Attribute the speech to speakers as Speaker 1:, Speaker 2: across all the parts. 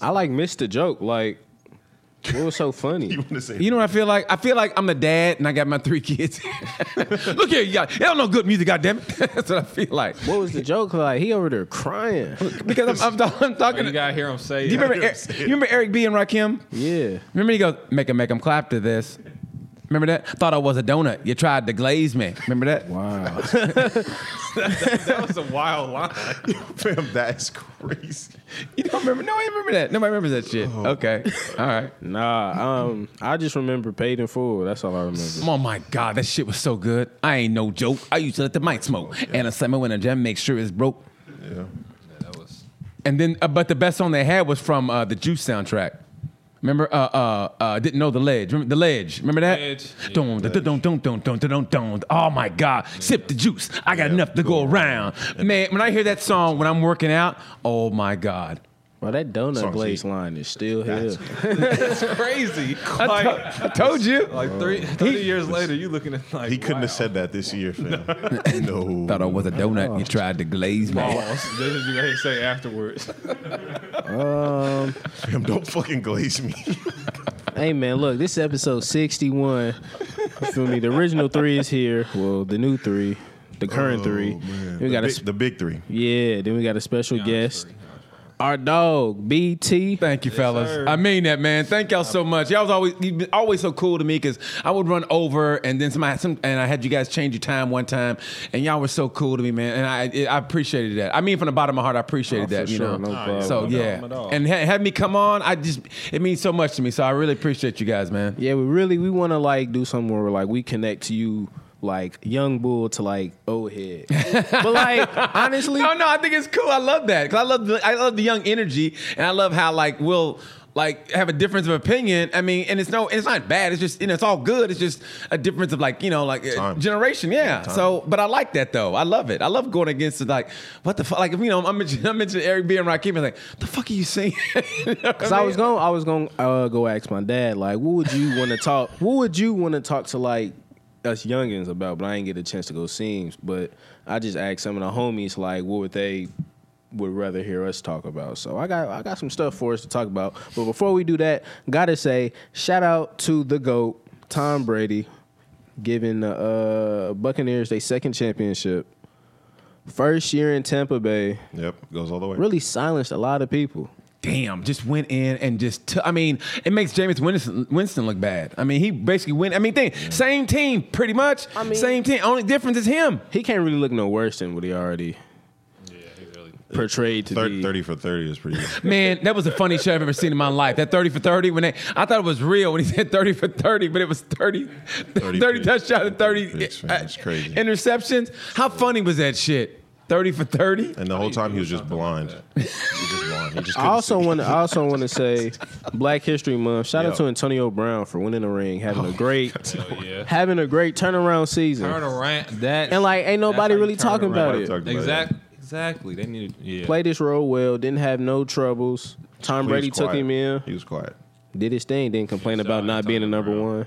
Speaker 1: I like missed the joke. Like, what was so funny?
Speaker 2: You want to say?
Speaker 3: You know what I feel like? I feel like I'm a dad and I got my three kids. Look here, y'all. Y'all don't know good music, goddamn it. That's what I feel like.
Speaker 1: What was the joke? Like, he over there crying.
Speaker 3: Because I'm, I'm, I'm
Speaker 4: But you
Speaker 3: talking.
Speaker 4: gotta hear him say.
Speaker 3: do you
Speaker 4: it.
Speaker 3: remember, Eric, you remember Eric B. and Rakim?
Speaker 1: Yeah.
Speaker 3: Remember he goes, make 'em, make 'em clap to this. Remember that? Thought I was a donut. You tried to glaze me. Remember that?
Speaker 1: Wow.
Speaker 4: that was a wild line.
Speaker 2: fam, that is crazy.
Speaker 3: You don't remember? No, I don't remember that. Nobody remembers that shit. Okay. All right.
Speaker 1: Nah. Um. I just remember paid in full. That's all I remember.
Speaker 3: Oh my God, that shit was so good. I ain't no joke. I used to let the mic smoke. And a summer when a jam make sure it's broke.
Speaker 2: Yeah.
Speaker 4: That was.
Speaker 3: And then, uh, but the best song they had was from uh, the Juice soundtrack. Remember, uh, uh, uh, didn't know the ledge. Remember the ledge. Remember that?
Speaker 4: Ledge. Yeah.
Speaker 3: Don't, don't, don't, don't, don't, don't, don't, don't. Oh my God! Sip the juice. I got enough to go around. Man, when I hear that song when I'm working out, oh my God!
Speaker 1: Well, that donut
Speaker 2: Song's
Speaker 1: glaze
Speaker 2: heat.
Speaker 1: line is still here.
Speaker 4: That's crazy.
Speaker 3: I, to-
Speaker 4: Like,
Speaker 3: I told you.
Speaker 4: like three, 30 years later, you looking at like.
Speaker 2: He couldn't have said that this year, fam. no.
Speaker 3: Thought I was a donut. You tried to glaze me.
Speaker 4: Pause. This is what they say afterwards.
Speaker 2: Fam, don't fucking glaze me.
Speaker 1: Hey man, look, this is episode sixty-one. You feel me? The original three is here. Well, the new three, the current three.
Speaker 2: Oh, Man.
Speaker 1: Then We
Speaker 2: the,
Speaker 1: got a
Speaker 2: big,
Speaker 1: sp-
Speaker 2: the big three.
Speaker 1: yeah. Then we got a special guest, our dog BT.
Speaker 3: Thank you, fellas.
Speaker 4: sir.
Speaker 3: I mean that, man. Thank y'all so much. Y'all was always you've been always so cool to me because I would run over and then somebody some, and I had you guys change your time one time, and y'all were so cool to me, man. And I it, I appreciated that. I mean, from the bottom of my heart, I appreciated
Speaker 1: Oh, for
Speaker 3: that. You
Speaker 1: sure.
Speaker 3: know,
Speaker 1: No Nah, problem.
Speaker 3: so
Speaker 4: no
Speaker 3: yeah,
Speaker 4: problem at all.
Speaker 3: and ha- had me come on. I just it means so much to me. So I really appreciate you guys, man.
Speaker 1: Yeah, we really we want to like do something where like we connect to you like young bull to like old head. but like honestly,
Speaker 3: No, no, I think it's cool. I love that 'Cause I love the I love the young energy, and I love how like we'll like have a difference of opinion. I mean, and it's no, it's not bad. It's just you know, it's all good. It's just a difference of like you know, like uh,
Speaker 2: Time.
Speaker 3: generation. Yeah.
Speaker 2: time.
Speaker 3: so, but I like that though. I love it. I love going against it. Like what the fuck? Like if, you know, I'm mentioning, I'm mentioning Eric B and Rakim, and like the fuck are you saying?
Speaker 1: Cause I was going, I was going to uh, go ask my dad, like, what would you want to talk? What would you want to talk to like us youngins about? But I didn't get a chance to go see him. But I just asked some of the homies, like, what would they would rather hear us talk about? So I got, I got some stuff for us to talk about. But before we do that, gotta say, shout out to the goat, Tom Brady, giving the uh, Buccaneers their second championship, first year in Tampa Bay.
Speaker 2: Yep, goes all the way.
Speaker 1: Really silenced a lot of people.
Speaker 3: Damn, just went in and just took. I mean, it makes Jameis Winston, Winston look bad. I mean, he basically went. I mean, thing, same team, pretty much.
Speaker 1: I mean-
Speaker 3: same team. Only difference is him.
Speaker 1: He can't really look no worse than what he already
Speaker 4: yeah, he really.
Speaker 1: portrayed to
Speaker 2: Thir-
Speaker 1: be.
Speaker 2: 30 for 30 is pretty good.
Speaker 3: Man, that was the funniest show I've ever seen in my life. That 30 for 30, when they, I thought it was real when he said 30 for 30, but it was 30,
Speaker 2: 30
Speaker 3: 30,
Speaker 2: picks.
Speaker 3: touchdowns and 30
Speaker 2: Picks, man.
Speaker 3: uh,
Speaker 2: It's crazy.
Speaker 3: interceptions. How funny was that shit? 30 for 30?
Speaker 2: And the whole time he was just blind. he was just blind. He just
Speaker 1: I
Speaker 2: couldn't
Speaker 1: also
Speaker 2: see.
Speaker 1: want to I also want to say Black History Month. Shout out
Speaker 2: Yeah.
Speaker 1: to Antonio Brown for winning the ring, having a great
Speaker 4: Oh yeah.
Speaker 1: having a great turnaround season.
Speaker 4: Turn around. That
Speaker 1: And like ain't
Speaker 4: how
Speaker 1: nobody
Speaker 4: you
Speaker 1: really
Speaker 4: turn
Speaker 1: talking
Speaker 4: around.
Speaker 1: about
Speaker 2: Nobody
Speaker 1: it.
Speaker 2: talked about it.
Speaker 4: Exactly. Exactly. They needed. Yeah.
Speaker 1: Played his role well, didn't have no troubles. Tom
Speaker 2: He was
Speaker 1: Brady took
Speaker 2: quiet.
Speaker 1: him in,
Speaker 2: He was quiet.
Speaker 1: did his thing, didn't complain
Speaker 4: Shout
Speaker 1: about
Speaker 4: out
Speaker 1: not
Speaker 4: to
Speaker 1: being the
Speaker 4: Antonio
Speaker 1: number
Speaker 4: Brown.
Speaker 1: one.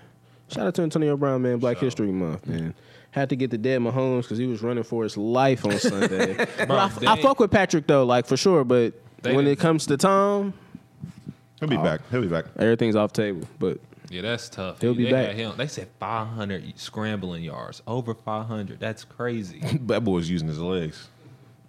Speaker 1: Shout out to Antonio Brown, man, Black History Month, man. Had to get the dead Mahomes because he was running for his life on Sunday. but I,
Speaker 4: they-
Speaker 1: I fuck with Patrick though, like for sure. But
Speaker 4: They
Speaker 1: when
Speaker 4: didn't-
Speaker 1: it comes to Tom,
Speaker 2: He'll be back. He'll be back.
Speaker 1: Everything's off table, but
Speaker 4: Yeah, that's tough.
Speaker 1: He'll be
Speaker 4: they
Speaker 1: back.
Speaker 4: had Him. They said 500 scrambling yards, over 500. That's crazy.
Speaker 2: That boy was using his legs.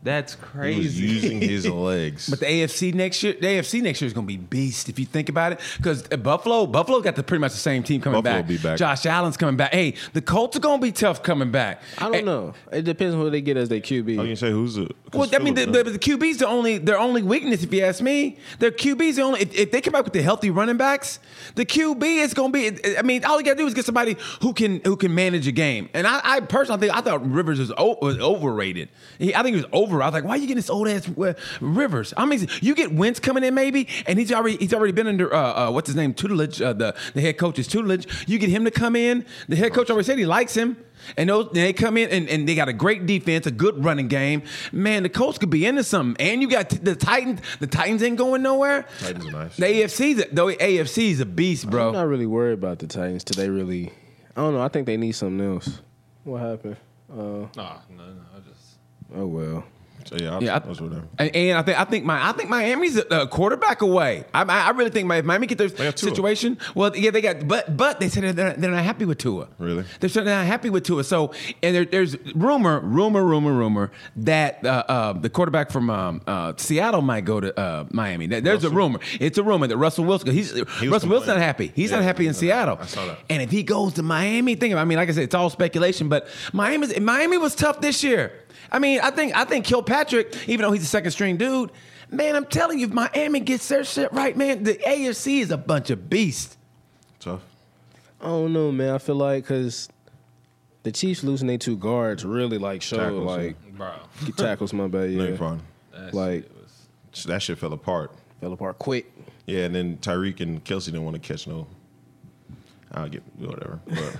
Speaker 4: That's
Speaker 2: He was
Speaker 4: crazy.
Speaker 2: using his legs.
Speaker 3: But the AFC next year, the AFC next year is going to be beast if you think about it. Because Buffalo, Buffalo got the pretty much the same team coming
Speaker 2: Buffalo
Speaker 3: back.
Speaker 2: be back.
Speaker 3: Josh Allen's coming back. Hey, the Colts are going to be tough coming back.
Speaker 1: I don't
Speaker 3: Hey,
Speaker 1: know. It depends on who they get as their
Speaker 2: I
Speaker 1: QB.
Speaker 2: can say who's the. 'cause
Speaker 3: Well, I mean, the,
Speaker 2: Phillip-
Speaker 3: the, the QB's the only their only weakness, if you ask me. Their QB's the only if, if they come back with the healthy running backs, the QB is going to be. I mean, all you got to do is get somebody who can who can manage a game. And I, I personally think I thought Rivers was, o- was overrated. He, I think he was over. I was like, why are you getting this old ass uh, Rivers? I mean, you get Wentz coming in maybe, and he's already he's already been under uh, uh, what's his name tutelage, uh, the the head coach's tutelage. You get him to come in. The head coach already said he likes him. And those and they come in and, and they got a great defense, a good running game. Man, the Colts could be into something. And you got t- the Titans. The Titans ain't going nowhere.
Speaker 2: Titans are nice.
Speaker 3: The AFC's though AFC's a beast,
Speaker 1: I'm
Speaker 3: bro.
Speaker 1: not really worried about the Titans today. Really, I don't know. I think they need something else. What happened? Uh,
Speaker 4: Nah, no, no. I just
Speaker 1: oh well.
Speaker 2: So, yeah, I,
Speaker 3: Yeah,
Speaker 2: yeah,
Speaker 3: I-
Speaker 2: I was with them.
Speaker 3: And, and I think I think my I think Miami's a, a quarterback away. I, I I really think my, if Miami get their
Speaker 2: got Tua.
Speaker 3: situation, well, yeah, they got. But but they said that they're, they're not happy with Tua.
Speaker 2: Really?
Speaker 3: they're certainly not happy with Tua. So and there, there's rumor, rumor, rumor, rumor that uh, uh, the quarterback from um, uh, Seattle might go to uh, Miami. There- There's a rumor. It's a rumor that Russell Wilson. He's Russell Wilson's not
Speaker 2: complaining.
Speaker 3: happy. He's
Speaker 2: Yeah,
Speaker 3: not happy in
Speaker 2: I saw that.
Speaker 3: Seattle.
Speaker 2: I saw that.
Speaker 3: And if he goes to Miami, think about. I mean, like I said, it's all speculation, but Miami's Miami was tough this year. I mean, I think I think Kilpatrick, even though he's a second string dude, man, I'm telling you, if Miami gets their shit right, man, the AFC is a bunch of beasts.
Speaker 2: Tough.
Speaker 1: I don't know, man. I feel like because the Chiefs losing their two guards really like showed
Speaker 2: Tackles,
Speaker 1: like
Speaker 4: bro.
Speaker 1: get tackles. My bad,
Speaker 2: No,
Speaker 1: yeah.
Speaker 2: you're fine.
Speaker 4: That
Speaker 1: Like-
Speaker 4: shit was-
Speaker 2: So That shit fell apart.
Speaker 1: Fell apart quick.
Speaker 2: Yeah, and then Tyreek and Kelsey didn't want to catch no. I'll get whatever. But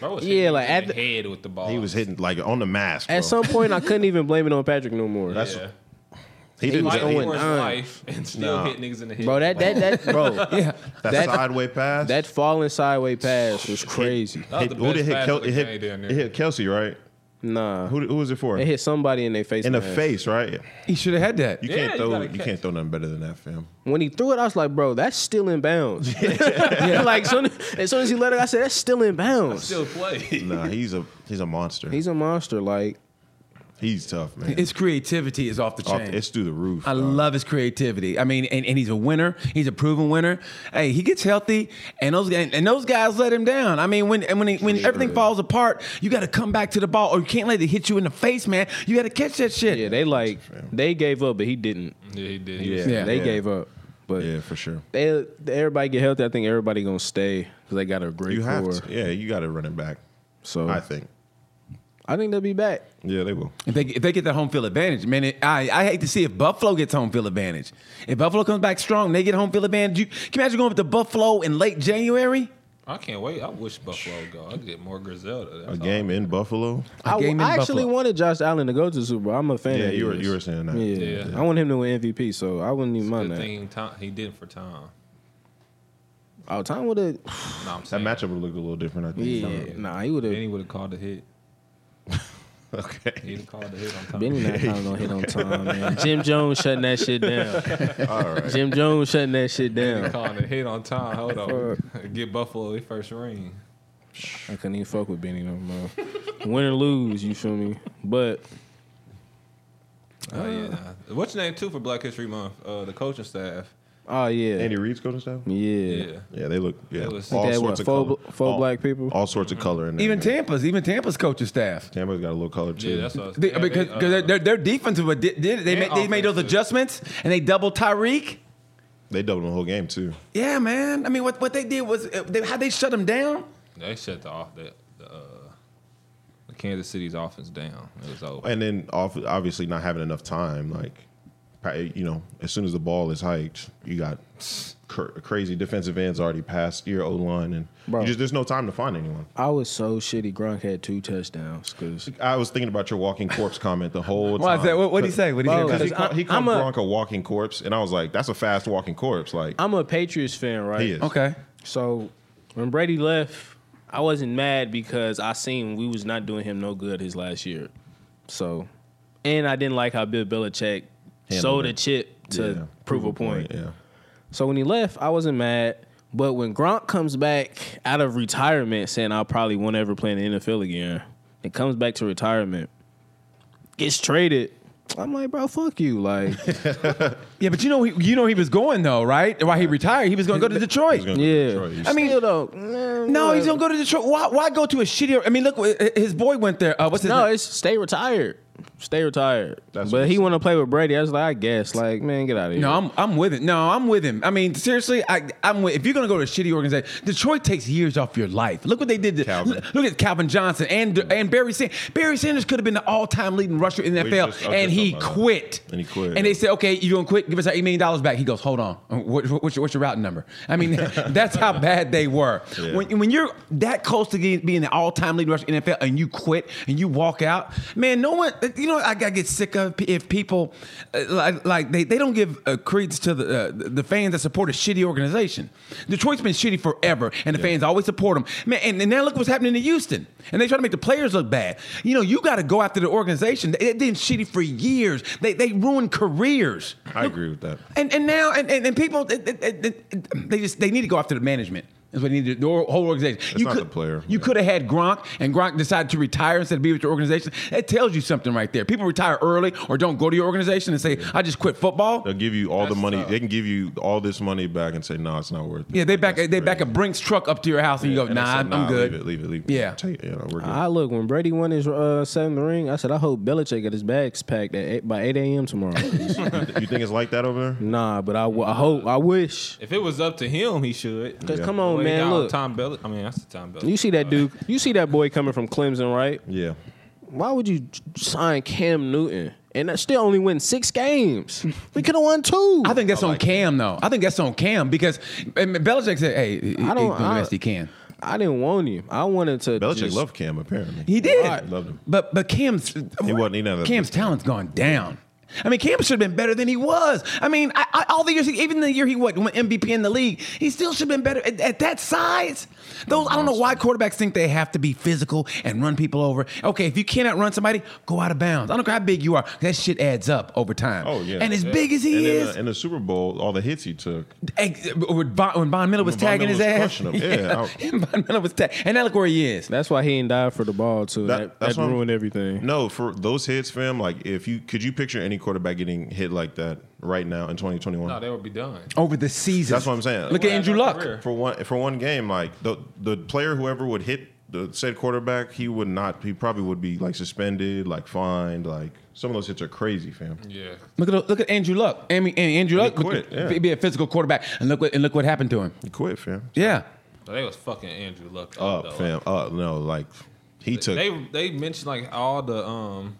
Speaker 4: bro was
Speaker 1: Yeah,
Speaker 4: hitting
Speaker 1: like,
Speaker 4: him in
Speaker 1: at
Speaker 4: the
Speaker 1: the-
Speaker 4: head with the ball.
Speaker 2: he was hitting like on the mask. bro.
Speaker 1: At some point, I couldn't even blame it on Patrick no more.
Speaker 2: That's-
Speaker 4: yeah.
Speaker 2: he
Speaker 1: he
Speaker 2: didn't.
Speaker 1: was
Speaker 4: fighting
Speaker 1: going
Speaker 2: He,
Speaker 4: for his
Speaker 1: on.
Speaker 4: life and still
Speaker 2: Nah.
Speaker 4: hitting niggas in the head.
Speaker 1: bro. That that that bro.
Speaker 3: Yeah.
Speaker 2: that,
Speaker 1: that-
Speaker 2: sideway pass.
Speaker 1: That falling sideway pass was crazy.
Speaker 4: That was
Speaker 2: hit,
Speaker 4: the
Speaker 2: who
Speaker 4: best
Speaker 2: did hit,
Speaker 4: pass
Speaker 2: Kel-
Speaker 4: of the
Speaker 2: it
Speaker 4: game
Speaker 2: hit,
Speaker 4: down there.
Speaker 2: it hit Kelsey right?
Speaker 1: Nah,
Speaker 2: Who, who was it for?
Speaker 1: it hit somebody in their face.
Speaker 2: in the
Speaker 1: man.
Speaker 2: face, right?
Speaker 3: He should have had that.
Speaker 2: You
Speaker 4: Yeah,
Speaker 2: can't
Speaker 4: you
Speaker 2: throw.
Speaker 4: gotta
Speaker 2: You,
Speaker 4: catch.
Speaker 2: can't throw nothing better than that, fam.
Speaker 1: When he threw it, I was like, bro, that's still in bounds. like soon, as soon as he let it, I said, that's still in bounds.
Speaker 4: still play.
Speaker 2: Nah, he's a he's a monster. He's,
Speaker 1: He's a monster. Like
Speaker 2: tough, man.
Speaker 3: His creativity is off the
Speaker 2: Off-
Speaker 3: chain.
Speaker 2: it's through the roof.
Speaker 3: I
Speaker 2: dog.
Speaker 3: love his creativity. I mean, and, and he's a winner. He's a proven winner. Hey, he gets healthy, and those and, and those guys let him down. I mean, when and when he, when everything falls apart, you got to come back to the ball, or you can't let it hit you in the face, man. You got to catch that shit.
Speaker 1: yeah, they like they gave up, but he didn't.
Speaker 4: yeah, he did.
Speaker 2: Yeah.
Speaker 1: Yeah, they
Speaker 2: Yeah.
Speaker 1: gave up. But
Speaker 2: Yeah, for sure.
Speaker 1: they, everybody get healthy. I think everybody gonna stay because they got a great
Speaker 2: You have
Speaker 1: core.
Speaker 2: to. Yeah, you got to run it back.
Speaker 1: So
Speaker 2: I think.
Speaker 1: I think they'll be back.
Speaker 2: Yeah, they will.
Speaker 3: If they, if they get that home field advantage, man, it, I, I hate to see if Buffalo gets home field advantage. If Buffalo comes back strong, they get home field advantage. You, can you imagine going up to Buffalo in late January?
Speaker 4: I can't wait. I wish Buffalo would go. I could get more Griselda. That's
Speaker 2: A
Speaker 4: all.
Speaker 2: game in Buffalo.
Speaker 1: I,
Speaker 3: game in
Speaker 1: I actually
Speaker 3: Buffalo.
Speaker 1: wanted Josh Allen to go to the Super Bowl. I'm a fan.
Speaker 2: Yeah,
Speaker 1: of
Speaker 2: you were
Speaker 1: his.
Speaker 2: you were saying that.
Speaker 1: Yeah.
Speaker 4: Yeah.
Speaker 1: I want him to win MVP, so I wouldn't even mind
Speaker 4: Good
Speaker 1: that.
Speaker 4: thing Tom, he did for Tom.
Speaker 1: Oh, Tom would have.
Speaker 4: No, I'm
Speaker 2: That
Speaker 4: saying.
Speaker 2: matchup would look a little different. I think.
Speaker 1: Yeah, nah, he would
Speaker 4: Then he
Speaker 1: have.
Speaker 4: would have called the hit.
Speaker 2: Okay.
Speaker 4: He'd have called the hit on Tom.
Speaker 1: Benny not gonna hit on Tom, man. Jim Jones shutting that shit down.
Speaker 2: All right.
Speaker 1: Jim Jones shutting that shit
Speaker 4: Benny
Speaker 1: down.
Speaker 4: calling the hit on Tom. Hold on. get Buffalo their first ring.
Speaker 1: I couldn't even fuck with Benny no more. Win or lose, you feel me? But
Speaker 4: Oh, yeah. nah. What's your name, too, for Black History Month? Uh, the coaching staff.
Speaker 1: oh yeah,
Speaker 2: Andy Reid's golden staff.
Speaker 1: yeah.
Speaker 4: Yeah.
Speaker 2: Yeah, they look. Yeah,
Speaker 4: It was-
Speaker 2: all
Speaker 1: They had, what,
Speaker 2: sorts of
Speaker 1: four
Speaker 2: color.
Speaker 1: bl- four
Speaker 2: all,
Speaker 1: black people?
Speaker 2: All sorts of color. In there,
Speaker 3: Even
Speaker 2: man.
Speaker 3: Tampa's, even Tampa's coaching staff.
Speaker 2: Tampa's got a little color too.
Speaker 4: Yeah, that's what I was
Speaker 3: They,
Speaker 4: yeah,
Speaker 3: because
Speaker 4: they, uh,
Speaker 3: because their, their, their defensive, but did, did, they,
Speaker 4: and
Speaker 3: made, they made those
Speaker 4: offensive.
Speaker 3: adjustments and they doubled Tyreek.
Speaker 2: they doubled the whole game too.
Speaker 3: Yeah, man. I mean, what, what they did was uh, they, how they shut him down.
Speaker 4: they shut the off the, the, uh, the Kansas City's offense down. It was over.
Speaker 2: And then off, obviously not having enough time. Like, pa- you know, as soon as the ball is hiked, you got cr- crazy defensive ends already past your O line, and
Speaker 1: Bro.
Speaker 2: you just there's no time to find anyone.
Speaker 1: I was so shitty. Gronk had two touchdowns because
Speaker 2: I was thinking about your walking corpse comment the whole time.
Speaker 3: Why is that? What did he say? What did
Speaker 1: Bro,
Speaker 2: Because
Speaker 3: he
Speaker 2: he,
Speaker 3: say?
Speaker 1: I-
Speaker 2: called, he
Speaker 1: I'm
Speaker 2: called
Speaker 1: a-
Speaker 2: Gronk a walking corpse, and I was like, "That's a fast walking corpse." Like
Speaker 1: I'm a Patriots fan, right?
Speaker 2: he is.
Speaker 3: Okay.
Speaker 1: So when Brady left, I wasn't mad because I seen we was not doing him no good his last year. So, and I didn't like how Bill Belichick
Speaker 2: Handled
Speaker 1: sold a
Speaker 2: it.
Speaker 1: chip to
Speaker 2: Yeah.
Speaker 1: prove a point.
Speaker 2: Yeah.
Speaker 1: So when he left, I wasn't mad. But when Gronk comes back out of retirement, saying I probably won't ever play in the NFL again, and comes back to retirement, gets traded. I'm like, bro, fuck you. Like,
Speaker 3: Yeah, but you know, he, you know, he was going though, right? While he retired, he was going to go to Detroit.
Speaker 2: He's gonna go to
Speaker 1: yeah.
Speaker 2: Detroit.
Speaker 1: I mean, still though,
Speaker 3: no, he's going to go to Detroit. Why, why go to a shittier? I mean, look, uh, his boy went there. Uh, what's his
Speaker 1: No,
Speaker 3: name?
Speaker 1: it's stay retired. Stay retired.
Speaker 2: That's what
Speaker 1: but
Speaker 2: he
Speaker 1: he
Speaker 2: said.
Speaker 1: want to play with Brady. I was like, I guess. Like, man, get out of here.
Speaker 3: No, I'm I'm with him. No, I'm with him. I mean, seriously, I I'm with. If you're gonna go to a shitty organization, Detroit takes years off your life. Look what they did. To,
Speaker 2: Calvin.
Speaker 3: Look, look at Calvin Johnson and and Barry Sanders. Barry Sanders could have been the all time leading rusher in the
Speaker 2: We
Speaker 3: NFL,
Speaker 2: just- I was
Speaker 3: and
Speaker 2: just
Speaker 3: he
Speaker 2: talking about that.
Speaker 3: quit.
Speaker 2: And he quit,
Speaker 3: And they
Speaker 2: yeah.
Speaker 3: said, okay, you gonna quit? Give us our eight million dollars back. He goes, hold on. Uh, What, what- what's, your, what's your routing number? I mean, that's how bad they were.
Speaker 2: Yeah.
Speaker 3: When when you're that close to getting, being the all time leading rusher in the NFL, and you quit and you walk out, man, no one. You know know, I gotta get sick of P- if people uh, like like they, they don't give uh, credence to the uh, the fans that support a shitty organization. Detroit's been shitty forever, and the fans always support them. Man, and, and now look what's happening in Houston, and they try to make the players look bad. You know, you got to go after the organization. It been shitty for years. They they ruined careers.
Speaker 2: I agree with that.
Speaker 3: And and now and, and, and people it- it- it- it- they just they need to go after the management. Is what they need to, the whole organization. you
Speaker 2: not
Speaker 3: could
Speaker 2: the player.
Speaker 3: You
Speaker 2: Yeah.
Speaker 3: could have had Gronk, and Gronk decided to retire instead of be with your organization. That tells you something right there. People retire early or don't go to your organization and say, "I just quit football."
Speaker 2: They'll give you all the
Speaker 4: That's
Speaker 2: money.
Speaker 4: tough.
Speaker 2: They can give you all this money back and say, "No, it's not worth it."
Speaker 3: yeah, they
Speaker 2: Like,
Speaker 3: back
Speaker 2: that's
Speaker 3: they back a
Speaker 2: crazy.
Speaker 3: Brinks truck up to your house, and you go,
Speaker 2: And they
Speaker 3: "Nah,
Speaker 2: say,
Speaker 3: I'm, I'm good."
Speaker 2: Leave it, leave it, leave it.
Speaker 3: Yeah.
Speaker 2: Take, you know, we're good.
Speaker 1: I look when Brady won his uh, seventh ring. I said I hope Belichick got his bags packed at eight, by eight a.m. tomorrow.
Speaker 2: you think it's like that over there?
Speaker 1: nah, but I, w- I hope I wish.
Speaker 4: If it was up to him, he should.
Speaker 1: Cause
Speaker 2: Yeah.
Speaker 1: come
Speaker 4: The
Speaker 1: on,
Speaker 4: way he
Speaker 1: man,
Speaker 4: got on
Speaker 1: look.
Speaker 4: Tom Bell. I mean, that's the Tom Bell.
Speaker 1: You see that dude? You see that boy coming from Clemson, right?
Speaker 2: Yeah.
Speaker 1: Why would you sign Cam Newton and that still only win six games? We could have won two.
Speaker 3: I think that's on Cam though. I think that's on Cam because and Belichick said, "Hey, he- he's
Speaker 1: don't-
Speaker 3: doing the
Speaker 1: I-
Speaker 3: best he can."
Speaker 1: I didn't want him. I wanted to.
Speaker 2: Belichick
Speaker 1: just-
Speaker 2: loved Cam apparently.
Speaker 3: He did.
Speaker 2: Right. Loved him.
Speaker 3: But but Cam's
Speaker 2: wasn't- he never-
Speaker 3: Cam's talent's gone down. I mean, Cam should have been better than he was. I mean, I, I, all the years, he, even the year he what, won MVP in the league, he still should have been better at, at that size. Those I don't know why quarterbacks think they have to be physical and run people over. Okay, if you cannot run somebody, go out of bounds. I don't care how big you are. That shit adds up over time.
Speaker 2: Oh, yeah.
Speaker 3: And as big as he
Speaker 2: and uh, in
Speaker 3: is,
Speaker 2: the, in the Super Bowl, all the hits he took.
Speaker 3: ex- when Von, when Von Miller was
Speaker 2: Von
Speaker 3: tagging
Speaker 2: Miller was
Speaker 3: his ass,
Speaker 2: crushing him. Yeah,
Speaker 3: Von Miller was tagging, and now look where he is.
Speaker 1: That's why he didn't die for the ball too. That, that,
Speaker 2: that's what I'm-
Speaker 1: ruined everything.
Speaker 2: No, for those hits, fam. Like, if you could you picture any quarterback getting hit like that right now in 2021?
Speaker 4: no, they would be done.
Speaker 3: Over the season,
Speaker 2: That's what I'm saying.
Speaker 3: Look at Andrew
Speaker 4: Their
Speaker 3: Luck.
Speaker 4: career.
Speaker 2: for one for one game, like the the player whoever would hit the said quarterback, he would not. He probably would be like suspended, like fined. Like some of those hits are crazy, fam.
Speaker 4: Yeah.
Speaker 3: Look at look at Andrew Luck. I mean, and Andrew Luck
Speaker 2: quit,
Speaker 3: would
Speaker 2: yeah.
Speaker 3: be a physical quarterback, and look what and look what happened to him.
Speaker 2: He quit, fam.
Speaker 3: Yeah,
Speaker 4: They was fucking Andrew Luck
Speaker 2: Up,
Speaker 4: though.
Speaker 2: Oh, fam. Up, no, like he took.
Speaker 4: They they mentioned like all the um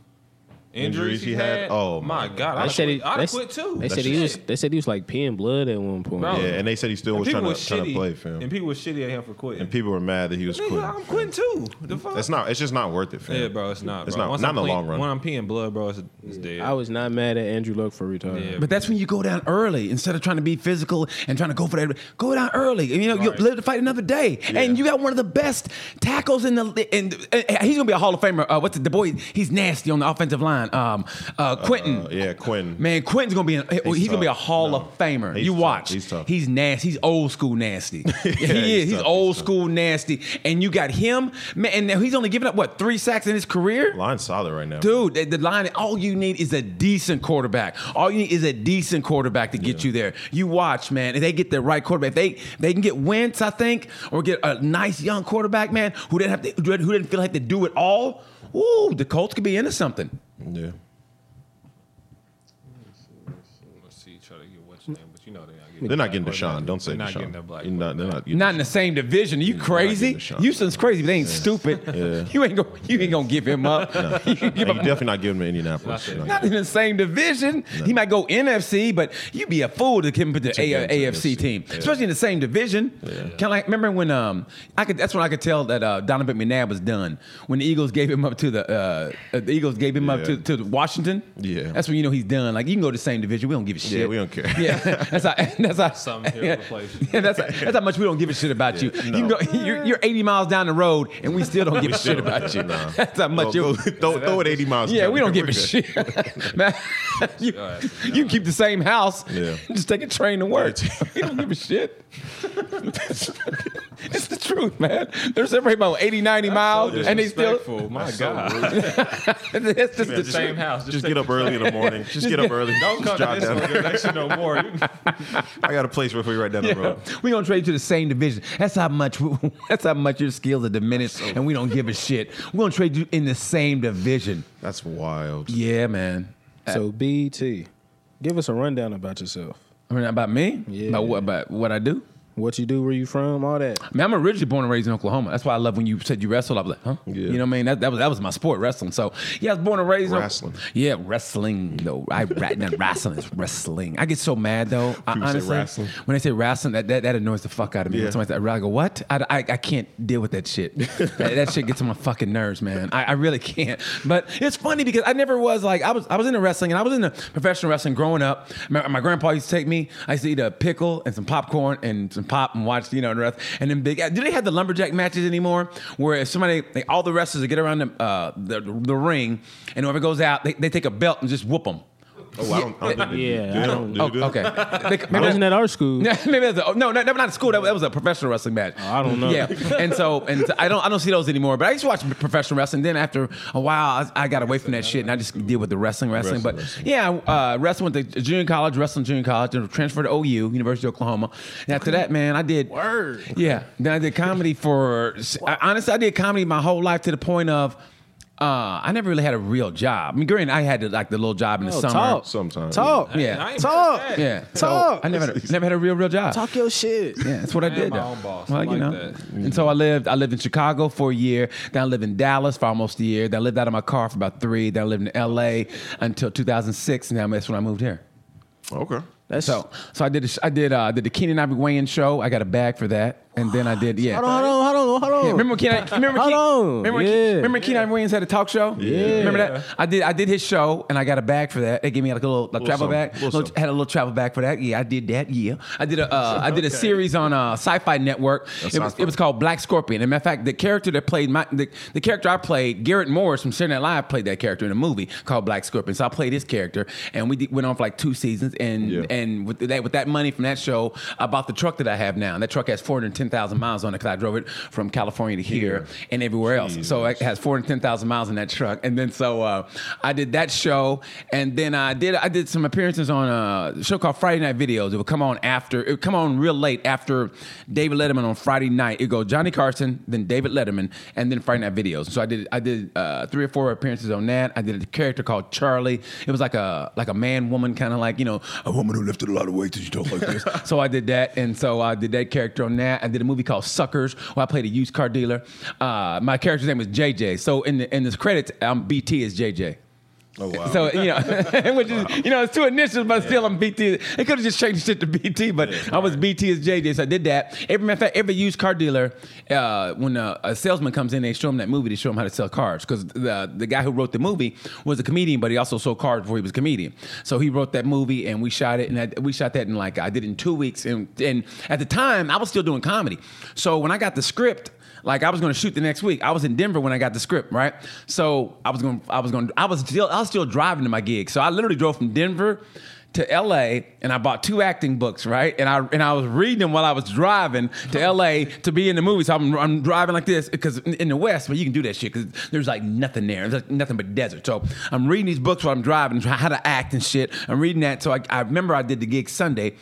Speaker 4: injuries,
Speaker 2: Injuries
Speaker 4: he
Speaker 2: he
Speaker 4: had.
Speaker 2: had? Oh,
Speaker 4: my
Speaker 2: man.
Speaker 4: god,
Speaker 1: They
Speaker 4: I
Speaker 1: said
Speaker 4: quit.
Speaker 1: he.
Speaker 4: I
Speaker 1: They,
Speaker 4: quit too.
Speaker 1: they
Speaker 4: That
Speaker 1: said he
Speaker 4: shit.
Speaker 1: was. They said he was like peeing blood at one point.
Speaker 4: Bro.
Speaker 2: yeah, and they said he still was
Speaker 4: people
Speaker 2: trying
Speaker 4: were
Speaker 2: to, trying to
Speaker 4: shitty,
Speaker 2: play, fam.
Speaker 4: and people were shitty at him for quitting.
Speaker 2: And people were mad that he was quitting.
Speaker 4: Nigga, I'm quitting too. The fuck?
Speaker 2: It's not. It's just not worth it, fam.
Speaker 4: Yeah, bro, it's not.
Speaker 2: It's
Speaker 4: bro.
Speaker 2: not-
Speaker 4: Once
Speaker 2: not
Speaker 4: I'm
Speaker 2: in the
Speaker 4: peeing-
Speaker 2: long run.
Speaker 4: When I'm peeing blood, bro, it's, it's dead.
Speaker 1: I was not mad at Andrew Luck for retiring.
Speaker 4: Yeah.
Speaker 3: but that's when you go down early instead of trying to be physical and trying to go for that. Go down early. You know, you
Speaker 4: Right.
Speaker 3: live to fight another day, and you got one of the best tackles in the. And, and he's gonna be a Hall of Famer. Uh, what's the, the boy? He's nasty on the offensive line. Um, uh, Quentin.
Speaker 2: Uh, yeah, Quinn.
Speaker 3: Man, Quentin's gonna be an, he's,
Speaker 2: He's
Speaker 3: gonna be a
Speaker 2: tough.
Speaker 3: Hall
Speaker 2: No.
Speaker 3: of Famer.
Speaker 2: He's
Speaker 3: you
Speaker 2: tough.
Speaker 3: watch.
Speaker 2: He's tough.
Speaker 3: He's nasty. He's old school nasty. Yeah, he is.
Speaker 2: he's
Speaker 3: He's,
Speaker 2: tough. He's
Speaker 3: old
Speaker 2: tough.
Speaker 3: school nasty. And you got him, man. And now he's only given up what three sacks in his career.
Speaker 2: Line's solid right now.
Speaker 3: Dude, the, the line. All you need is a decent quarterback. All you need is a decent quarterback to get you there. You watch, man. If they get the right quarterback, if they if they can get Wentz, I think, or get a nice young quarterback, man, who didn't have to, who didn't- who didn't feel like to do it all. Ooh, the Colts could be into something.
Speaker 2: Yeah.
Speaker 4: Let's see, try to get what's name, but you know they're not getting.
Speaker 2: They're not getting
Speaker 4: black
Speaker 2: Deshaun.
Speaker 4: quarterback.
Speaker 2: Don't say
Speaker 4: They're not
Speaker 2: Deshaun.
Speaker 4: getting that black.
Speaker 2: You're not, they're not getting
Speaker 3: Not in the same division. Are you crazy?
Speaker 2: getting a shot.
Speaker 3: Houston's crazy, but they ain't stupid. You ain't gonna you ain't gonna give him up. You give
Speaker 2: And
Speaker 3: him-
Speaker 2: you definitely not giving him to Indianapolis.
Speaker 4: Not
Speaker 2: You're
Speaker 3: not in the same division. He might go NFC, but you'd be a fool to give him to the
Speaker 2: him
Speaker 3: A-
Speaker 2: to
Speaker 3: AFC
Speaker 2: AFC.
Speaker 3: team,
Speaker 2: Yeah.
Speaker 3: especially in the same division. Kind of like remember when um I could that's when I could tell that uh, Donovan McNabb was done when the Eagles gave him up to the uh, uh, the Eagles gave him up
Speaker 2: Yeah.
Speaker 3: to, to Washington.
Speaker 2: Yeah.
Speaker 3: that's when you know he's done. Like you can go to the same division, we don't give a shit.
Speaker 2: Yeah, we don't care.
Speaker 3: Yeah, that's how. That's how.
Speaker 4: Something here
Speaker 3: yeah,
Speaker 4: to replace you.
Speaker 3: yeah, that's, how- that's how much we don't give a shit about you. You can go, you're, you're 80 miles down the road, and we still don't give a shit about you.
Speaker 2: Nah.
Speaker 3: That's how much
Speaker 2: Go- go-
Speaker 3: you.
Speaker 2: throw, throw it 80 miles.
Speaker 3: Yeah, we don't give
Speaker 2: We're
Speaker 3: a
Speaker 2: good.
Speaker 3: shit. Man, you, you can keep the same house.
Speaker 2: Yeah.
Speaker 3: Just take a train to work. we don't give a shit. it's the truth, man. There's everybody about 80, 90 miles, and they still.
Speaker 4: Disrespectful, My God,
Speaker 3: It's just
Speaker 4: Man,
Speaker 3: the
Speaker 4: just-
Speaker 3: same.
Speaker 4: Same house, just
Speaker 2: Just,
Speaker 4: take
Speaker 2: get up early in the morning. Just get up early. Just
Speaker 4: don't come
Speaker 2: drive
Speaker 4: to this
Speaker 2: down.
Speaker 4: organization no more. You-
Speaker 2: I got a place right for you right down the road.
Speaker 3: We're gonna trade you to the same division. That's how much that's how much your skills are diminished and we don't give a shit. We're gonna trade you in the same division.
Speaker 2: That's wild.
Speaker 3: Yeah, man.
Speaker 1: So BT, give us a rundown about yourself.
Speaker 3: I mean about me?
Speaker 1: Yeah.
Speaker 3: About what about what I do?
Speaker 1: what you do, where you from, all that.
Speaker 3: I mean, I'm originally born and raised in Oklahoma. That's why I love when you said you wrestled. I was like, huh?
Speaker 2: Yeah.
Speaker 3: You know what I mean? That, that was that was my sport, wrestling. So yeah, I was born and raised in-
Speaker 2: Wrestling.
Speaker 3: yeah, wrestling. No, I ra- not wrestling. It's wrestling. I get so mad though. I,
Speaker 2: People say
Speaker 3: honestly,
Speaker 2: wrestling.
Speaker 3: when they say wrestling, that, that, that annoys the fuck out of me. When
Speaker 2: Yeah.
Speaker 3: somebody says, I go, what? I, I, I can't deal with that shit. that, that shit gets on my fucking nerves, man. I, I really can't. But it's funny because I never was like I was I was into wrestling and I was into professional wrestling growing up. My, my grandpa used to take me. I used to eat a pickle and some popcorn and some pop and watch you know the rest. And then big. Do they have the lumberjack matches anymore? Where if somebody like, all the wrestlers would get around the, uh, the the ring and whoever goes out, they, they take a belt and just whoop them.
Speaker 2: Oh, I don't. I don't do-
Speaker 1: Yeah,
Speaker 2: do
Speaker 1: I
Speaker 2: they-
Speaker 1: don't-
Speaker 2: do they
Speaker 3: Oh,
Speaker 2: do that?
Speaker 3: okay. They- maybe
Speaker 1: I
Speaker 3: that's-
Speaker 1: wasn't at our school.
Speaker 3: yeah, maybe that's a, oh, no, no, not a school. That, that was a professional wrestling match.
Speaker 1: Oh, I don't know.
Speaker 3: Yeah, and so and so I don't I don't see those anymore. But I used to watch professional wrestling. Then after a while, I, I got away from that shit and I just deal with the wrestling, wrestling.
Speaker 2: Wrestling,
Speaker 3: but
Speaker 2: wrestling.
Speaker 3: yeah, uh, wrestling went to junior college, wrestling junior college, then transferred to OU, University of Oklahoma. And after that, man, I did
Speaker 1: Word.
Speaker 3: Yeah, then I did comedy for I, honestly, I did comedy my whole life to the point of. Uh, I never really had a real job. I mean, granted, I had like the little job in the
Speaker 1: Oh,
Speaker 3: summer.
Speaker 1: talk.
Speaker 2: Sometimes.
Speaker 1: Talk.
Speaker 3: Yeah.
Speaker 4: And I ain't
Speaker 1: Talk.
Speaker 4: mad at that.
Speaker 3: Yeah, so
Speaker 1: Talk.
Speaker 3: I never, never had a real, real job.
Speaker 1: Talk your shit.
Speaker 3: Yeah, that's what I,
Speaker 4: I am
Speaker 3: did.
Speaker 4: my
Speaker 3: though.
Speaker 4: own boss.
Speaker 3: Well,
Speaker 4: I
Speaker 3: you
Speaker 4: like
Speaker 3: know.
Speaker 4: that.
Speaker 3: And so I lived. I lived in Chicago for a year. Then I lived in Dallas for almost a year. Then I lived out of my car for about three. Then I lived in L.A. until 2006. And then that's when I moved here. Oh,
Speaker 2: Okay.
Speaker 1: That's
Speaker 3: So, so I did. a sh- I did. Uh, I did the Keenan Ivory Wayans show. I got a bag for that. And then I did. Yeah.
Speaker 1: Hold on, hold on, hold on, hold on.
Speaker 3: Yeah, remember Keenan? Remember
Speaker 1: Oh. Hold
Speaker 3: Keenan?
Speaker 1: on.
Speaker 3: Remember,
Speaker 1: Yeah.
Speaker 3: Keenan- remember Keenan Ivory Wayans had a talk show?
Speaker 2: Yeah.
Speaker 3: Remember that? I did. I did his show, and I got a bag for that. They gave me like a little, like, travel
Speaker 2: something,
Speaker 3: bag.
Speaker 2: little
Speaker 3: Little-
Speaker 2: something.
Speaker 3: had a little travel bag for that. Yeah, I did that. Yeah, I did a. Uh, I did a series on uh, Sci-Fi Network. It
Speaker 2: sounds
Speaker 3: was, it was called Black Scorpion. And matter of fact, the character that played my the, the character I played, Garrett Morris from Saturday Night Live, played that character in a movie called Black Scorpion. So I played his character, and we did, went on for like two seasons. And
Speaker 2: Yeah.
Speaker 3: and with that with that money from that show, I bought the truck that I have now. And that truck has four hundred ten thousand miles on it because I drove it from California to here and everywhere else. So it has four hundred ten thousand miles in that truck. And then so uh, I did that show, and then I did I did some appearances on a show called Friday Night Videos. It would come on after it would come on real late after David Letterman on Friday night. It go Johnny Carson, then David Letterman, and then Friday Night Videos. So I did I did uh, three or four appearances on that. I did a character called Charlie. It was like a like a man woman kind of like you know a woman who lifted a lot of weight that you don't like this. so I did that, and so I did that character on that. I did a movie called Suckers where I played a used car dealer. Uh, my character's name was JJ. So in the in this credits, um, BT is JJ.
Speaker 2: Oh wow.
Speaker 3: So you know, which is you know, it's two initials, but still I'm BT. They could have just changed shit to BT, but I was BT as JJ, so I did that. Every matter of fact, every used car dealer, uh, when a, a salesman comes in, they show him that movie to show him how to sell cars because the the guy who wrote the movie was a comedian, but he also sold cars before he was a comedian. So he wrote that movie, and we shot it, and I, we shot that in like I did it in two weeks, and and at the time I was still doing comedy, so when I got the script. Like I was going to shoot the next week. I was in Denver when I got the script, right? So I was going, to I was going, to I was still, I was still driving to my gig. So I literally drove from Denver to L.A. and I bought two acting books, right? And I and I was reading them while I was driving to L.A. to be in the movie. So I'm, I'm driving like this because in, in the West, well, you can do that shit because there's like nothing there, there's like nothing but desert. So I'm reading these books while I'm driving, how to act and shit. I'm reading that. So I, I remember I did the gig Sunday.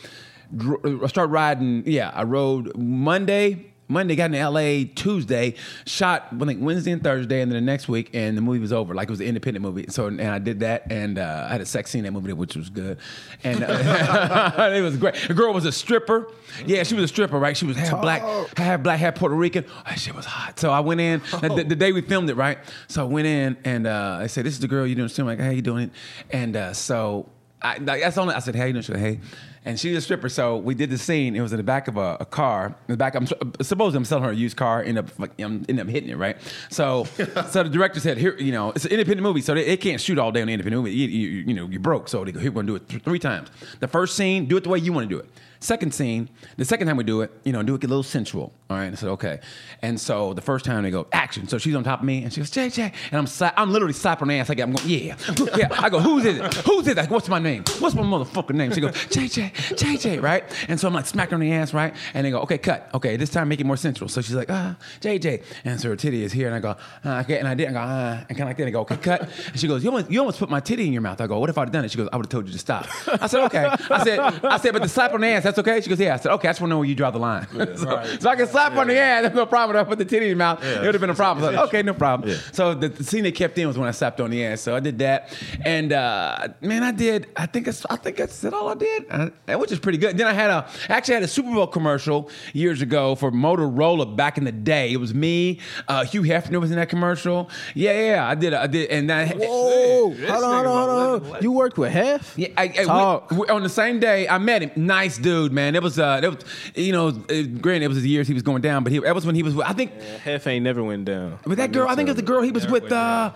Speaker 3: Dro- I start riding. Yeah, I rode Monday. Monday, got in LA Tuesday, shot I think Wednesday and Thursday, and then the next week, and the movie was over. Like it was an independent movie. So and I did that, and uh, I had a sex scene in that movie, which was good, and uh, it was great. The girl was a stripper. Yeah, she was a stripper, right? She was half black, half black, half Puerto Rican. Oh, shit was hot. So I went in the, the- the day we filmed it, right? So I went in, and uh, I said, "This is the girl you doing?" I'm like, "How you doing?" And uh, so I, like, that's only I said, hey, you know, she said, hey, and she's a stripper. So we did the scene. It was in the back of a, a car. In the back, I'm supposed I'm selling her a used car. End up, like, I'm end up hitting it, right? So, so the director said, here, you know, it's an independent movie, so they, they can't shoot all day on an independent movie. You, you, you know, you're broke, so they go, here we're gonna do it th- three times. The first scene, do it the way you want to do it. Second scene, the second time we do it, you know, do it a little sensual. All right, I said okay. And so the first time they go action. So she's on top of me and she goes JJ, and I'm sla- I'm literally slapping her ass like I'm going yeah, Who- yeah. I go who's is it? Who's it? Like what's my name? What's my motherfucking name? She goes JJ, JJ, right? And so I'm like smacking her in the ass, right? And they go okay, cut. Okay, this time make it more sensual. So she's like ah JJ, and so her titty is here, and I go ah, okay, and I did, I go ah, and kind of like that, and I go okay, cut. And she goes you almost you almost put my titty in your mouth. I go what if I'd done it? She goes I would have told you to stop. I said okay. I said I said but the slap on the ass that's okay. She goes yeah. I said okay. I just want to know where you draw the line. so, so I can slap on the ass. There's no problem. If I put the titty in your mouth. It would have been a problem. So, okay, no problem. So the, the scene they kept in was when I slapped on the ass. So I did that, and uh, man, I did. I think I, I think I said all I did. I, and which is pretty good. Then I had a I actually had a Super Bowl commercial years ago for Motorola back in the day. It was me, uh, Hugh Hefner was in that commercial. Yeah, yeah, yeah, I did, I did, and that.
Speaker 1: Whoa,
Speaker 4: This
Speaker 1: hold on,
Speaker 4: nigga
Speaker 1: hold on,
Speaker 4: about living
Speaker 1: hold on.
Speaker 4: life.
Speaker 1: You worked with Hef?
Speaker 3: Yeah, I, I-
Speaker 1: Talk.
Speaker 3: we- we- on the same day I met him. Nice dude, man. It was, uh, it was, you know, it, granted it was the years he was going down, but he, that was when he was. with- I think
Speaker 1: Hef ain't never went down.
Speaker 3: with that girl. I think it was the girl he was
Speaker 4: Yeah,
Speaker 3: with.
Speaker 4: wait,
Speaker 3: Uh,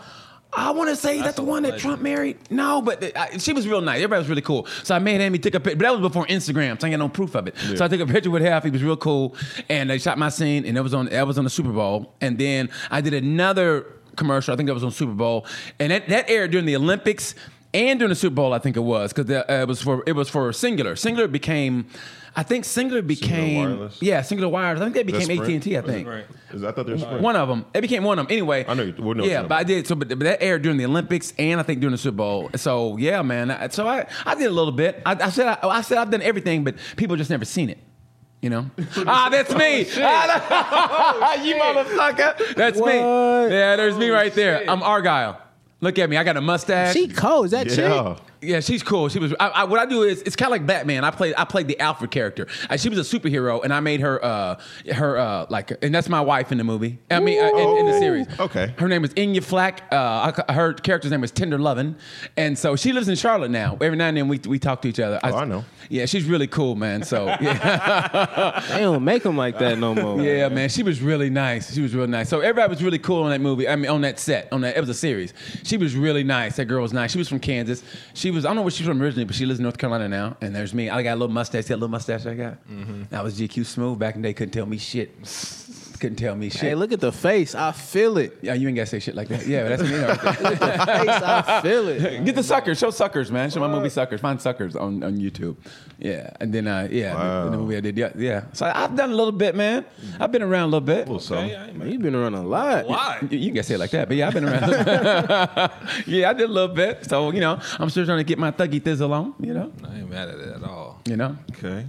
Speaker 3: I want to say that's
Speaker 4: That's
Speaker 3: the
Speaker 4: a
Speaker 3: one that
Speaker 4: legend.
Speaker 3: Trump married. No, but uh, I- she was real nice. Everybody was really cool. So I made him. He took a picture, but that was before Instagram, so I ain't got no proof of it. So I took a picture with half. He was real cool, and they shot my scene, and that was on that was on the Super Bowl, and then I did another commercial. I think that was on Super Bowl, and that, that aired during the Olympics. And during the Super Bowl, I think it was because uh, it was for it was for Singular. Singular became, I think Singular became
Speaker 2: Wireless?
Speaker 3: yeah Singular Wireless. I think they became
Speaker 2: Sprint?
Speaker 3: AT and T. I
Speaker 2: Was it
Speaker 3: think
Speaker 4: Right.
Speaker 2: Is- I thought they were spread.
Speaker 3: one of them. It became one of them. Anyway,
Speaker 2: I know you- we know what
Speaker 3: yeah,
Speaker 2: you're
Speaker 3: but I did. So, but, but that aired during the Olympics and I think during the Super Bowl. So yeah, man. I, so I, I did a little bit. I, I said I, I said I've done everything, but people just never seen it. You know? ah, that's
Speaker 2: Oh,
Speaker 3: me. Ah, you motherfucker. That's me.
Speaker 1: What?
Speaker 3: Yeah, there's
Speaker 2: Oh,
Speaker 3: me right there. I'm Argyle. Look at me. I got a mustache.
Speaker 1: She cold, is that
Speaker 2: Yeah.
Speaker 1: chick?
Speaker 3: Yeah, she's cool. She was. I, I, what I do is, it's kind of like Batman. I played. I played the Alfred character. Uh, she was a superhero, and I made her. Uh, her uh, like, and that's my wife in the movie. I mean, uh, in, in the
Speaker 2: Ooh.
Speaker 3: series.
Speaker 2: Okay.
Speaker 3: Her name is Inya Flack. Uh, I ca- her character's name is Tender Lovin, and so she lives in Charlotte now. Every now and then we we talk to each other.
Speaker 2: Oh, I know.
Speaker 3: Yeah, she's really cool, man. So yeah.
Speaker 1: They don't make them like that no more.
Speaker 3: Yeah, man, she was really nice. She was real nice. So everybody was really cool on that movie. I mean, on that set, on that it was a series. She was really nice. That girl was nice. She was from Kansas. She was I don't know where she's from originally, but she lives in North Carolina now. And there's me. I got a little mustache. See That little mustache I got.
Speaker 1: Mm-hmm.
Speaker 3: I was GQ smooth back in the day. Couldn't tell me shit. Couldn't tell me shit.
Speaker 1: Hey, look at the face. I feel it.
Speaker 3: Yeah, you ain't gotta say shit like that. Yeah, that's me. Right there.
Speaker 1: Face, I feel it.
Speaker 3: Get the suckers. Show suckers, man. Show my movie suckers. Find suckers on, on YouTube. Yeah, and then uh, yeah, the, the
Speaker 2: Wow.
Speaker 3: movie I did. Yeah, yeah. So I, I've done a little bit, man. I've been around a little bit.
Speaker 2: Well, so.
Speaker 4: Hey, I ain't
Speaker 1: Man, you been around a lot.
Speaker 4: Why?
Speaker 3: You, you can say it like that, but yeah, I've been around. yeah, I did a little bit. So you know, I'm still trying to get my thuggy thizzle on. You know,
Speaker 4: I ain't mad at it at all.
Speaker 3: you know.
Speaker 2: Okay.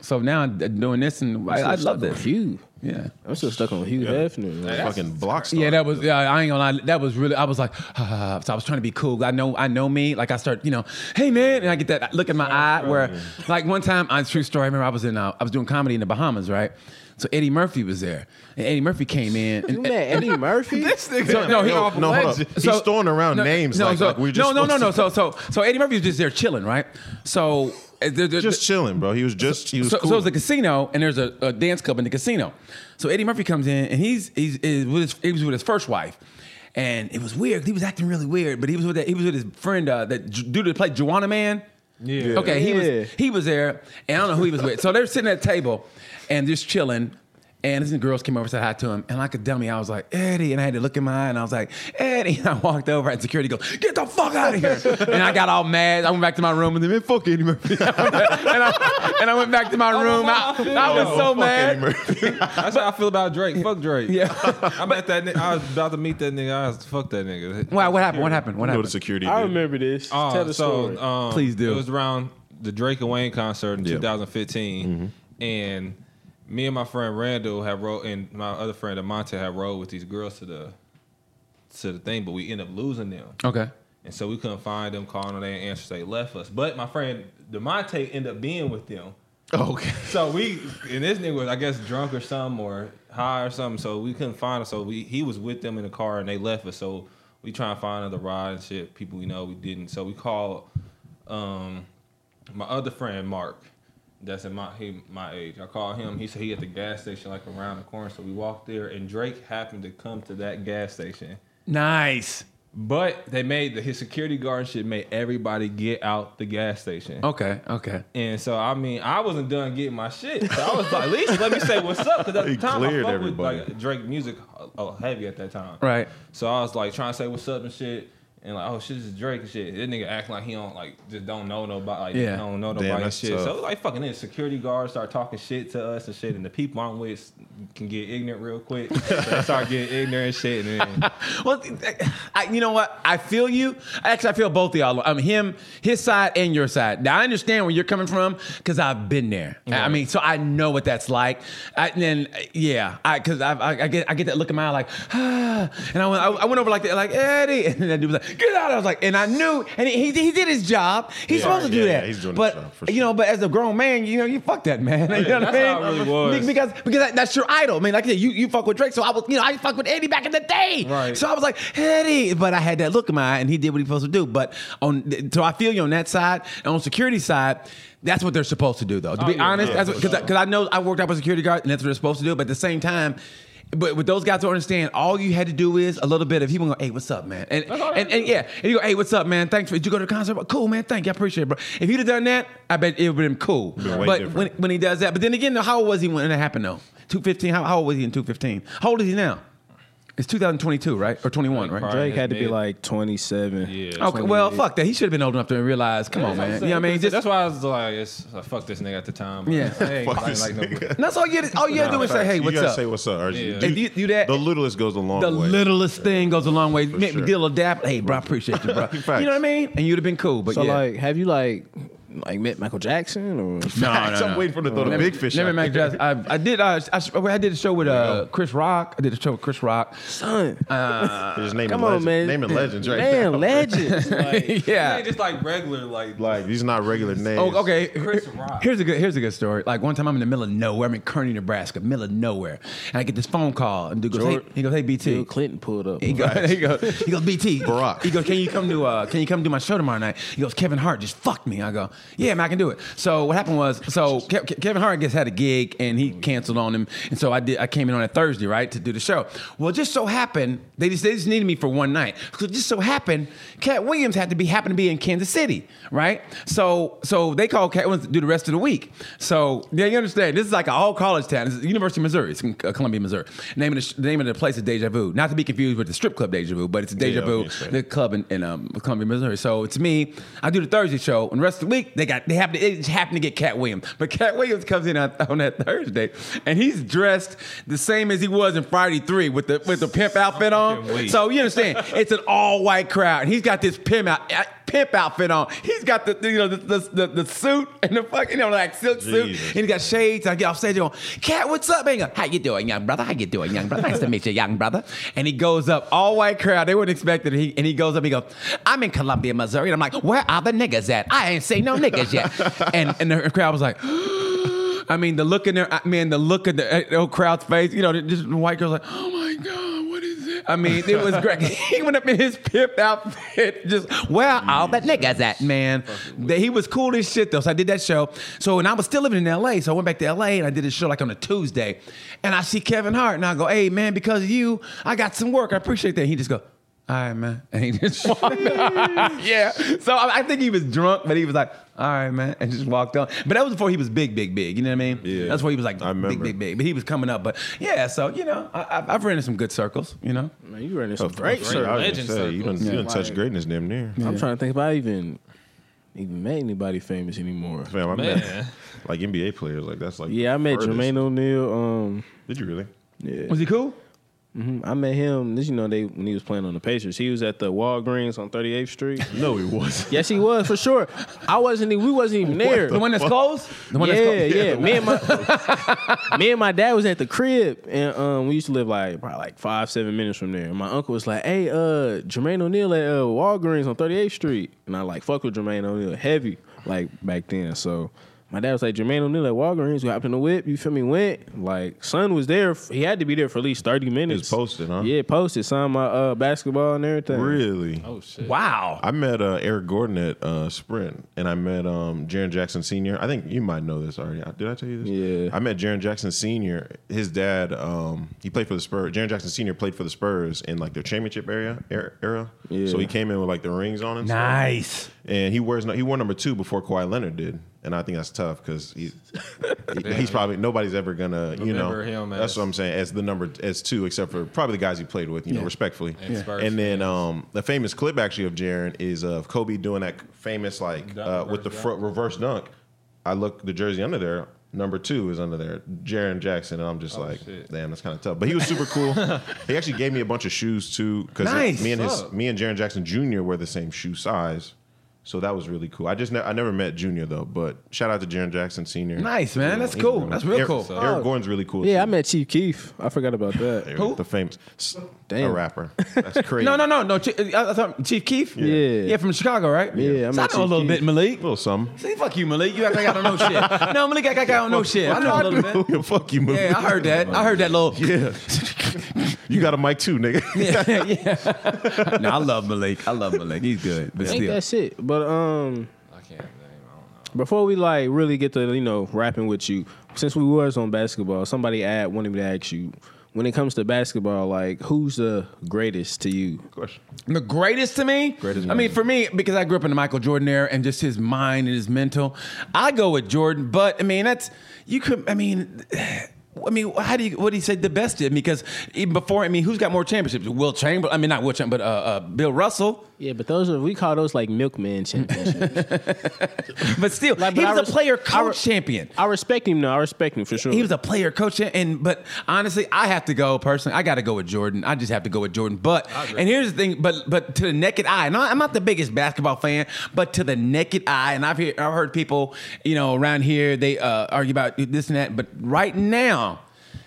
Speaker 3: So now I'm d- doing this, and I, I love this.
Speaker 1: Hugh.
Speaker 3: Yeah.
Speaker 1: I'm still stuck on Hugh Hefner. Like,
Speaker 2: Fucking block star.
Speaker 3: Yeah, that was. Yeah, I ain't gonna lie. That was really. I was like, so I was trying to be cool. I know. I know me. Like I start, you know, hey man, and I get that look in my eye where, like one time, I true story. I remember I was in. Uh, I was doing comedy in the Bahamas, right? So Eddie Murphy was there, and Eddie Murphy came in.
Speaker 1: you
Speaker 3: And,
Speaker 1: met Eddie Murphy?
Speaker 3: so, no, he,
Speaker 2: No, no, hold up. He's throwing around
Speaker 3: no,
Speaker 2: names
Speaker 3: No,
Speaker 2: like,
Speaker 3: so,
Speaker 2: like we're just
Speaker 3: no, no, no, no.
Speaker 2: supposed
Speaker 3: So, so, so Eddie Murphy was just there chilling, right? So, uh, there- there-
Speaker 2: Just chilling, bro. He was just he was
Speaker 3: so,
Speaker 2: cool.
Speaker 3: so it was a casino, and there's a, a dance club in the casino. So Eddie Murphy comes in, and he's he's, is with his, he was with his first wife, and it was weird. He was acting really weird, but he was with that, he was with his friend uh, that j- dude that played Juana Man.
Speaker 4: Yeah.
Speaker 3: Okay, he
Speaker 1: Yeah.
Speaker 3: was he was there, and I don't know who he was with. So they're sitting at a table, and just chilling. And these girls came over, said hi to him, and like a dummy, I was like Eddie, and I had to look in my eye, and I was like Eddie, and I walked over, and security goes, "Get the fuck out of here!" and I got all mad. I went back to my room, and then man, fuck Eddie Murphy, and, I, and I went back to my room. I, I was so
Speaker 2: Oh, Fuck
Speaker 3: mad.
Speaker 2: Eddie Murphy.
Speaker 4: That's how I feel about Drake. Fuck Drake.
Speaker 3: Yeah.
Speaker 4: I met that. Nigga, I was about to meet that nigga. I was fuck that nigga.
Speaker 3: Why? What happened? What happened? What
Speaker 2: You know the
Speaker 3: happened?
Speaker 2: security.
Speaker 1: I
Speaker 2: dude.
Speaker 1: remember this.
Speaker 4: Oh,
Speaker 1: Tell the
Speaker 4: so,
Speaker 1: story.
Speaker 4: Um,
Speaker 3: Please do.
Speaker 4: It was around the Drake and Wayne concert in
Speaker 2: Yeah.
Speaker 4: 2015, and me and my friend Randall had rolled, and my other friend Amante had rolled with these girls to the to the thing, but we ended up losing them,
Speaker 3: Okay.
Speaker 4: and so we couldn't find them. Calling on their answers, they left us. But my friend Demonte ended up being with them.
Speaker 2: Okay.
Speaker 4: So we and this nigga was I guess drunk or something or high or something. So we couldn't find him. So we he was with them in the car and they left us. So we try and find another ride and shit. People we know we didn't. So we called um my other friend Mark. That's in my he my age. I called him. He said he at the gas station like around the corner. So we walked there and Drake happened to come to that gas station.
Speaker 3: Nice.
Speaker 4: But they made the his security guard and shit made everybody get out the gas station.
Speaker 3: Okay. Okay.
Speaker 4: And so I mean, I wasn't done getting my shit. So I was like, at least let me say what's up because at the
Speaker 2: He
Speaker 4: time I
Speaker 2: cleared
Speaker 4: fucked with
Speaker 2: everybody.
Speaker 4: like Drake music uh, uh, heavy at that time.
Speaker 3: Right.
Speaker 4: So I was like trying to say what's up and shit. And like, oh shit, this is Drake and shit. This nigga acting like he don't like just don't know nobody, like
Speaker 3: Yeah.
Speaker 4: don't know
Speaker 2: Damn,
Speaker 4: nobody and
Speaker 2: that's
Speaker 4: shit.
Speaker 2: tough.
Speaker 4: So it was like fucking this security guards start talking shit to us and shit, and the people I'm with can get ignorant real quick. they start getting ignorant and shit, and then
Speaker 3: Well, I, you know what? I feel you. Actually, I feel both of y'all. I'm him, his side, and your side. Now I understand where you're coming from because I've been there. I- I
Speaker 4: Right.
Speaker 3: mean, so I know what that's like. I, and then, yeah, I because I, I, I get I get that look in my eye like, ah, and I went I, I went over like that, like Eddie, and then dude was like, Get out! I was like, and I knew, and he he did his job. He's
Speaker 2: Yeah,
Speaker 3: supposed to do
Speaker 2: yeah,
Speaker 3: that.
Speaker 2: yeah, he's doing his
Speaker 3: but
Speaker 2: job, for
Speaker 3: you
Speaker 2: sure. Oh,
Speaker 3: know, but as a grown man, you know, you fuck that man. you know what
Speaker 4: that's how
Speaker 3: I
Speaker 4: it
Speaker 3: mean?
Speaker 4: really was.
Speaker 3: Because because that, that's your idol. I mean, like I said, you you fuck with Drake, so I was you know I fuck with Eddie back in the day.
Speaker 4: Right.
Speaker 3: So I was like Eddie, but I had that look in my eye, and he did what he supposed to do. But on so I feel you on that side, and on security side. That's what they're supposed to do, though. To
Speaker 4: Oh,
Speaker 3: be
Speaker 4: yeah,
Speaker 3: honest,
Speaker 4: yeah,
Speaker 3: that's
Speaker 4: for
Speaker 3: because
Speaker 4: sure.
Speaker 3: because I know I worked out with security guard, and that's what they're supposed to do. But at the same time, but with those guys don't understand, all you had to do is a little bit of people go, "Hey, what's up, man?" And
Speaker 4: That's all they
Speaker 3: and, and
Speaker 4: do.
Speaker 3: yeah, and you go, "Hey, what's up, man? Thanks for did you go to the concert? Cool, man. Thank you, I appreciate it, bro." If he'd have done that, I bet it would have been cool.
Speaker 2: Been way
Speaker 3: but
Speaker 2: different.
Speaker 3: when when he does that, but then again, how old was he when it happened though? Two fifteen. How, how old was he in two fifteen? How old is he now? It's 2022, right? Or 21, right?
Speaker 4: Probably
Speaker 1: Drake had to be
Speaker 4: mid-
Speaker 1: like 27.
Speaker 4: Yeah.
Speaker 3: Okay, well, fuck that. He should have been old enough to realize. Come on,
Speaker 4: That's what I'm
Speaker 3: man. You
Speaker 4: saying.
Speaker 3: know what I mean? Just,
Speaker 4: that's why I was like, it's, uh, fuck this nigga at the time.
Speaker 3: Yeah.
Speaker 4: Hey,
Speaker 2: Fuck
Speaker 4: fuck
Speaker 2: this
Speaker 4: like, no,
Speaker 2: nigga.
Speaker 3: that's all you. All you had to do was say, "Hey,
Speaker 2: You
Speaker 3: what's
Speaker 2: gotta
Speaker 3: up?"
Speaker 2: say what's up. or
Speaker 4: Yeah.
Speaker 2: do-
Speaker 3: If you do that,
Speaker 2: the littlest goes a long
Speaker 3: The
Speaker 2: way.
Speaker 3: littlest thing goes a long way. Make
Speaker 2: sure.
Speaker 3: me deal a dap. Hey, bro, I appreciate you, bro. you know
Speaker 2: Facts.
Speaker 3: what I mean? And you'd have been cool, but
Speaker 1: So
Speaker 3: yeah.
Speaker 1: like, have you like like met Michael Jackson or?
Speaker 3: no,
Speaker 2: I'm waiting for him to throw the
Speaker 3: Never-
Speaker 2: big fish.
Speaker 3: Never
Speaker 2: out.
Speaker 3: Mac Jackson. I, I did. Uh, I, sh- I did a show with uh, Chris Rock. I did a show with Chris Rock. Uh,
Speaker 1: Son,
Speaker 2: Just naming
Speaker 1: come
Speaker 2: legends.
Speaker 1: on, man.
Speaker 2: Naming legends right
Speaker 1: man,
Speaker 2: now.
Speaker 1: legends.
Speaker 4: like,
Speaker 3: Yeah.
Speaker 4: He ain't just like regular, like,
Speaker 2: Like these not regular names.
Speaker 3: Oh, okay.
Speaker 4: Chris Rock.
Speaker 3: Here's a good. Here's a good story. Like one time, I'm in the middle of nowhere. I'm in Kearney, Nebraska, middle of nowhere, and I get this phone call, and dude goes, hey,
Speaker 1: George-
Speaker 3: he goes, "Hey, BT."
Speaker 1: Bill Clinton pulled up.
Speaker 3: He goes, he goes, he goes, BT.
Speaker 2: Barack.
Speaker 3: He goes, can you come to uh, can you come do my show tomorrow night? He goes, Kevin Hart just fucked me. I go, yeah, man, I can do it. So what happened was, so Ke- Ke- Kevin Hart just had a gig and he canceled on him, and so I did. I came in on a Thursday, right, to do the show. Well, it just so happened they just they just needed me for one night. So it just so happened, Cat Williams had to be happened to be in Kansas City, right? So so they called Cat Williams to do the rest of the week. So yeah, you understand. This is like an all college town. This is University of Missouri. It's in uh, Columbia, Missouri. Name of the, sh- the name of the place is Deja Vu. Not to be confused with the strip club Deja Vu, but it's Deja
Speaker 2: Yeah,
Speaker 3: Vu,
Speaker 2: obviously.
Speaker 3: the club in, in um, Columbia, Missouri. So it's me. I do the Thursday show, and the rest of the week they got they happen to, they just happen to get Cat Williams. But Cat Williams comes in on, on that Thursday, and he's dressed the same as he was in Friday Three with the with the pimp outfit on.
Speaker 4: Fucking weak.
Speaker 3: So you understand, it's an all white crowd, and he's got this pimp out. uh, Pimp outfit on. He's got the you know the the, the, the suit and the fucking you know like silk suit,
Speaker 2: Jesus.
Speaker 3: and he got shades. I get off stage, I go, "Cat, what's up, man?" He go, How you doing, young brother? How you doing, young brother? Nice to meet you, young brother. And he goes up, all white crowd. They wouldn't expect it. He, and he goes up, he goes, "I'm in Columbia, Missouri," and I'm like, "Where are the niggas at? I ain't seen no niggas yet." and and the crowd was like. I mean, the look in their I- man, the look in the, uh, the whole crowd's face. You know, the, just the white girls like, oh my god, what is it? I mean, it was great. he went up in his pimp outfit, just where are all the niggas at, man. That he was cool as shit though. So I did that show. So and I was still living in L.A. So I went back to L.A. and I did a show like on a Tuesday, and I see Kevin Hart and I go, hey man, because of you, I got some work. I appreciate that. He just go. All right, man. And he just walked on. yeah. So I, I think he was drunk, but he was like, all right, man. And just walked on. But that was before he was big, big, big. You know what I mean?
Speaker 2: Yeah.
Speaker 3: That's where he was like
Speaker 2: I
Speaker 3: big,
Speaker 2: remember.
Speaker 3: big, big. But he was coming up. But yeah, so, you know, I, I, I've ran in some good circles, you know?
Speaker 1: Man, you running some
Speaker 2: Oh, Great,
Speaker 1: great sir.
Speaker 2: I was
Speaker 4: Legend
Speaker 2: gonna say, you done,
Speaker 4: circles.
Speaker 2: you done
Speaker 1: Yeah.
Speaker 2: touched greatness damn near.
Speaker 1: I'm trying to think if I even even met anybody famous anymore.
Speaker 2: Fam, I met
Speaker 4: Man.
Speaker 2: like NBA players. Like that's like
Speaker 1: Yeah, I met
Speaker 2: furthest.
Speaker 1: Jermaine O'Neal. Um,
Speaker 2: Did you really?
Speaker 1: yeah,
Speaker 3: Was he cool?
Speaker 1: I met him. This, you know, they when he was playing on the Pacers, he was at the Walgreens on 38th Street.
Speaker 2: No, he wasn't.
Speaker 1: yes, he was for sure. I wasn't. e- We wasn't even there.
Speaker 3: The one that's closed? The one
Speaker 1: yeah,
Speaker 3: that's closed?
Speaker 1: yeah. Me and my me and my dad was at the crib, and um, we used to live like probably like five, seven minutes from there. And my uncle was like, "Hey, uh, Jermaine O'Neal at uh, Walgreens on 38th Street," and I like fuck with Jermaine O'Neal heavy like back then. So my dad was like, "Jermaine O'Neal at Walgreens." We hopped in the whip. You feel me? Went like son was there. He had to be there for at least 30 minutes.
Speaker 2: posted, huh?
Speaker 1: Yeah, posted. Signed my uh, basketball and everything.
Speaker 2: Really?
Speaker 4: oh shit.
Speaker 3: Wow.
Speaker 2: I met uh, Eric Gordon at uh, Sprint, and I met um, Jaron Jackson Sr. I think you might know this already. I- Did I tell you this?
Speaker 1: Yeah.
Speaker 2: I met Jaron Jackson Sr. His dad, um, he played for the Spurs. Jaron Jackson Sr. played for the Spurs in like their championship area era. era.
Speaker 1: Yeah.
Speaker 2: So he came in with like the rings on and stuff.
Speaker 3: Nice.
Speaker 2: And he wears no, he wore number two before Kawhi Leonard did, and I think that's tough because he's he's probably nobody's ever gonna you
Speaker 4: Remember
Speaker 2: know
Speaker 4: him
Speaker 2: that's
Speaker 4: as-
Speaker 2: what I'm saying as the number as two except for probably the guys he played with you know respectfully.
Speaker 4: And Yeah. Spurs
Speaker 2: And then um the famous clip actually of Jaron is of Kobe doing that famous like
Speaker 4: Dunk,
Speaker 2: uh, with the
Speaker 4: reverse
Speaker 2: fro- reverse dunk. I look the jersey under there. Number two is under there, Jaron Jackson, and I'm just like,
Speaker 4: Oh, shit.
Speaker 2: damn, that's kind of tough. But he was super cool. he actually gave me a bunch of shoes too, because
Speaker 3: Nice.
Speaker 2: me and his
Speaker 4: Fuck.
Speaker 2: me and Jaron Jackson Jr. were the same shoe size. So that was really cool. I just ne- I never met Junior though, but shout out to Jaron Jackson Senior.
Speaker 3: Nice, man. That's
Speaker 2: he's
Speaker 3: cool.
Speaker 2: really-
Speaker 3: That's real
Speaker 2: Eric-
Speaker 3: cool.
Speaker 2: Eric Gordon's really cool.
Speaker 1: Yeah, I
Speaker 2: too.
Speaker 1: met Chief Keef. I forgot about that.
Speaker 2: Eric,
Speaker 3: Who?
Speaker 2: the famous s-
Speaker 1: Damn.
Speaker 2: a rapper. That's crazy.
Speaker 3: No, no, no, no. Chief, I, I thought Chief Keef.
Speaker 1: Yeah.
Speaker 3: yeah, from Chicago, right?
Speaker 1: Yeah, I
Speaker 3: I, so I know
Speaker 1: met
Speaker 3: a
Speaker 1: Chief
Speaker 3: little
Speaker 1: Keef.
Speaker 3: bit, Malik.
Speaker 2: little something.
Speaker 3: See, fuck you, Malik. You act like I don't know shit. No, Malik, act like I don't know shit. I know a little bit.
Speaker 2: Fuck you, man.
Speaker 3: Yeah, I heard that. I heard that little.
Speaker 2: Yeah. you got a mic too, nigga.
Speaker 3: no, I love Malik. I love Malik. He's good, but
Speaker 1: I think
Speaker 3: still.
Speaker 1: that's it. But um,
Speaker 4: I can't name. I don't know.
Speaker 1: before we like really get to you know rapping with you, since we was on basketball, somebody ad wanted me to ask you when it comes to basketball, like who's the greatest to you?
Speaker 3: The greatest to me.
Speaker 2: Greatest
Speaker 3: I mean, for me, because I grew up in the Michael Jordan era and just his mind and his mental, I go with Jordan. But I mean, that's you could. I mean. I mean, how do you? What do you say? The best did because even before, I mean, who's got more championships? Will Chamberlain? I mean, not Will Chamberlain, but uh, uh, Bill Russell.
Speaker 1: Yeah, but those are we call those like milkman championships.
Speaker 3: But still,
Speaker 1: Like, but
Speaker 3: he
Speaker 1: I
Speaker 3: was
Speaker 1: res-
Speaker 3: a player
Speaker 1: I re-
Speaker 3: coach champion.
Speaker 1: I respect him though. I respect him for sure.
Speaker 3: He was a player coach, and but honestly, I have to go personally. I got to go with Jordan. I just have to go with Jordan. But and here's the thing, but but to the naked eye, and I- I'm not the biggest basketball fan, but to the naked eye, and I've hear, I've heard people you know around here they uh, argue about this and that, but right now.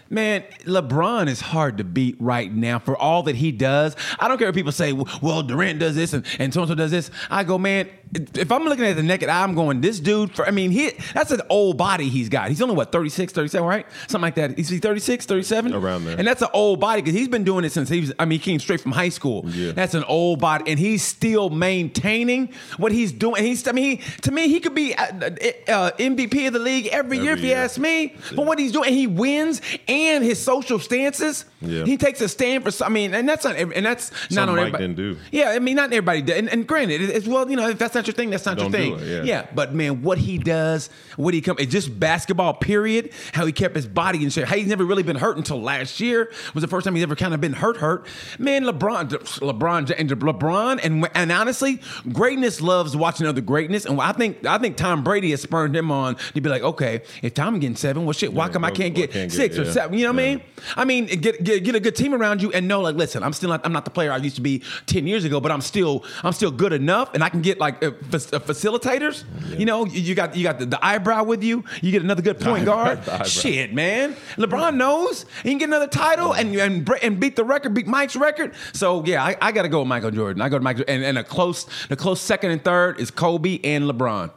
Speaker 3: Man, LeBron is hard to beat right now for all that he does. I don't care if people say, well, Durant does this and, and so and so does this. I go, man, if I'm looking at the naked eye, I'm going, this dude, for, I mean, he that's an old body he's got. He's only, what, 36, 37, right? Something like that. Is he 36, 37?
Speaker 2: Around there.
Speaker 3: And that's an old body because he's been doing it since he was, I mean, he came straight from high school.
Speaker 2: Yeah.
Speaker 3: That's an old body. And he's still maintaining what he's doing. He's, I mean, he, to me, he could be uh, uh, MVP of the league
Speaker 2: Every
Speaker 3: every, year if you
Speaker 2: year.
Speaker 3: ask me.
Speaker 2: Yeah.
Speaker 3: But what he's doing, he wins, and his social stances.
Speaker 2: Yeah.
Speaker 3: He takes a stand for. some- I mean, and that's not. ev- And that's not
Speaker 2: Something
Speaker 3: on
Speaker 2: Mike
Speaker 3: everybody.
Speaker 2: didn't do.
Speaker 3: Yeah, I mean, not everybody. Did. And, and granted, it- it's well, you know, if that's not your thing, that's not
Speaker 2: Don't
Speaker 3: your
Speaker 2: do
Speaker 3: thing.
Speaker 2: it, yeah.
Speaker 3: But man, what he does, what he come, it's just basketball. Period. How he kept his body in shape. How he's never really been hurt until last year was the first time he's ever kind of been hurt. Hurt. Man, LeBron, LeBron, and LeBron, and and honestly, greatness loves watching other greatness. And I think I think Tom Brady has spurned him on to be like, okay, if Tom getting seven, well, shit, why
Speaker 2: Yeah,
Speaker 3: come I
Speaker 2: why-
Speaker 3: can't
Speaker 2: why
Speaker 3: get
Speaker 2: can't get-
Speaker 3: six or
Speaker 2: yeah.
Speaker 3: seven? You know what
Speaker 2: Yeah.
Speaker 3: I mean? I mean, get, get get a good team around you and know like, listen, I'm still not I'm not the player I used to be ten years ago, but I'm still I'm still good enough, and I can get like uh, fac- uh, facilitators. You know, you, you got you got the, the eyebrow with you. You get another good point
Speaker 2: eyebrow,
Speaker 3: guard.
Speaker 2: the eyebrow.
Speaker 3: Shit, man, LeBron knows he can get another title and and bre- and beat the record, beat Mike's record. So yeah, I, I got to go with Michael Jordan. I go to Michael, and, and a close the close second and third is Kobe and LeBron.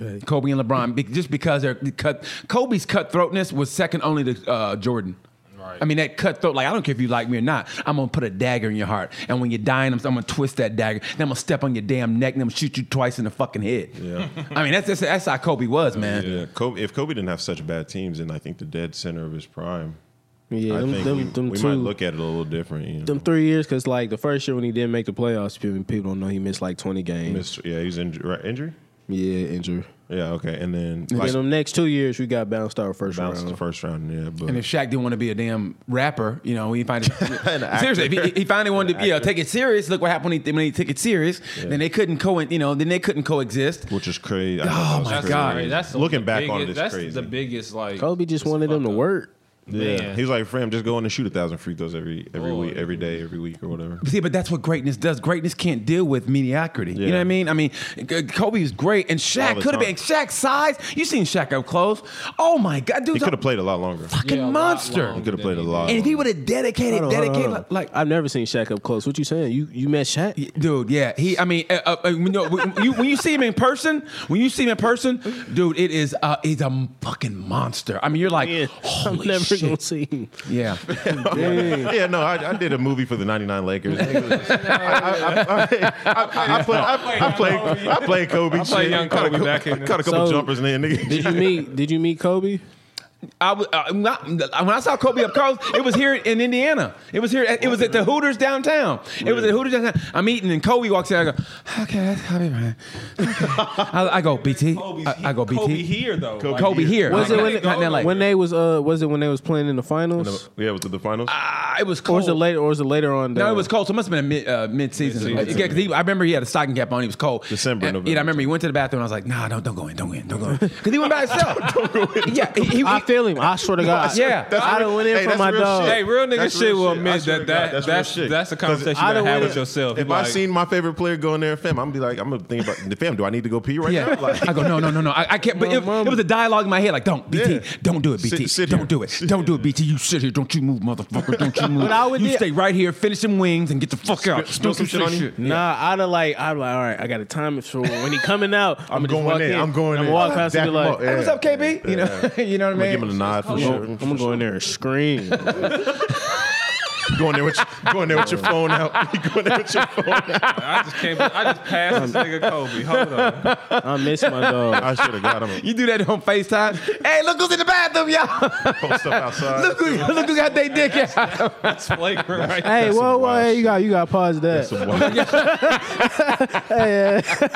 Speaker 1: Okay.
Speaker 3: Kobe and LeBron, be- just because they're cut. Kobe's cutthroatness was second only to uh, Jordan.
Speaker 4: Right.
Speaker 3: I mean that cutthroat. Like I don't care if you like me or not. I'm gonna put a dagger in your heart, and when you're dying, I'm, I'm gonna twist that dagger. Then I'm gonna step on your damn neck, and I'm gonna shoot you twice in the fucking head.
Speaker 2: Yeah.
Speaker 3: I mean that's that's, that's how Kobe was, man.
Speaker 2: Yeah, Kobe, if Kobe didn't have such bad teams, then I think the dead center of his prime.
Speaker 1: Yeah,
Speaker 2: I
Speaker 1: them,
Speaker 2: think
Speaker 1: them,
Speaker 2: we,
Speaker 1: them
Speaker 2: we
Speaker 1: two,
Speaker 2: might look at it a little different. You know?
Speaker 1: them three years, because like the first year when he didn't make the playoffs, people people don't know he missed like twenty games.
Speaker 2: Missed- yeah, he's injured. Right, injury.
Speaker 1: Yeah, injury.
Speaker 2: Yeah, okay. And then
Speaker 1: And
Speaker 2: like,
Speaker 1: then the next two years, we got bounced out first
Speaker 2: bounced in
Speaker 1: round.
Speaker 2: the first round. Yeah, but
Speaker 3: And if Shaq didn't want to be a damn rapper, you know, he finally
Speaker 2: actor.
Speaker 3: seriously, if he, he finally wanted to, you know, take it serious. Look what happened when he, when he took it serious. Then they couldn't co, you know, then they couldn't coexist.
Speaker 2: which is crazy. I
Speaker 3: Oh,
Speaker 2: thought that was
Speaker 3: my
Speaker 2: crazy.
Speaker 3: God.
Speaker 4: Right, that's the-
Speaker 2: looking
Speaker 4: the
Speaker 2: back
Speaker 4: biggest,
Speaker 2: on it is
Speaker 4: that's
Speaker 2: crazy.
Speaker 4: the biggest like.
Speaker 1: Kobe just wanted them
Speaker 4: fuck
Speaker 1: to
Speaker 4: up.
Speaker 1: work.
Speaker 2: yeah,
Speaker 4: man.
Speaker 2: he's like, "Fram, just go in and shoot a thousand free throws every every
Speaker 4: Lord.
Speaker 2: week, every day, every week, or whatever."
Speaker 3: See, but that's what greatness does. Greatness can't deal with mediocrity. You
Speaker 2: Yeah.
Speaker 3: know what I mean? I mean, K- Kobe was great, and
Speaker 2: All
Speaker 3: Shaq
Speaker 2: the
Speaker 3: could have
Speaker 2: time.
Speaker 3: been Shaq's size. You seen Shaq up close? Oh my God,
Speaker 2: He
Speaker 3: dude,
Speaker 2: could have played a lot longer.
Speaker 3: fucking
Speaker 4: Yeah, a lot
Speaker 3: monster.
Speaker 4: longer
Speaker 2: He could've
Speaker 4: than
Speaker 2: played a
Speaker 4: did.
Speaker 2: lot.
Speaker 3: And if he would have dedicated,
Speaker 1: Hold on, hold on,
Speaker 3: dedicated,
Speaker 1: hold on.
Speaker 3: like.
Speaker 1: I've never seen Shaq up close. What you saying? You you met Shaq?
Speaker 3: Dude, yeah, he. I mean, uh, uh, uh, you know, when, you, when you see him in person, when you see him in person, dude, it is uh, he's a fucking monster. I mean, you're like,
Speaker 1: I'm
Speaker 3: holy
Speaker 1: never
Speaker 3: shit.
Speaker 1: gonna see him.
Speaker 3: Yeah,
Speaker 2: yeah, no, I, I did a movie for the '99 Lakers. I, I, I, I, I, play, I, I played, I played Kobe. I
Speaker 4: played young Kobe
Speaker 2: caught a, cou-
Speaker 4: back in
Speaker 2: caught a couple
Speaker 1: So-
Speaker 2: jumpers in there, nigga.
Speaker 1: Did you meet Did you meet Kobe?
Speaker 3: I was uh, not, when I saw Kobe up close. It was here in Indiana. It was here. At, it was at the Hooters downtown. It was at Hooters downtown. I'm eating, and Kobe walks in. I go, okay, that's Kobe Bryant. Okay. I, I go BT.
Speaker 4: Kobe's
Speaker 3: I, I go BT.
Speaker 4: Kobe here though.
Speaker 2: Kobe
Speaker 4: Like,
Speaker 3: Kobe here.
Speaker 1: Was
Speaker 3: Not-
Speaker 1: it when,
Speaker 3: not in LA.
Speaker 1: when they was uh was it when they was playing in the finals?
Speaker 4: Ah,
Speaker 2: Yeah, was it the finals?
Speaker 3: I, Ah, it was
Speaker 1: Or
Speaker 3: cold.
Speaker 1: is it later? Or is Oh. it later on?
Speaker 3: No,
Speaker 1: down?
Speaker 3: it was cold. So it must have been a mid uh, mid season.
Speaker 2: Mid-season.
Speaker 3: Yeah, 'cause he, I remember he had a stocking cap on. He was cold.
Speaker 2: December,
Speaker 3: And,
Speaker 2: November.
Speaker 3: Yeah, I remember he went to the bathroom. I was like, Nah, don't don't go in, don't go in, don't go in. Because he went by himself. Yeah, he, he,
Speaker 1: I feel him. I swear to God.
Speaker 3: Yeah.
Speaker 1: I done
Speaker 2: real-
Speaker 1: went in
Speaker 2: hey,
Speaker 1: for
Speaker 2: that's
Speaker 1: my
Speaker 2: real
Speaker 1: dog.
Speaker 4: Hey, real nigga
Speaker 2: That's
Speaker 4: shit will
Speaker 2: shit.
Speaker 4: admit
Speaker 2: I swear
Speaker 4: that
Speaker 2: to God,
Speaker 4: that-
Speaker 2: that's
Speaker 4: that's-
Speaker 2: real shit.
Speaker 4: that's a
Speaker 2: 'Cause
Speaker 4: conversation
Speaker 2: I
Speaker 4: you gotta
Speaker 2: done
Speaker 4: have
Speaker 2: went
Speaker 4: with
Speaker 2: in-
Speaker 4: yourself.
Speaker 2: If I
Speaker 4: You like-
Speaker 2: seen my favorite player go in there, fam, I'm gonna be like, I'm gonna think about fam. Do I need to go pee right
Speaker 3: yeah.
Speaker 2: now? Like,
Speaker 3: I go, no, no, no, no. I, I can't. But
Speaker 1: My
Speaker 3: it,
Speaker 1: mama.
Speaker 3: it was a dialogue in my head, like, don't, BT,
Speaker 2: Yeah.
Speaker 3: don't do it, BT,
Speaker 2: Sit- sit
Speaker 3: don't
Speaker 2: here.
Speaker 3: do it,
Speaker 2: Sit
Speaker 3: don't do it, BT. You sit here, don't you move, motherfucker, don't you move.
Speaker 1: But I would
Speaker 3: you
Speaker 1: did-
Speaker 3: stay right here, finish them wings, and get the fuck out.
Speaker 2: spill
Speaker 3: Don't
Speaker 2: some
Speaker 3: you
Speaker 2: shit
Speaker 3: say
Speaker 2: on you?
Speaker 1: Nah, I'd have like, I'd be like, all right, I got to time it for when he coming out. I'm,
Speaker 2: I'm
Speaker 1: gonna just
Speaker 2: going
Speaker 1: walk
Speaker 2: in. I'm going
Speaker 1: I'm
Speaker 2: in.
Speaker 1: walk past
Speaker 2: Back
Speaker 1: and be
Speaker 2: him
Speaker 1: like,
Speaker 2: up,
Speaker 1: I'm
Speaker 2: yeah.
Speaker 3: Hey, what's up, KB? You know, you know
Speaker 2: I'm
Speaker 3: what I
Speaker 2: gonna
Speaker 3: mean.
Speaker 2: give him a nod for
Speaker 1: gonna-
Speaker 2: sure.
Speaker 1: I'm gonna "Oh, go in there and scream.
Speaker 2: Go in there with your, go in there with
Speaker 4: Oh.
Speaker 2: your phone out. Go in there with your phone.
Speaker 4: I just can't. believe- I just passed this nigga Kobe. Hold on.
Speaker 1: I miss my dog.
Speaker 2: Oh, I should have got him.
Speaker 3: You do that on FaceTime. hey, look who's in the bathroom, y'all.
Speaker 2: Post up outside.
Speaker 3: look, who, look who got their dick out.
Speaker 4: That's flagrant right there.
Speaker 1: Hey,
Speaker 2: That's
Speaker 1: whoa,
Speaker 2: some
Speaker 1: whoa,
Speaker 2: wild
Speaker 1: hey, you
Speaker 2: shit.
Speaker 1: got, you got to pause that.
Speaker 2: Some wild-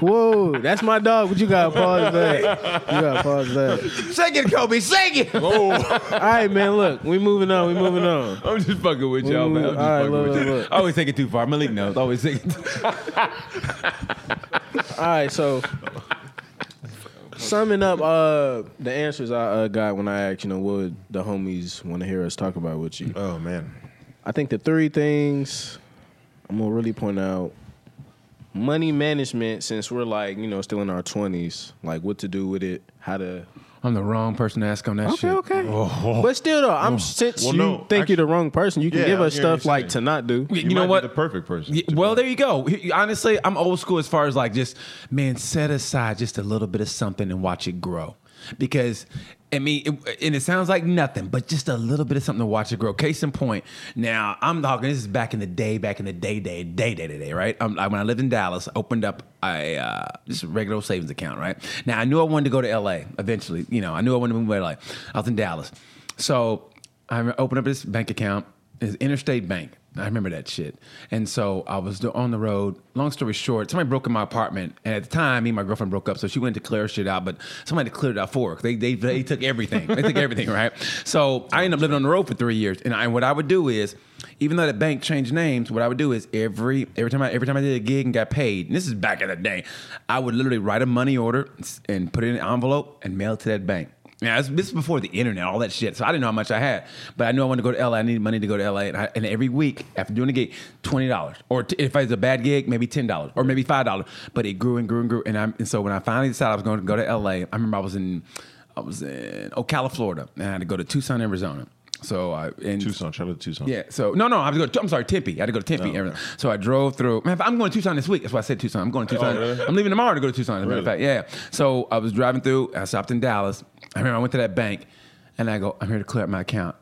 Speaker 1: Whoa, that's my dog. What you got? to Pause that. You got to pause that.
Speaker 3: Shake it, Kobe. Shake it.
Speaker 1: All right, man. Look, we moving on. We moving on.
Speaker 3: I'm just fucking with y'all, man. I'm just
Speaker 1: All right,
Speaker 3: fucking
Speaker 1: look,
Speaker 3: with
Speaker 1: look,
Speaker 3: you.
Speaker 1: look.
Speaker 3: I always take it too far. Malik knows. I Always take it. Too
Speaker 1: All right, so summing up uh, the answers I uh, got when I asked, you know, what would the homies want to hear us talk about with you?
Speaker 2: oh man,
Speaker 1: I think the three things I'm gonna really point out money management since we're like you know still in our 20s like what to do with it how to
Speaker 3: I'm the wrong person to ask on that shit.
Speaker 1: okay but still though i'm since
Speaker 2: Well,
Speaker 1: you
Speaker 2: no,
Speaker 1: think
Speaker 2: actually-
Speaker 1: you're the wrong person you can
Speaker 2: Yeah,
Speaker 1: give
Speaker 2: I
Speaker 1: us
Speaker 2: hear what
Speaker 1: stuff
Speaker 2: you're
Speaker 1: like to
Speaker 2: saying.
Speaker 1: not do
Speaker 3: You,
Speaker 2: might
Speaker 3: know
Speaker 2: be
Speaker 3: what?
Speaker 2: the perfect person.
Speaker 3: Yeah,
Speaker 2: to
Speaker 3: well,
Speaker 2: do it.
Speaker 3: there you go. He- Honestly, I'm old school as far as like just man set aside just a little bit of something and watch it grow, because I mean, it, and it sounds like nothing, but just a little bit of something to watch it grow. Case in point, now I'm talking. This is back in the day, back in the day, day, day, day, day, day right? Um, I, when I lived in Dallas, I opened up a uh, just a regular old savings account, right? Now I knew I wanted to go to LA eventually. You know, I knew I wanted to move to LA. I was in Dallas, so I opened up this bank account, this Interstate Bank. I remember that shit. And so I was do- on the road. Long story short, somebody broke in my apartment. And at the time, me and my girlfriend broke up. So she went to clear shit out, but somebody cleared it out for her. 'cause They, they, they took everything. They took everything, right? So I ended up living on the road for three years. And I, what I would do is, even though the bank changed names, what I would do is every every time I every time I did a gig and got paid, and this is back in the day, I would literally write a money order and put it in an envelope and mail it to that bank. Yeah, this, this is before the internet, all that shit. So I didn't know how much I had, but I knew I wanted to go to LA. I needed money to go to LA, and, I, and every week after doing a gig, twenty dollars, or t- if it's a bad gig, maybe ten dollars, or maybe five dollars. But it grew and grew and grew, and, I, and so when I finally decided I was going to go to LA, I remember I was in, I was in Ocala, Florida, and I had to go to Tucson, Arizona. So I in
Speaker 2: Tucson. Shout out to Tucson. Oh.
Speaker 3: yeah. So no, no. I was going. To, I'm sorry, Tempe. I had to go to Tempe. Arizona. So I drove through. Man, I'm going to Tucson this week. That's why I said Tucson. I'm going to Tucson.
Speaker 2: Oh, really?
Speaker 3: I'm leaving tomorrow to go to Tucson. As a matter of fact, yeah. So I was driving through. I stopped in Dallas. I remember I went to that bank, and I go, "I'm here to clear up my account."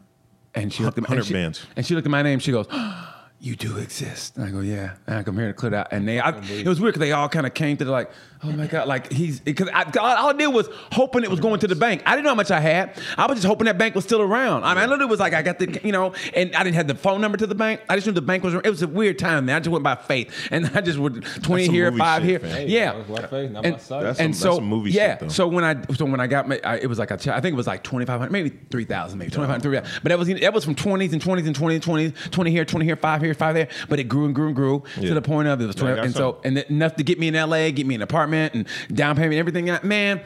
Speaker 3: And she looked at my and
Speaker 2: 100
Speaker 3: she,
Speaker 2: bands.
Speaker 3: and she looked at my name. She goes. You do exist, and I go, yeah. And I come here to clear it out, and they, I, it was weird because they all kind of came to the like, oh my god, like he's because I, all all I did was hoping it was going to the bank. I didn't know how much I had. I was just hoping that bank was still around. I mean, I know it was like I got the, you know, and I didn't have the phone number to the bank. I just knew the bank was. It was a weird time, man. I just went by faith, and I just would twenty
Speaker 2: some
Speaker 3: here,
Speaker 2: movie
Speaker 3: five
Speaker 2: shit,
Speaker 3: here,
Speaker 2: fam.
Speaker 3: yeah.
Speaker 4: that was my faith, not my
Speaker 3: and,
Speaker 4: sight.
Speaker 2: That's
Speaker 3: and
Speaker 2: some-
Speaker 3: so
Speaker 2: that's some movie shit,
Speaker 3: yeah.
Speaker 2: though.
Speaker 3: so when I so when I got my, I, it was like a ch- I think it was like twenty five hundred, maybe three thousand, maybe twenty five hundred, but that was that was from twenties and twenties and 20, 20, 20 here, twenty here, five here, five there. But it grew and grew and grew
Speaker 2: Yeah.
Speaker 3: to the point of it was
Speaker 2: I
Speaker 3: twenty,
Speaker 2: got
Speaker 3: and so
Speaker 2: some.
Speaker 3: and that- enough to get me in L.A., get me an apartment and down payment, and everything. That man.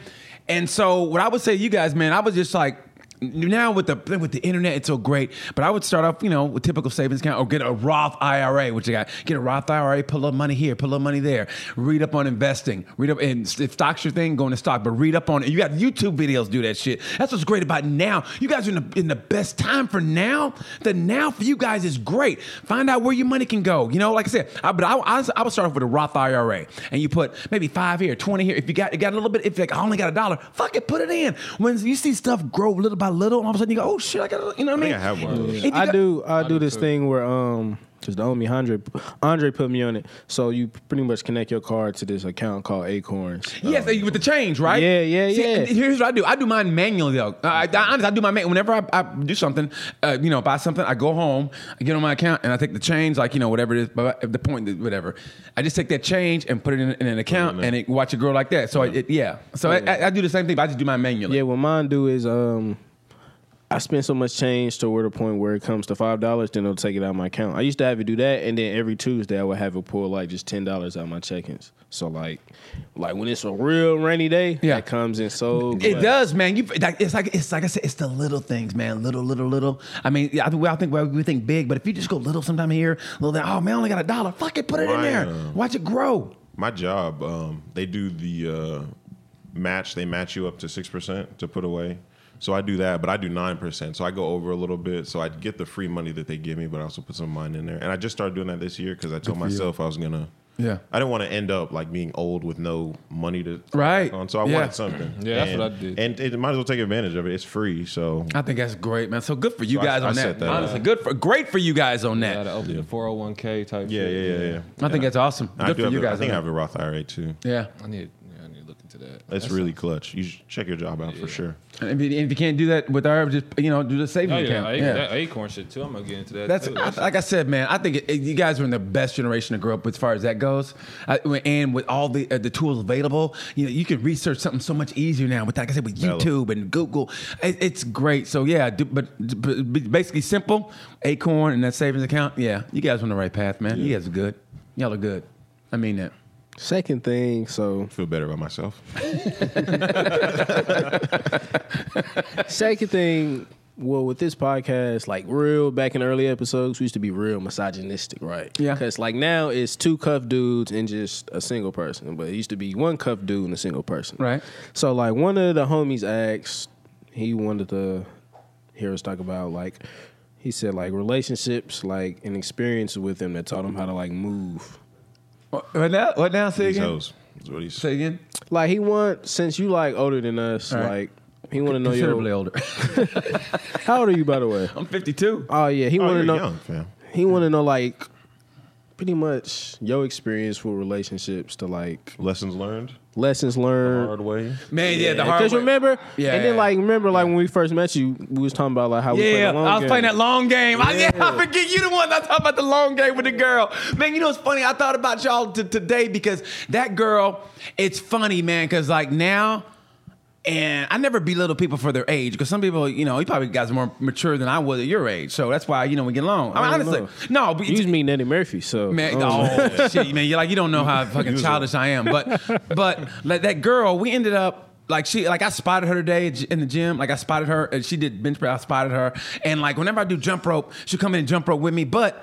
Speaker 3: And so what I would say, to you guys, man, I was just like. Now with the with the internet, it's so great. But I would start off, you know, with typical savings account or get a Roth IRA, which I got. Get a Roth IRA, put a little money here, put a little money there. Read up on investing. Read up and if stocks your thing, go into stock. But read up on it. You got YouTube videos do that shit. That's what's great about now. You guys are in the in the best time for now. The now for you guys is great. Find out where your money can go. You know, like I said, I, but I, I, I would start off with a Roth IRA, and you put maybe five here, twenty here. If you got you got a little bit, if like I only got a dollar, fuck it, put it in. When you see stuff grow little by little, all of a sudden you go, oh shit, I got, a, you know what I mean?
Speaker 2: think I have one of those.
Speaker 3: If you
Speaker 1: I
Speaker 3: got-
Speaker 1: do. I, do this thing where um, because the homie Andre Andre put me on it. So you pretty much connect your card to this account called Acorns.
Speaker 3: Yes,
Speaker 1: Um,
Speaker 3: with the change, right?
Speaker 1: Yeah, yeah,
Speaker 3: See,
Speaker 1: yeah.
Speaker 3: and Here's what I do. I do mine manually though. Uh, I, I honestly, I do my man. Whenever I, I do something, uh, you know, buy something, I go home, I get on my account, and I take the change, like you know, whatever it is, but the point, is whatever. I just take that change and put it in, in an account, and it, watch it grow like that. So I, it, yeah. So I, I, I do the same thing, but I just do mine manually.
Speaker 1: yeah, what mine do is um, I spend so much change to where the point where it comes to five dollars, then they'll take it out of my account. I used to have it do that, and then every Tuesday I would have it pull like just ten dollars out of my check-ins. So like, like when it's a real rainy day,
Speaker 3: Yeah.
Speaker 1: that comes in so
Speaker 3: It
Speaker 1: glad.
Speaker 3: does, man. You like it's like it's like I said, it's the little things, man. Little, little, little. I mean, yeah, I think we all think well, we think big, but if you just go little sometime here, little there, oh man, I only got a dollar. Fuck it, put it in there.
Speaker 2: Right.
Speaker 3: Watch it grow.
Speaker 2: My job, um, they do the uh, match. They match you up to six percent to put away. So I do that, but I do nine percent. So I go over a little bit. So I get the free money that they give me, but I also put some of mine in there. And I just started doing that this year because I told myself I was gonna.
Speaker 3: Yeah.
Speaker 2: I didn't want to end up like being old with no money to
Speaker 3: Right.
Speaker 2: on. So I
Speaker 3: Yeah.
Speaker 2: wanted something.
Speaker 4: Yeah, that's
Speaker 2: And-
Speaker 4: what I did.
Speaker 2: And it might as well take advantage of it. It's free. So
Speaker 3: I think that's great, man. So good for you
Speaker 2: So I-
Speaker 3: guys
Speaker 2: I
Speaker 3: on that.
Speaker 2: set that uh, up.
Speaker 3: Honestly, good for great for you guys on
Speaker 4: Gotta
Speaker 3: that.
Speaker 4: open the 401k type.
Speaker 2: yeah,
Speaker 4: shit.
Speaker 2: yeah, yeah, yeah.
Speaker 3: I think that's awesome.
Speaker 2: I
Speaker 3: Good
Speaker 2: do
Speaker 3: for
Speaker 2: have
Speaker 3: you
Speaker 2: a- I
Speaker 3: guys.
Speaker 2: think I
Speaker 3: on
Speaker 2: have a Roth IRA too.
Speaker 3: that. yeah.
Speaker 4: I need, yeah, I need to look into that.
Speaker 2: That's, really clutch. You should check your job out for sure.
Speaker 3: And if, you, if you can't do that with our, just you know, do the savings
Speaker 4: Oh yeah,
Speaker 3: account.
Speaker 4: I,
Speaker 3: Yeah.
Speaker 4: that acorn shit too. I'm gonna get into that.
Speaker 3: That's
Speaker 4: too.
Speaker 3: I, like I said, man. I think it, it- you guys are in the best generation to grow up with, as far as that goes. I, and with all the uh, the tools available, you know, you can research something so much easier now. With like I said, with
Speaker 2: Mellow.
Speaker 3: YouTube and Google, it, it's great. So yeah, do, but, but basically simple. Acorn and that savings account. Yeah, you guys are on the right path, man. You guys are good. Y'all are good. I mean that.
Speaker 1: Second thing, so
Speaker 2: I feel better about myself.
Speaker 1: Second thing, well, with this podcast, like real back in early episodes, we used to be real misogynistic, right?
Speaker 3: Yeah.
Speaker 1: Because like now it's two cuff dudes and just a single person, but it used to be one cuff dude and a single person,
Speaker 3: Right.
Speaker 1: So like one of the homies asked, he wanted to hear us talk about like. He said, like relationships, like an experience with them that taught him how to like move.
Speaker 3: What, what now? What now? Say
Speaker 2: These
Speaker 3: again. Oh,
Speaker 2: hoes. That's what he's
Speaker 3: Say again.
Speaker 1: Like he want, since you like older than us,
Speaker 3: All right.
Speaker 1: like he want to know
Speaker 3: Considerably
Speaker 1: your.
Speaker 3: older.
Speaker 1: How old are you, by the way?
Speaker 3: I'm 52.
Speaker 1: Oh yeah, he
Speaker 2: Oh,
Speaker 1: want
Speaker 2: you're
Speaker 1: to know.
Speaker 2: young, fam.
Speaker 1: He want to know like pretty much your experience with relationships to like
Speaker 2: Lessons learned,
Speaker 1: lessons
Speaker 2: the
Speaker 1: learned.
Speaker 2: hard way.
Speaker 3: Man, yeah, the hard.
Speaker 1: Because
Speaker 3: way.
Speaker 1: remember,
Speaker 3: Yeah.
Speaker 1: and then like remember like when we first met you, we was talking about like how we played
Speaker 3: Yeah,
Speaker 1: the long
Speaker 3: I was
Speaker 1: game.
Speaker 3: playing that long game. I, yeah, I forget you the one I thought about the long game with the girl. Man, you know what's funny? I thought about y'all t- today because that girl. It's funny, man, because like now. And I never belittle people for their age because some people, you know, you probably guys are more mature than I was at your age. So that's why, you know, we get along. I mean,
Speaker 1: I don't
Speaker 3: honestly,
Speaker 1: know.
Speaker 3: no, but
Speaker 1: you was meeting Eddie Murphy, so I
Speaker 3: Man,
Speaker 1: don't know.
Speaker 3: oh shit, man! You're like you don't know how fucking childish I am, but but like that girl, we ended up like she like I spotted her today at g- in the gym. Like I spotted her, and she did bench press. I spotted her, and like whenever I do jump rope, she come in and jump rope with me, but.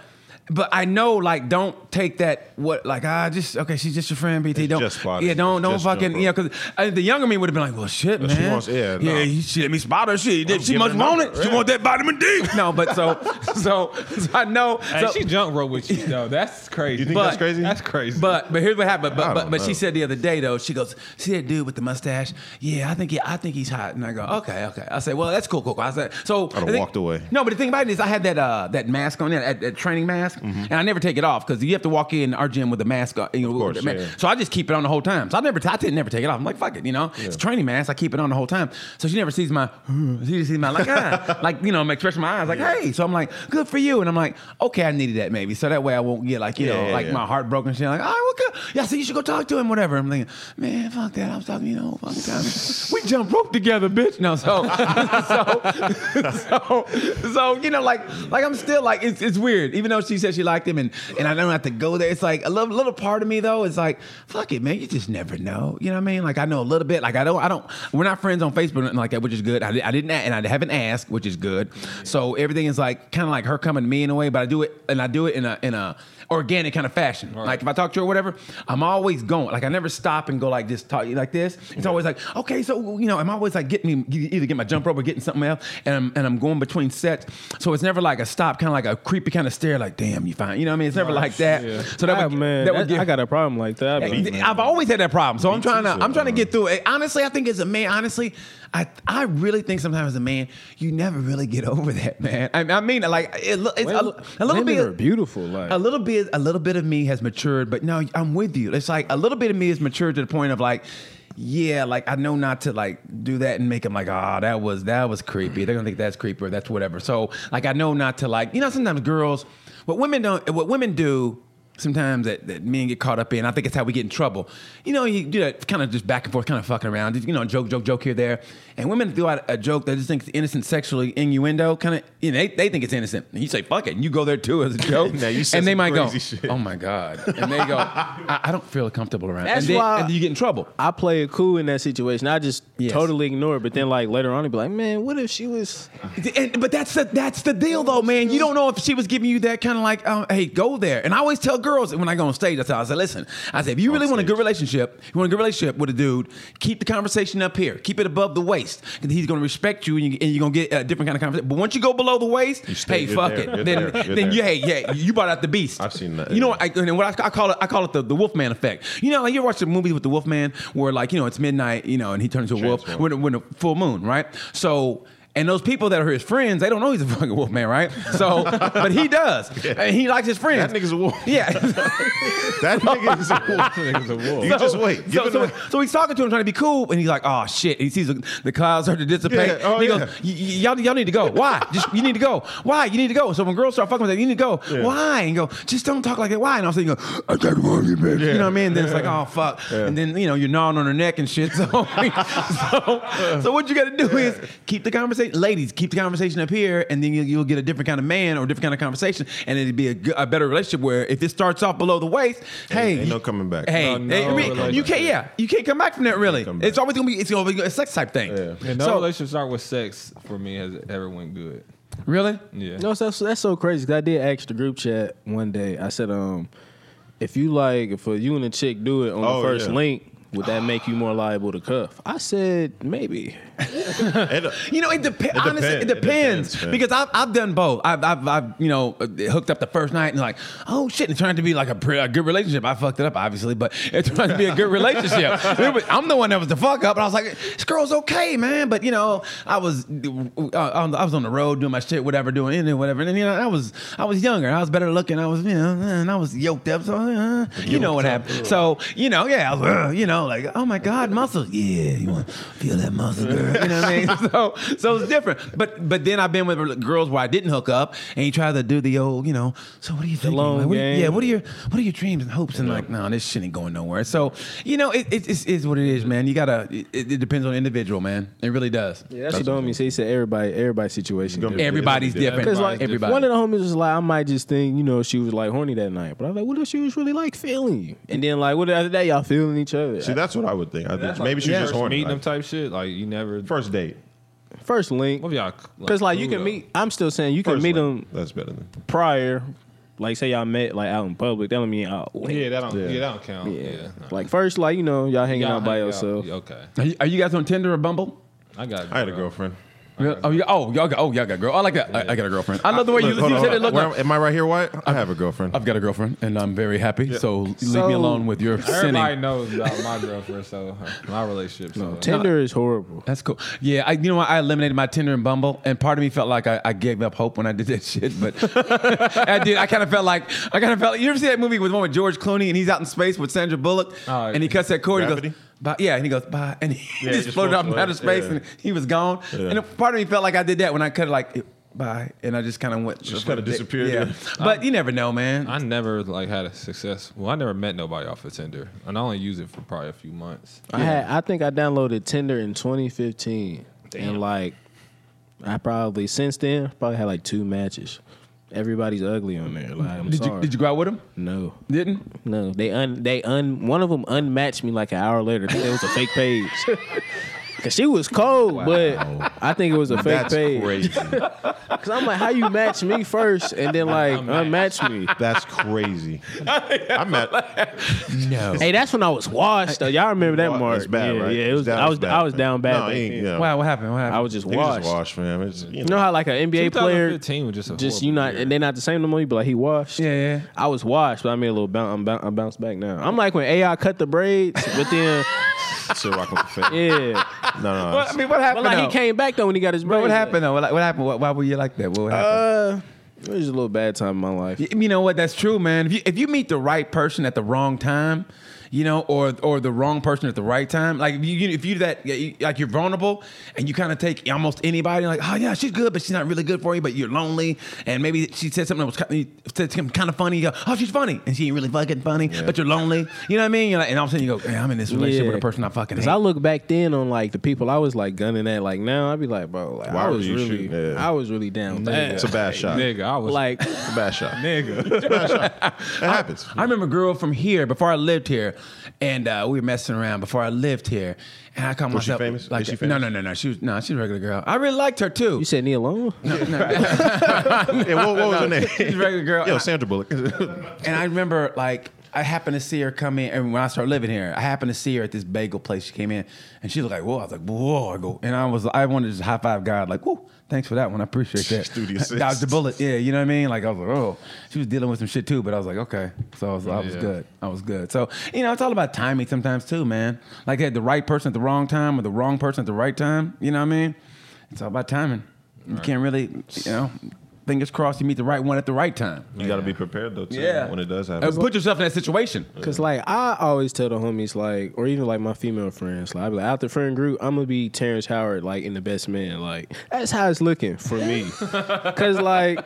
Speaker 3: But I know, like, don't take that. What, like, ah, just okay. She's just your friend, BT. Don't,
Speaker 2: just spotting.
Speaker 3: yeah, don't, don't
Speaker 2: Just
Speaker 3: fucking,
Speaker 2: jump
Speaker 3: you know, because the younger me would have been like, well, shit, man.
Speaker 2: she wants- yeah, no.
Speaker 3: yeah. he- She let me spot her. She, did she
Speaker 2: giving
Speaker 3: must
Speaker 2: her
Speaker 3: want it.
Speaker 2: number,
Speaker 3: She
Speaker 2: yeah.
Speaker 3: want that vitamin D. No, but so, so, so I know.
Speaker 4: Hey,
Speaker 3: so,
Speaker 4: she junk rope with you though. That's crazy.
Speaker 2: You think
Speaker 3: But-
Speaker 2: that's crazy?
Speaker 4: That's crazy.
Speaker 3: But but here's what happened. But
Speaker 2: I
Speaker 3: but,
Speaker 2: don't
Speaker 3: but she
Speaker 2: know.
Speaker 3: said the other day though, she goes, see that dude with the mustache? Yeah, I think he, I think he's hot. And I go, okay, okay. I say, well, that's cool, cool. cool. I said, so
Speaker 2: I'd've
Speaker 3: the thing-
Speaker 2: walked away.
Speaker 3: No, but the thing about it is, I had that uh, that mask on, that, that training mask,
Speaker 2: Mm-hmm.
Speaker 3: and I never take it off because you have to walk in our gym with a mask. on. You know,
Speaker 2: course,
Speaker 3: with the ma-
Speaker 2: yeah.
Speaker 3: So I just keep it on the whole time. So I never, t- I didn't never take it off. I'm like, fuck it, you know, it's a training mask. I keep it on the whole time. So she never sees my, she just sees my like, ah, like you know, my expression, in my eyes, like, hey. So I'm like, good for you, and I'm like, okay, I needed that maybe, so that way I won't get like you
Speaker 2: Yeah,
Speaker 3: know,
Speaker 2: yeah,
Speaker 3: like
Speaker 2: yeah.
Speaker 3: my heartbroken shit. Like, all right, what good? Yeah, so you should go talk to him, whatever. I'm thinking, man, fuck that. I was talking, you know, fucking time. we jump rope together, bitch. No, so, so, so, so, you know, like, like I'm still like, it's, it's weird. Even though she said she liked him, and and I don't have to go there. It's like a little, little part of me though is like, fuck it, man. You just never know. You know what I mean? Like I know a little bit. Like I don't, I don't. We're not friends on Facebook or nothing like that, which is good. I, di- I didn't, a- and I haven't asked, which is good. So everything is like kind of like her coming to me in a way, but I do it, and I do it in a in a organic kind of fashion. Like if I talk to her or whatever, I'm always going. Like I never stop and go like this, talk like this. It's always like, okay, so you know, I'm always like getting me either get my jump rope or getting something else, and I'm and I'm going between sets. So it's never like a stop, kind of like a creepy kind of stare, like damn, you fine. You know what I mean? It's never like that.
Speaker 4: yeah.
Speaker 3: So that
Speaker 1: Ah,
Speaker 3: would
Speaker 1: man,
Speaker 3: that would
Speaker 1: that-
Speaker 3: give,
Speaker 1: I got a problem like that.
Speaker 3: I-
Speaker 1: bro.
Speaker 3: I've always had that problem, so I'm
Speaker 2: Me
Speaker 3: trying to
Speaker 2: too,
Speaker 3: I'm trying to
Speaker 2: sir.
Speaker 3: get through it. Honestly, I think as a man, honestly, I I really think sometimes as a man, you never really get over that, man. I, I mean, like it, lo- it's
Speaker 1: Women-
Speaker 3: a, a little
Speaker 1: women
Speaker 3: bit
Speaker 1: are beautiful, like-
Speaker 3: a little bit a little bit of me has matured, but no, I'm with you. It's like a little bit of me is matured to the point of like. Yeah, like I know not to like do that and make them like, ah, that was that was creepy. They're gonna think that's creepy or that's whatever. So like I know not to like, you know, sometimes girls, what women don't, what women do sometimes that, that men get caught up in. I think it's how we get in trouble. You know, you do that kind of just back and forth, kind of fucking around. You know, joke, joke, joke here, there. And women throw out a joke that just thinks innocent sexually innuendo, kind of, you know, they, they think it's innocent. And you say, fuck it. And you go there too as a joke.
Speaker 2: Now you said
Speaker 3: and they
Speaker 2: some
Speaker 3: might go,
Speaker 2: crazy shit.
Speaker 3: oh my God. And they go, I, I don't feel comfortable around.
Speaker 1: That's
Speaker 3: and, then,
Speaker 1: why-
Speaker 3: and you get in trouble.
Speaker 1: I play it cool in that situation. I just
Speaker 3: Yes.
Speaker 1: totally ignore it. But then, like later on, I'd be like, man, what if she was?
Speaker 3: And, but that's the that's the deal though, man. You don't know if she was giving you that kind of like, um, hey, go there. And I always tell girls when I go on stage, I tell I say, listen, I say, if you really want a good relationship, you want a good relationship with a dude, keep the conversation up here, keep it above the waist, because he's gonna respect you, and, you, and you're gonna get a different kind of conversation. But once you go below the waist,
Speaker 2: stay-
Speaker 3: hey,
Speaker 2: you're
Speaker 3: fuck
Speaker 2: there,
Speaker 3: it.
Speaker 2: you're
Speaker 3: Then
Speaker 2: there, you're
Speaker 3: then
Speaker 2: there.
Speaker 3: you hey yeah, you brought out the beast.
Speaker 2: I've seen that,
Speaker 3: You know
Speaker 2: yeah.
Speaker 3: what? I, and what I, I call it, I call it the, the Wolfman effect. You know, like you ever watch the movie with the Wolfman, where like you know it's midnight, you know, and he turns into a wolf
Speaker 2: Transform.
Speaker 3: when when a full moon, right? So. And those people that are his friends, they don't know he's a fucking wolf man, right? So, but he does, and he likes his friends.
Speaker 2: That nigga's a wolf.
Speaker 3: Yeah.
Speaker 2: That nigga is a wolf.
Speaker 4: Niggas a wolf.
Speaker 2: You just wait. Give
Speaker 3: So,
Speaker 2: it
Speaker 3: so,
Speaker 2: a-
Speaker 3: so he's talking to him, trying to be cool, and he's like, "Oh shit!" And he sees the, the clouds start to
Speaker 2: Yeah,
Speaker 3: dissipate.
Speaker 2: oh,
Speaker 3: And he
Speaker 2: yeah.
Speaker 3: goes, "Y- y- "Y'all, y'all need to go. Why? Just you need to go. Why? You need to go." So when girls start fucking with that, you need to go. Why? And you go, just don't talk like that. Why? And all of a sudden you go, "I can't want you, bitch." You know what I mean? then it's like, "Oh fuck!" And then you know you're gnawing on her neck and shit. So, so, so what you got to do is keep the conversation, ladies. Keep the conversation up here, and then you'll, you'll get a different kind of man or a different kind of conversation, and it'd be a, good- a better relationship. Where if it starts off below the waist, hey,
Speaker 2: ain't
Speaker 3: you-
Speaker 2: no coming back.
Speaker 3: Hey,
Speaker 4: No, no
Speaker 3: Hey, I mean,
Speaker 4: relationship.
Speaker 3: you can't. Yeah, you can't come back from that. Really,
Speaker 2: come back.
Speaker 3: it's always gonna be. It's always gonna be a sex type thing.
Speaker 4: And no
Speaker 3: So-
Speaker 4: relationship start with sex for me has ever went good.
Speaker 3: Really?
Speaker 4: Yeah.
Speaker 1: No, that's that's so crazy. 'cause I did ask the group chat one day. I said, um, if you like, if you and a chick do it on
Speaker 2: Oh,
Speaker 1: the first
Speaker 2: yeah.
Speaker 1: link, would that make you more liable to cuff? I said maybe.
Speaker 2: And, uh,
Speaker 3: You know, it, depe-
Speaker 2: It
Speaker 3: honestly,
Speaker 2: depend-
Speaker 3: it
Speaker 2: it
Speaker 3: depends.
Speaker 2: depends, man.
Speaker 3: because I've, I've done both. I've, I've, I've, you know, hooked up the first night and like, oh shit, and it turned out to be like a, pre- a good relationship. I fucked it up, obviously, but it turned out to be a good relationship. It was- I'm the one that was the fuck up. And I was like, this girl's okay, man. But, you know, I was uh, on the- I was on the road doing my shit, whatever, doing anything, whatever. And, you know, I was I was younger. I was better looking. I was, you know, and I was yoked up. So, uh, you know what happened. So, you know, yeah, I was, uh, you know, like, oh my God, muscles. Yeah, you want to feel that muscle, girl. You know what I mean? So, so it's different. But but then I've been with girls where I didn't hook up and you try to do the old, you know, so what do you think?
Speaker 1: long
Speaker 3: like, what do you-
Speaker 1: game.
Speaker 3: Yeah, what are your what are your dreams and hopes? And like, no, this shit ain't going nowhere. So, you know, it, it, it is what it is, man. You gotta it, it depends on the individual, man. It really does.
Speaker 1: Yeah, that's what the homie said. He said everybody, everybody's situation.
Speaker 2: gonna be
Speaker 1: different.
Speaker 3: Everybody's
Speaker 2: Yeah.
Speaker 3: different.
Speaker 1: Cause like
Speaker 3: Everybody.
Speaker 1: one of the homies was like, I might just think you know she was like horny that night, but I was like, what if she was really like feeling you? And then like, what after that y'all feeling each other?
Speaker 2: see, that's what I would think. I think
Speaker 4: That's
Speaker 2: maybe
Speaker 4: like
Speaker 2: she's
Speaker 4: the
Speaker 2: just
Speaker 4: first
Speaker 2: horny.
Speaker 4: Meeting them
Speaker 2: Like,
Speaker 4: type shit, like you never.
Speaker 2: first date.
Speaker 1: First link,
Speaker 4: What if y'all?
Speaker 1: because like you
Speaker 4: cool,
Speaker 1: can
Speaker 4: though?
Speaker 1: meet. I'm still saying you can
Speaker 2: First
Speaker 1: meet
Speaker 2: link.
Speaker 1: them
Speaker 2: That's better than.
Speaker 1: prior, like say y'all met like out in public. That don't mean oh, out.
Speaker 4: Yeah, that don't.
Speaker 2: Yeah.
Speaker 4: Yeah, that don't count. Yeah. Nah.
Speaker 1: Like first, like you know, y'all hanging
Speaker 4: Uh-huh. Y'all
Speaker 1: out by
Speaker 4: hang
Speaker 1: yourself.
Speaker 4: Okay.
Speaker 3: Are you, are you guys on Tinder or Bumble?
Speaker 4: I got.
Speaker 2: I had a girlfriend.
Speaker 3: Really? Oh, you, oh, y'all got oh y'all got a girl. I like that. I, I got a girlfriend. I love the way you,
Speaker 2: Look, hold
Speaker 3: you
Speaker 2: on,
Speaker 3: said it.
Speaker 2: hold on.
Speaker 3: Look,
Speaker 2: Where
Speaker 3: like,
Speaker 2: am- am I right here? What? I have a girlfriend.
Speaker 3: I've got a girlfriend and I'm very happy. So leave me
Speaker 1: So-
Speaker 3: alone with your
Speaker 4: Everybody
Speaker 3: sinning.
Speaker 4: knows about my girlfriend, so uh, my relationship. So.
Speaker 1: Tinder is horrible.
Speaker 3: That's cool. Yeah, I, you know what? I eliminated my Tinder and Bumble, and part of me felt like I, I gave up hope when I did that shit. But I did. I kind of felt like I kind of felt. Like, you ever see that movie with the one with George Clooney and he's out in space with Sandra Bullock,
Speaker 4: Oh,
Speaker 3: and he cuts that cord. He
Speaker 2: Gravity?
Speaker 3: goes, bye. Yeah, and he goes, bye, and he
Speaker 2: Yeah,
Speaker 3: just,
Speaker 2: just
Speaker 3: floated out
Speaker 2: floats
Speaker 3: in
Speaker 2: away.
Speaker 3: outer space,
Speaker 2: Yeah.
Speaker 3: and he was gone.
Speaker 2: Yeah.
Speaker 3: And part of me felt like I did that when I cut it like. Bye, and I just kind of went.
Speaker 2: Just kinda disappeared,
Speaker 3: Yeah,
Speaker 2: yeah.
Speaker 3: but you never know, man.
Speaker 4: I never like had a success. Well, I never met nobody off of Tinder, and I only used it for probably a few months.
Speaker 1: I had, I think I downloaded Tinder in 2015, and like, I probably since then probably had like two matches. Everybody's ugly on there. Like, I'm
Speaker 3: did
Speaker 1: sorry.
Speaker 3: you did you go out with him?
Speaker 1: No,
Speaker 3: Didn't?
Speaker 1: no. They un, they un. One of them unmatched me like an hour later. It was a fake page. Cause she was cold, but I think it was a fake
Speaker 2: That's
Speaker 1: page.
Speaker 2: crazy.
Speaker 1: Cause I'm like, how you match me first and then like unmatch me?
Speaker 2: That's crazy. I'm at.
Speaker 3: No.
Speaker 1: Hey, that's when I was washed. Though. Y'all remember that
Speaker 2: It's
Speaker 1: mark?
Speaker 2: bad,
Speaker 1: yeah,
Speaker 2: right?
Speaker 1: yeah. It was.
Speaker 2: That
Speaker 1: I was.
Speaker 2: bad,
Speaker 1: I was
Speaker 2: man.
Speaker 1: down bad.
Speaker 2: No,
Speaker 1: back
Speaker 2: he ain't-
Speaker 1: then.
Speaker 2: yeah.
Speaker 3: wow, what happened? What happened?
Speaker 1: I was just
Speaker 2: He
Speaker 1: washed.
Speaker 2: just washed, man. It's, you
Speaker 1: You know
Speaker 2: know,
Speaker 1: how like an NBA player,
Speaker 4: 2015 was just a
Speaker 1: just
Speaker 4: horrible
Speaker 1: you not,
Speaker 4: year.
Speaker 1: and they're not the same no more. You be like, he washed.
Speaker 3: Yeah, yeah.
Speaker 1: I was washed, but I made a little bounce. I'm, boun- I'm bounced back now. I'm like when AI cut the braids, but then
Speaker 2: still rocking with the fat.
Speaker 1: yeah,
Speaker 2: No, no.
Speaker 3: Well, I
Speaker 2: it's-
Speaker 3: mean, what happened?
Speaker 1: but like he
Speaker 3: though?
Speaker 1: came back though when he got his braids.
Speaker 3: What happened though? What, what happened? Why, why were you like that? What happened?
Speaker 1: Uh, it was just a little bad time in my life.
Speaker 3: you know what? That's true, man. If you if you meet the right person at the wrong time, you know, or or the wrong person at the right time. Like if you, you if you do that, yeah, you- like you're vulnerable and you kind of take almost anybody. Like oh yeah, she's good, but she's not really good for you. But you're lonely, and maybe she said something that was kind of, said something kind of funny. You go oh she's funny, and she ain't really fucking funny, but you're lonely. You know what I mean? You're like, and all of a sudden you go, yeah, I'm in this relationship with a person I fucking hate.
Speaker 1: Cause I look back then on like the people I was like gunning at. Like now, I'd be like, bro, like,
Speaker 2: Why
Speaker 1: I
Speaker 2: were
Speaker 1: was
Speaker 2: you
Speaker 1: really,
Speaker 2: shooting? Yeah.
Speaker 1: I was really down. bad.
Speaker 2: It's a bad shot.
Speaker 4: Nigga, I was
Speaker 1: Like,
Speaker 2: It's a bad shot.
Speaker 4: nigga.
Speaker 2: It happens.
Speaker 3: I remember a girl from here before I lived here, and uh, we were messing around before I lived here, and I called
Speaker 2: Was she
Speaker 3: myself
Speaker 2: famous?
Speaker 3: like
Speaker 2: Is she
Speaker 3: no
Speaker 2: famous?
Speaker 3: no no no she was no she's a regular girl. I really liked her too.
Speaker 1: you said me alone?
Speaker 2: Yeah, what, what was her name?
Speaker 3: She's a regular girl.
Speaker 2: Yo,
Speaker 3: And I-
Speaker 2: Sandra Bullock.
Speaker 3: and I remember like I happened to see her come in, and when I started living here, I happened to see her at this bagel place. She came in, and she was like, "Whoa!" I was like, "Whoa!" I go, and I was, I wanted to just high five God, like, "Whoa, thanks for that one, I appreciate that."
Speaker 2: Studio
Speaker 3: Dodged a
Speaker 2: assist.
Speaker 3: bullet, yeah, you know what I mean? Like I was like, "Oh," she was dealing with some shit too, but I was like, "Okay," so I was, I was
Speaker 4: Yeah.
Speaker 3: good, I was good. So you know, it's all about timing sometimes too, man. Like had the right person at the wrong time or the wrong person at the right time. You know what I mean? It's all about timing. You can't really, you know, fingers crossed you meet the right one at the right time.
Speaker 2: You got to be prepared though, too,
Speaker 3: Yeah.
Speaker 2: when it does
Speaker 3: Uh,
Speaker 2: happen.
Speaker 3: put yourself in that situation.
Speaker 1: Cause like I always tell the homies like, or even like my female friends, like I be like after friend group, I'm gonna be Terrence Howard like in the best man. Like that's how it's looking for me. Cause like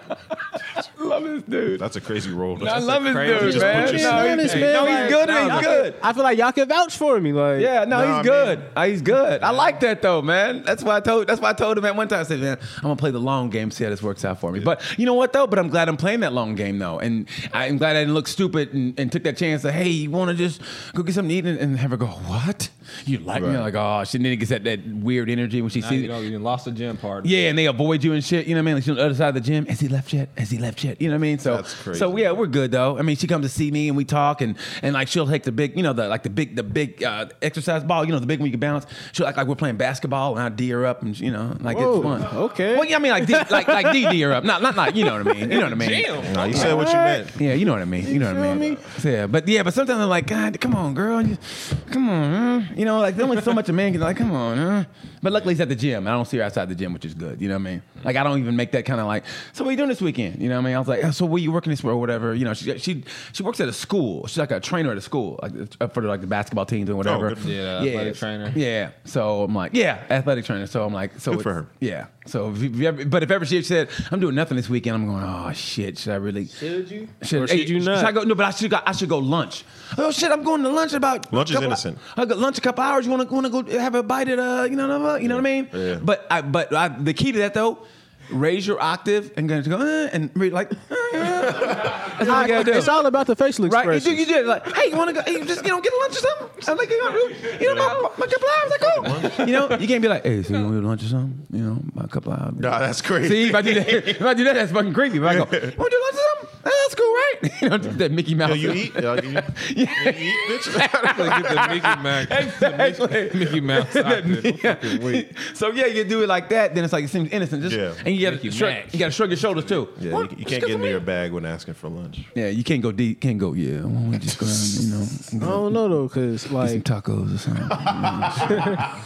Speaker 3: love this dude.
Speaker 2: That's a crazy role.
Speaker 3: I
Speaker 2: though.
Speaker 3: love this
Speaker 4: crazy.
Speaker 3: dude,
Speaker 4: Just
Speaker 3: man.
Speaker 2: put
Speaker 3: No,
Speaker 2: yourself-
Speaker 3: he's,
Speaker 1: Honest, man,
Speaker 3: no, he's
Speaker 1: like-
Speaker 3: good. He's
Speaker 1: Nah,
Speaker 3: good.
Speaker 1: I feel like y'all can vouch for me. Like
Speaker 3: Yeah, no,
Speaker 2: Nah, I
Speaker 3: he's
Speaker 2: mean-
Speaker 3: good. Uh, he's good. I like that though, man. That's why I told. That's why I told him at one time. I said, man, I'm gonna play the long game. See how this works out for me. But you know what though? But I'm glad I'm playing that long game though, and I'm glad I didn't look stupid and, and took that chance. That hey, you want to just go get something to eat and, and have her go, what? You like me?
Speaker 2: Right.
Speaker 3: Like oh, she then it gets that, that weird energy when she
Speaker 4: Now,
Speaker 3: sees
Speaker 4: you know, you done lost the gym part.
Speaker 3: Yeah, and they avoid you and shit. You know what I mean? Like she's on the other side of the gym. Has he left yet? Has he left yet? You know what I mean? So,
Speaker 2: That's crazy.
Speaker 3: so yeah, we're good though. I mean, she comes to see me and we talk, and and like she'll take the big, you know, the like the big, the big uh, exercise ball. You know, the big one you can bounce. She'll act like we're playing basketball, and I d her up, and you know, like
Speaker 1: Whoa,
Speaker 3: it's fun.
Speaker 1: okay.
Speaker 3: Well, yeah, I mean, like d, like like d d her up. Not not like you know what I mean. You know what I mean?
Speaker 4: Damn.
Speaker 2: Nah, you said what you meant.
Speaker 3: Yeah, you know what I mean. You know what I
Speaker 1: feel
Speaker 3: mean. Yeah, but yeah, but sometimes I'm like, God, come on, girl, You- come on, huh? you know, like there's only so much a man can like, come on, huh? But luckily he's at the gym. I don't see her outside the gym, which is good. You know what I mean? Like I don't even make that kind of like, so what are you doing this weekend? You know what I mean? I was like, "Oh, so where you working this or whatever? You know, she she she works at a school. She's like a trainer at a school, like uh, for like the basketball teams and whatever.
Speaker 2: good for
Speaker 4: her. Yeah, athletic trainer.
Speaker 3: Yeah. So I'm like, yeah, athletic trainer. So I'm like, so
Speaker 2: Good for
Speaker 3: it's-
Speaker 2: her.
Speaker 3: Yeah. So if you- if you ever, but if ever she said, I'm doing nothing this weekend, I'm going, oh shit, should I really?
Speaker 1: Should you?
Speaker 3: Should,
Speaker 1: Or should
Speaker 3: hey,
Speaker 1: you not?
Speaker 3: I go? No, but I should go. I should go lunch. Oh shit! I'm going to lunch about
Speaker 2: Lunch is
Speaker 3: couple-
Speaker 2: innocent.
Speaker 3: I got lunch a couple hours. You want to want to go have a bite at uh you know what I mean? You know what I mean?
Speaker 2: Yeah.
Speaker 3: But I but I, the key to that though, raise your octave and going to go eh, and read like. eh, eh. That's what you gotta do.
Speaker 1: It's all about the facial
Speaker 3: Right, you
Speaker 1: expressions.
Speaker 3: do, you did like, hey, you want to go? Hey, just you know, get lunch or something. I'm like, you know, you know my, my couple hours, like, oh, you know, you can't be like, hey, so you want to go to lunch or something? You know, my couple hours.
Speaker 2: Nah, that's crazy.
Speaker 3: See, if I do that, if I do that, that's fucking creepy. If I go, want to do lunch or something? Eh, that's cool, right? You know, that Mickey Mouse.
Speaker 2: Yo, you eat? Yo, you,
Speaker 3: Yeah.
Speaker 2: you eat, bitch?
Speaker 4: Like, get the Mickey Mac.
Speaker 3: Exactly.
Speaker 4: Mickey Mouse. outfit.
Speaker 3: so yeah, you do it like that, then it's like it seems innocent. Just,
Speaker 2: Yeah.
Speaker 3: And you
Speaker 4: Mickey
Speaker 3: gotta, shrug,
Speaker 4: Mac.
Speaker 3: you gotta shrug your shoulders too.
Speaker 2: yeah,
Speaker 3: What?
Speaker 2: you, you
Speaker 3: Just
Speaker 2: can't
Speaker 3: get
Speaker 2: get
Speaker 3: some
Speaker 2: near a
Speaker 3: meat.
Speaker 2: bag when asking for lunch.
Speaker 3: Yeah, you can't go deep. Can't go. Yeah, why don't we just go out, and, you
Speaker 1: I
Speaker 3: know,
Speaker 1: don't know though, cause
Speaker 3: get some
Speaker 1: like
Speaker 3: tacos or something.
Speaker 4: I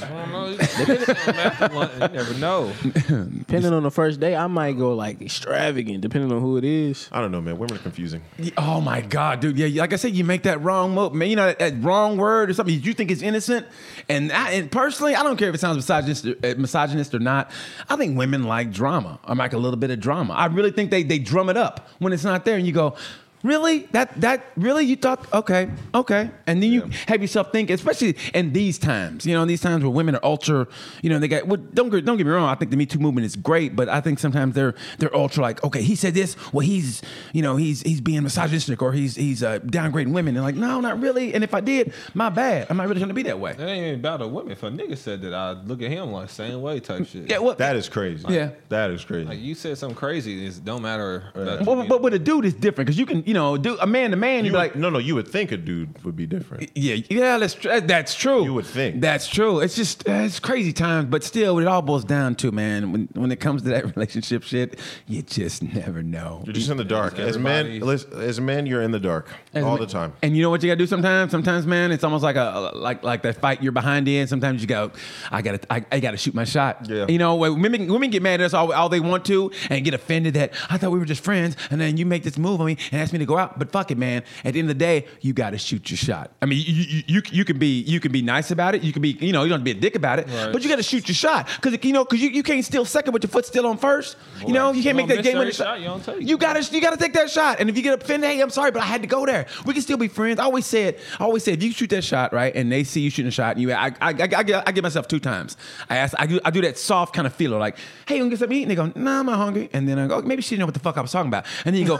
Speaker 4: don't know. You get it on Mac and lunch, you never know.
Speaker 1: depending on the first day, I might go like extravagant, depending on who it is.
Speaker 2: I don't know, man. Women are confusing.
Speaker 3: Yeah, Oh my God, dude! Yeah, like I said, you make that wrong move, man. You know that, that wrong word or something you think is innocent, and, I, and personally, I don't care if it sounds misogynist, uh, misogynist or not. I think women like drama. I like a little bit of drama. I really think they they drum it up when it's not there, and you go, really that that really you thought okay okay, and then you have yourself think, especially in these times, you know, in these times where women are ultra, you know, they got. Well, don't get- don't get me wrong. I think the Me Too movement is great, but I think sometimes they're they're ultra like, okay, he said this. Well, he's you know he's he's being misogynistic or he's he's uh, downgrading women. And like, no, not really. And if I did, my bad. I'm not really trying to be that way.
Speaker 4: That ain't even about a woman. If a nigga said that, I'd look at him like same way type shit.
Speaker 3: Yeah, well,
Speaker 2: That is crazy.
Speaker 3: Yeah.
Speaker 2: That is crazy.
Speaker 4: Like you said something crazy. It don't matter. about you
Speaker 3: well,
Speaker 4: being-
Speaker 3: but, with a dude is different because you can you know do a man to man.
Speaker 2: you
Speaker 3: You're
Speaker 2: would-
Speaker 3: like,
Speaker 2: no, no, you would think a dude would be different.
Speaker 3: Yeah, yeah, that's tr- that's true.
Speaker 2: You would think.
Speaker 3: that's true. It's just uh, it's crazy times, but still, it all boils down to man. When when it comes to that relationship shit, you just never know.
Speaker 2: You're just in the dark. As men,
Speaker 4: Everybody-
Speaker 2: listen, as men, you're in the dark
Speaker 3: As
Speaker 2: all
Speaker 3: ma-
Speaker 2: the time.
Speaker 3: And you know what you gotta do sometimes? Sometimes, man, it's almost like a like like that fight you're behind in. Sometimes you go, I gotta I, I gotta shoot my shot.
Speaker 2: Yeah.
Speaker 3: You know, when women women get mad at us all, all they want to and get offended that I thought we were just friends, and then you make this move on me and ask me to go out. But fuck it, man. At the end of the day, you got to shoot your shot. I mean, you, you you you can be you can be nice about it. You can be you know you don't have to be a dick about it.
Speaker 4: Right.
Speaker 3: But you got to shoot your shot because you know because you, you can't steal second with your foot still on first. You know
Speaker 4: Boy,
Speaker 3: you can't
Speaker 4: you
Speaker 3: make that
Speaker 4: don't miss
Speaker 3: game winning
Speaker 4: every
Speaker 3: shot.
Speaker 4: shot, you don't take.
Speaker 3: You gotta you gotta take that shot. And if you get offended, hey, I'm sorry, but I had to go there. We can still be friends. I always said, I always said, if you shoot that shot right, and they see you shooting a shot, and you, I, I, I, I, give- I give myself two times. I ask, I do, I do that soft kind of feeler, like, hey, you gonna get something to eat? And they go, nah, I'm not hungry. And then I go, maybe she didn't know what the fuck I was talking about. And then you go,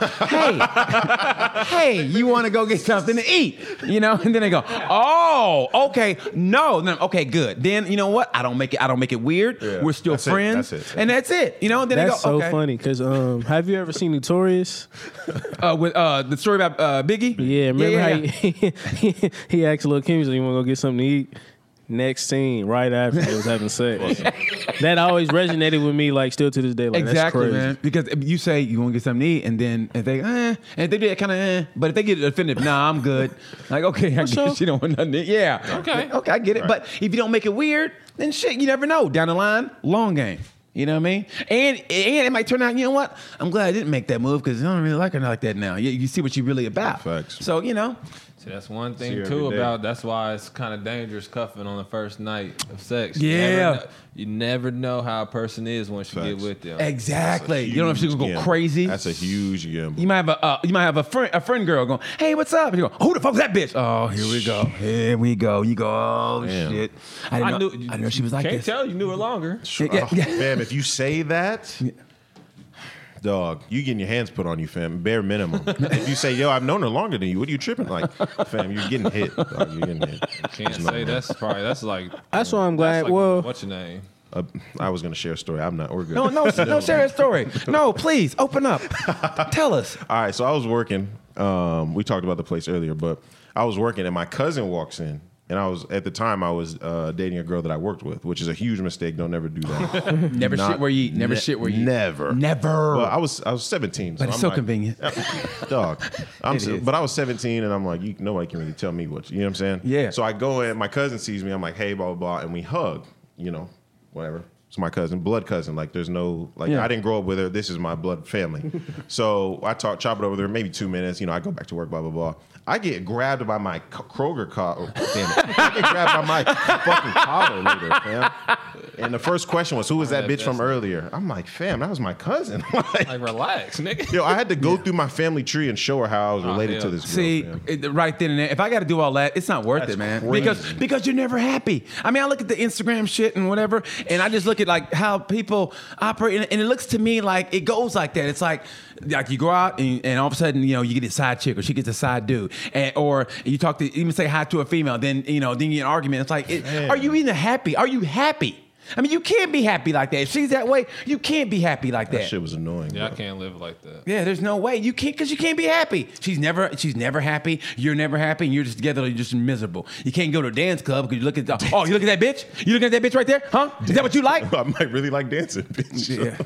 Speaker 3: hey, hey, you want to go get something to eat? You know? And then they go, oh, okay, no, no, okay, good. Then you know what? I don't make it. I don't make it weird.
Speaker 2: Yeah.
Speaker 3: We're still
Speaker 2: That's it.
Speaker 3: friends,
Speaker 2: That's it.
Speaker 3: and that's it. You know? And then
Speaker 1: That's
Speaker 3: they go,
Speaker 1: so
Speaker 3: okay.
Speaker 1: funny because um, have you ever seen Notorious?
Speaker 3: Uh, with uh, the story about uh, Biggie.
Speaker 1: Yeah, remember
Speaker 3: yeah, yeah.
Speaker 1: how He, he asked Lil Kim, he said, "You want to go get something to eat?" Next scene, right after they was having sex. that always resonated with me, like still to this
Speaker 2: Oh,
Speaker 1: day. Like that's
Speaker 3: exactly,
Speaker 1: crazy.
Speaker 3: man. Because if you say you want to get something to eat, and then if they, eh, and if they do that kind of, eh, but if they get offended, nah, I'm good. Like, okay, I guess
Speaker 1: sure.
Speaker 3: you don't want nothing. To, yeah,
Speaker 4: Okay.
Speaker 3: okay, I get it. But if you don't make it weird, then shit, you never know. Down the line, long game. You know what I mean? And and it might turn out, you know what? I'm glad I didn't make that move because I don't really like her like that now. You, you see what you really about.
Speaker 2: Facts.
Speaker 3: So you know,
Speaker 4: See, that's one
Speaker 2: See
Speaker 4: thing
Speaker 2: you
Speaker 4: too
Speaker 2: every day.
Speaker 4: about that's why it's kind of dangerous cuffing on the first night of sex. you
Speaker 3: Yeah.
Speaker 4: never know, you never know how a person is once you
Speaker 2: Facts.
Speaker 4: get with them.
Speaker 3: exactly.
Speaker 2: That's a
Speaker 3: You don't know if she's
Speaker 2: huge
Speaker 3: gonna go
Speaker 2: gamble.
Speaker 3: crazy.
Speaker 2: That's a huge gamble.
Speaker 3: You might have a uh, you might have a friend a friend girl going, hey, what's up? And you go, who the fuck was that bitch? Oh, here we go, here we go. You go, oh
Speaker 2: Damn.
Speaker 3: shit. I didn't know, I didn't know she was like
Speaker 4: can't
Speaker 3: this.
Speaker 4: tell you knew her longer.
Speaker 2: Sure.
Speaker 3: Yeah, yeah.
Speaker 2: Oh, fam, if you say that, dog, you getting your hands put on you, fam. Bare minimum. if you say, yo, I've known her longer than you, what are you tripping? Like, fam, you're getting hit. Dog, you're getting hit.
Speaker 4: Can't
Speaker 2: There's no
Speaker 4: say
Speaker 2: way.
Speaker 4: that's probably that's like
Speaker 1: That's why I'm glad.
Speaker 4: that's like
Speaker 1: well,
Speaker 4: what's your name?
Speaker 2: Uh, I was gonna share a story. I'm not. We're good.
Speaker 3: No, no, no, share that story. No, please open up. Tell us.
Speaker 2: All right, so I was working. Um, we talked about the place earlier, but I was working, and my cousin walks in, and I was at the time I was uh, dating a girl that I worked with, which is a huge mistake. Don't ever do that.
Speaker 3: Never
Speaker 2: Not-
Speaker 3: shit where you eat. Never
Speaker 2: ne-
Speaker 3: shit where you eat.
Speaker 2: Never,
Speaker 3: Never.
Speaker 2: Well, I was I was 17, so
Speaker 3: But it's
Speaker 2: I'm
Speaker 3: so
Speaker 2: like,
Speaker 3: convenient.
Speaker 2: dog. I'm
Speaker 3: It
Speaker 2: so-
Speaker 3: is.
Speaker 2: but I was 17, and I'm like, you, nobody can really tell me what you know what I'm saying.
Speaker 3: Yeah.
Speaker 2: So I go in. My cousin sees me. I'm like, hey, blah blah, blah and we hug. You know, whatever. It's my cousin, blood cousin. Like, there's no like,
Speaker 3: Yeah.
Speaker 2: I didn't grow up with her. This is my blood family. so I talk, chop it over there, maybe two minutes. You know, I go back to work, blah blah blah. I get grabbed by my K- Kroger collar. Damn it! I get grabbed by my fucking collar later, fam. And the first question was, "Who was that
Speaker 4: that
Speaker 2: bitch from
Speaker 4: best.
Speaker 2: earlier?" I'm like, "Fam, that was my cousin." Like,
Speaker 4: Like relax, nigga.
Speaker 2: Yo, I had to go through my family tree and show her how I was related
Speaker 4: hell.
Speaker 2: to this girl.
Speaker 3: See,
Speaker 2: fam.
Speaker 3: it, right then and there, if I got to do all that, it's not worth
Speaker 2: That's
Speaker 3: it, man.
Speaker 2: crazy.
Speaker 3: Because because you're never happy. I mean, I look at the Instagram shit and whatever, and I just look at like how people operate, and, and it looks to me like it goes like that. It's like like you go out and, and all of a sudden you know you get a side chick or she gets a side dude, and, or you talk to even say hi to a female, then you know then you get an argument. It's like, it,
Speaker 2: Man.
Speaker 3: are you even happy? Are you happy? I mean, you can't be happy like that. If she's that way, you can't be happy like that.
Speaker 2: that shit was annoying.
Speaker 4: Yeah, I
Speaker 2: bro.
Speaker 4: can't live like that.
Speaker 3: Yeah, there's no way you can't because you can't be happy. She's never, she's never happy. You're never happy, and you're just together. You're just miserable. You can't go to a dance club because you look at the, oh, you look at that bitch. You look at that bitch right there, huh? Is that what you like?
Speaker 2: I might really like dancing, bitch.
Speaker 3: yeah,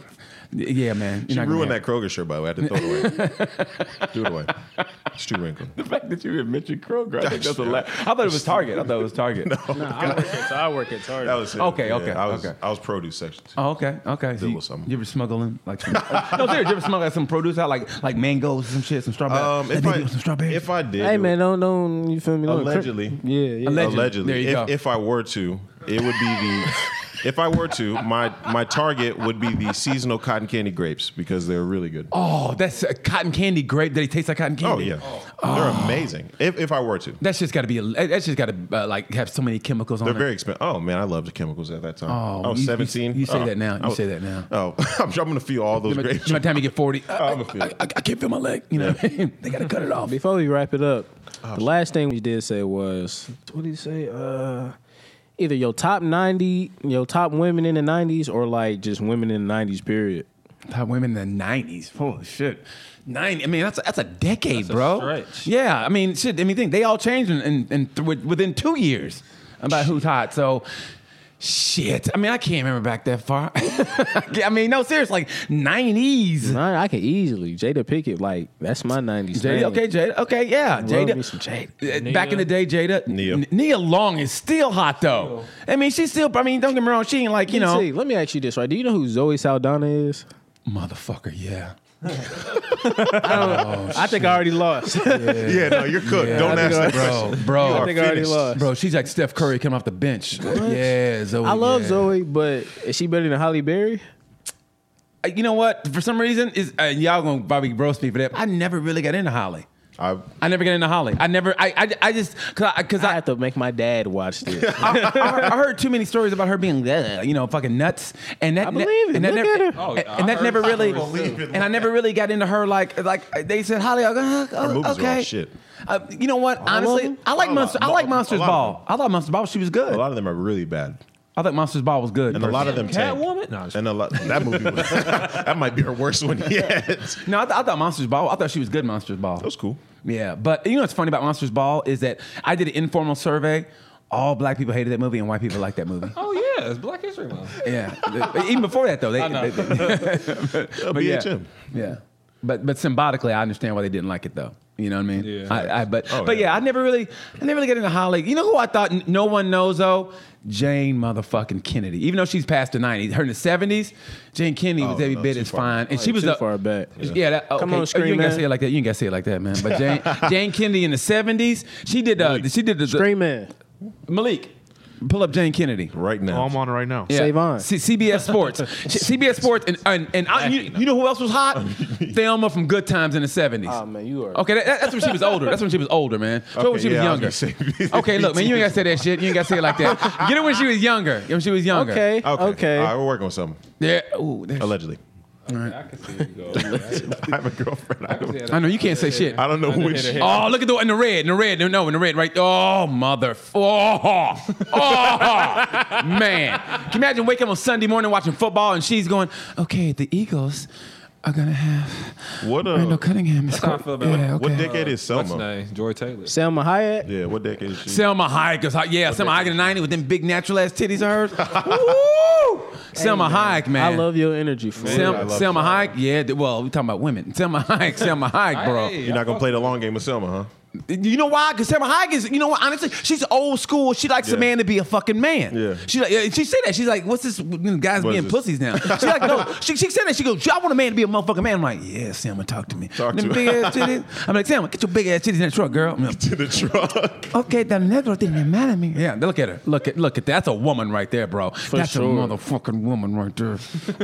Speaker 3: yeah, man. You're
Speaker 2: She
Speaker 3: not gonna
Speaker 2: ruined
Speaker 3: have-
Speaker 2: that Kroger shirt, by the way. I had to throw it away. Threw it away. It's too wrinkled.
Speaker 3: The fact that you even mentioned Kroger, I think that's a la- I thought it was Target. I thought it was Target.
Speaker 1: I work at, I work at Target.
Speaker 2: That was it.
Speaker 3: Okay, okay,
Speaker 2: I was,
Speaker 3: okay.
Speaker 2: I was produce section. too.
Speaker 3: Oh, okay, okay. So
Speaker 2: There
Speaker 3: you,
Speaker 2: was something.
Speaker 3: you ever smuggling like some, no, seriously, you ever smuggling some produce out like like mangoes, some shit, some strawberries?
Speaker 2: Um,
Speaker 3: That
Speaker 2: if,
Speaker 3: bitch
Speaker 2: I,
Speaker 3: want some strawberries.
Speaker 2: if I did,
Speaker 1: hey
Speaker 2: it
Speaker 1: man, don't don't you feel me? Don't-
Speaker 2: Allegedly.
Speaker 1: yeah, yeah.
Speaker 3: Alleg-
Speaker 2: would-
Speaker 3: Legend.
Speaker 2: allegedly,
Speaker 3: There you
Speaker 2: if,
Speaker 3: go.
Speaker 2: if I were to, it would be the. If I were to, my my target would be the seasonal cotton candy grapes because they're really good.
Speaker 3: oh, that's a cotton candy grape. That it tastes like cotton
Speaker 2: Oh
Speaker 3: candy.
Speaker 2: yeah,
Speaker 3: Oh.
Speaker 2: they're amazing. If if I were to,
Speaker 3: That's just got to be. That's just got to uh, like have so many chemicals on
Speaker 2: They're
Speaker 3: it.
Speaker 2: very expensive. Oh man, I loved the chemicals at that time.
Speaker 3: Oh,
Speaker 2: I was
Speaker 3: you- you-
Speaker 2: seventeen.
Speaker 3: you say
Speaker 2: Oh,
Speaker 3: that now. You
Speaker 2: I was-
Speaker 3: say that now.
Speaker 2: Oh, I'm, sure I'm gonna feel all those
Speaker 3: By
Speaker 2: grapes.
Speaker 3: the time you get forty, I,
Speaker 2: I'ma feel
Speaker 3: I,
Speaker 2: it.
Speaker 3: I, I can't feel my leg. You know, what I mean? they got to cut it off.
Speaker 1: Before we wrap it up,
Speaker 2: Oh,
Speaker 1: the last thing we did say was what did he say? Uh, either your top ninety, your top women in the nineties, or like just women in the nineties. Period.
Speaker 3: Top women in the nineties. Holy shit. Nine. I mean, that's a, that's a decade,
Speaker 4: That's a
Speaker 3: bro.
Speaker 4: stretch.
Speaker 3: Yeah. I mean, shit. I mean, think they all changed in, in, in th- with- within two years about who's hot. So. Shit, I mean, I can't remember back that far. I mean, no, seriously, like nineties.
Speaker 1: Nine, I could easily Jada Pickett. Like that's my nineties.
Speaker 3: Jada, okay, Jada, okay, yeah, Jada.
Speaker 1: me some Jada.
Speaker 3: Uh, Back in the day, Jada,
Speaker 2: Nia.
Speaker 3: N- Nia Long is still hot though. I mean, she's still. I mean, don't get me wrong, she ain't like you know,
Speaker 1: let me ask you this, right? Do you know who Zoe Saldana is?
Speaker 3: motherfucker. Yeah,
Speaker 1: I, don't, I think I already lost.
Speaker 2: Yeah, no, you're cooked.
Speaker 3: Yeah,
Speaker 2: Don't
Speaker 1: I
Speaker 2: ask
Speaker 1: think
Speaker 2: that
Speaker 1: I-
Speaker 2: question.
Speaker 3: Bro, bro,
Speaker 1: I think I already
Speaker 2: finished.
Speaker 1: lost.
Speaker 3: bro, she's like Steph Curry coming off the bench. Yeah, Zoe.
Speaker 1: I love
Speaker 3: yeah.
Speaker 1: Zoe, but is she better than Holly Berry?
Speaker 3: Uh, You know what? For some reason, is uh, y'all gonna probably roast me for that. but I never really got into Holly.
Speaker 2: I,
Speaker 3: I never got into Holly. I never. I. I, I just because I, cause
Speaker 1: I
Speaker 3: I,
Speaker 1: had to make my dad watch this.
Speaker 3: I, I heard- I heard too many stories about her being, uh, you know, fucking nuts, and that
Speaker 1: I believe it.
Speaker 3: And that
Speaker 1: Look
Speaker 3: never,
Speaker 1: at her.
Speaker 4: Oh,
Speaker 3: and,
Speaker 4: yeah,
Speaker 3: and
Speaker 4: I
Speaker 3: that
Speaker 4: heard
Speaker 3: never really,
Speaker 4: stories, too.
Speaker 2: Believe it.
Speaker 3: and I never really got into her. Like, like they said, Holly, uh, uh,
Speaker 2: Her movies are all
Speaker 3: okay,
Speaker 2: shit.
Speaker 3: Uh, you know what?
Speaker 1: of
Speaker 3: Honestly,
Speaker 1: them?
Speaker 3: I like
Speaker 2: A lot.
Speaker 3: Monster. I
Speaker 2: A
Speaker 3: like
Speaker 2: lot.
Speaker 3: Monsters
Speaker 2: A lot of
Speaker 3: Ball. I thought Monsters Ball. She was
Speaker 2: a
Speaker 3: good.
Speaker 2: lot of them are really bad,
Speaker 3: I thought Monsters Ball was good.
Speaker 2: and a lot of them tank.
Speaker 4: Catwoman? No, I'm just-
Speaker 2: and a lot that movie was, that might be her worst one yet. That
Speaker 3: No, I, th- I thought Monsters Ball. I thought she was good. Monsters Ball.
Speaker 2: was cool.
Speaker 3: Yeah, but you know what's funny about Monsters Ball is that I did an informal survey. All black people hated that movie, and white people liked that movie.
Speaker 4: Oh yeah, it's Black History Month.
Speaker 3: Yeah, even before that though, they,
Speaker 4: I know.
Speaker 3: they- they-
Speaker 2: Uh,
Speaker 3: but yeah,
Speaker 2: BHM.
Speaker 3: yeah. But but symbolically, I understand why they didn't like it though. You know what I mean?
Speaker 4: Yeah.
Speaker 3: I, I, but
Speaker 2: Oh,
Speaker 3: but yeah.
Speaker 2: yeah.
Speaker 3: I never really I never really got into Holly. You know who I thought n- no one knows though? Jane motherfucking Kennedy. Even though she's past the nineties, her in the seventies, Jane Kennedy
Speaker 2: Oh,
Speaker 3: was every
Speaker 2: no,
Speaker 3: bit
Speaker 2: too
Speaker 3: as
Speaker 2: far.
Speaker 3: fine, and she was
Speaker 1: too
Speaker 3: a-
Speaker 1: far back.
Speaker 3: Yeah, that, okay. Oh,
Speaker 1: Come on,
Speaker 3: you
Speaker 1: Scream
Speaker 3: ain't gotta
Speaker 1: Man.
Speaker 3: say it like that. You ain't gotta say it like that, man. But Jane Jane Kennedy in the seventies, she did uh, she did the, the
Speaker 1: Screaming.
Speaker 3: Malik. Pull up Jane Kennedy.
Speaker 2: Right now,
Speaker 5: Oh, I'm on it right now.
Speaker 3: Yeah.
Speaker 1: Savon.
Speaker 3: C- CBS Sports. C- CBS Sports. And, and, and I, you, you know who else was hot? Thelma from Good Times in the 70s.
Speaker 1: Oh, man, you are-
Speaker 3: Okay, that, that's when she was older. That's when she was older, man. So when
Speaker 2: Okay,
Speaker 3: she was
Speaker 2: yeah, I
Speaker 3: younger.
Speaker 2: was gonna say-
Speaker 3: okay, look, man, you ain't got to say that shit. You ain't got to say it like that. Get it when she was younger. When she was younger.
Speaker 1: Okay.
Speaker 2: okay,
Speaker 1: Okay.
Speaker 2: All right, we're working on something.
Speaker 3: Yeah. Ooh, there's-
Speaker 2: Allegedly,
Speaker 4: I can see where you go. with that.
Speaker 2: I have a girlfriend. I
Speaker 4: can see
Speaker 2: don't,
Speaker 4: that.
Speaker 3: I know you can't say shit.
Speaker 2: I don't know
Speaker 4: I didn't
Speaker 2: which.
Speaker 4: hit a hit.
Speaker 3: Oh, look at the in the red, in the red, no, in the red, right? Oh, mother, oh, oh, man! Can you imagine waking up on Sunday morning watching football and she's going, "Okay, the Eagles are gonna have
Speaker 2: What uh,
Speaker 3: Randall Cunningham." Is
Speaker 4: how I
Speaker 3: going-
Speaker 4: feel about
Speaker 3: yeah,
Speaker 4: it.
Speaker 2: what
Speaker 3: okay.
Speaker 2: decade is
Speaker 4: What's his
Speaker 2: Selma?
Speaker 4: name? Joy Taylor.
Speaker 1: Selma Hayek.
Speaker 2: Yeah, what decade is she?
Speaker 3: Selma Hayek, cause yeah, Selma Hayek in the '90s with them big natural ass titties of hers. Woo! Selma Hayek, man.
Speaker 1: I love your energy, fool.
Speaker 3: Sel-
Speaker 2: I love
Speaker 3: Selma Hayek. Yeah, th- well, we talking about women. Selma Hayek, Selma Hayek, bro.
Speaker 4: Hey,
Speaker 2: You're
Speaker 4: I
Speaker 2: not gonna
Speaker 4: fuck
Speaker 2: play the long game with Selma, huh?
Speaker 3: You know why? Because Selma Hayek is, you know what? Honestly, she's old school. She likes a
Speaker 2: Yeah.
Speaker 3: man to be a fucking man.
Speaker 2: Yeah.
Speaker 3: She like, yeah, she said that. She's like, what's this? you know, Guys
Speaker 2: What is
Speaker 3: being
Speaker 2: this?
Speaker 3: pussies now. She like, no. She, she said that. She goes, I want a man to be a motherfucking man. I'm like, yeah, Selma, talk to me.
Speaker 2: Talk
Speaker 3: Them
Speaker 2: to
Speaker 3: big
Speaker 2: her.
Speaker 3: ass titties. I'm like, Selma, get your big ass titties in the truck, girl. I'm like,
Speaker 2: To the truck.
Speaker 3: okay, the negro thing, you're mad at me. Yeah, look at her. Look at look at that's a woman right there, bro. that's
Speaker 1: sure.
Speaker 3: a motherfucking woman right there.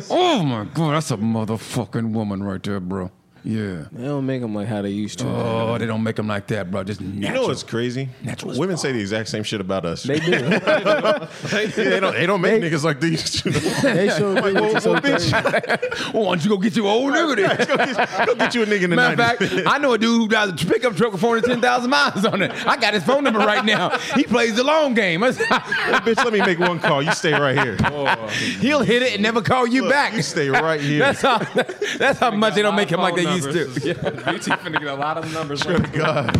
Speaker 3: oh my god, that's a motherfucking woman right there, bro. Yeah.
Speaker 1: They don't make them like how they used to.
Speaker 3: Oh, they don't make them like that, bro. Just
Speaker 2: You
Speaker 3: natural.
Speaker 2: know what's crazy?
Speaker 3: Natural as
Speaker 2: Women say the exact same shit about us.
Speaker 1: They do.
Speaker 2: Yeah, they don't. They don't make niggas like these.
Speaker 1: they sure do.
Speaker 2: well,
Speaker 1: It's so
Speaker 2: well, bitch.
Speaker 1: crazy.
Speaker 3: Oh, why don't you go get your old nigga then?
Speaker 2: go, get, go get you a nigga in the
Speaker 3: Matter of
Speaker 2: 90s.
Speaker 3: fact, I know a dude who drives a pickup truck with 410,000 miles on it. I got his phone number right now. He plays the long game.
Speaker 2: Hey, bitch, let me make one call. You stay right here.
Speaker 3: He'll hit it and never call you
Speaker 2: Look,
Speaker 3: back.
Speaker 2: You stay right here.
Speaker 3: That's how, that's how much they
Speaker 4: a
Speaker 3: don't
Speaker 4: lot
Speaker 3: make him
Speaker 4: of
Speaker 3: like
Speaker 4: phone
Speaker 3: they used to.
Speaker 4: numbers. BT finna get a lot of numbers.
Speaker 2: God.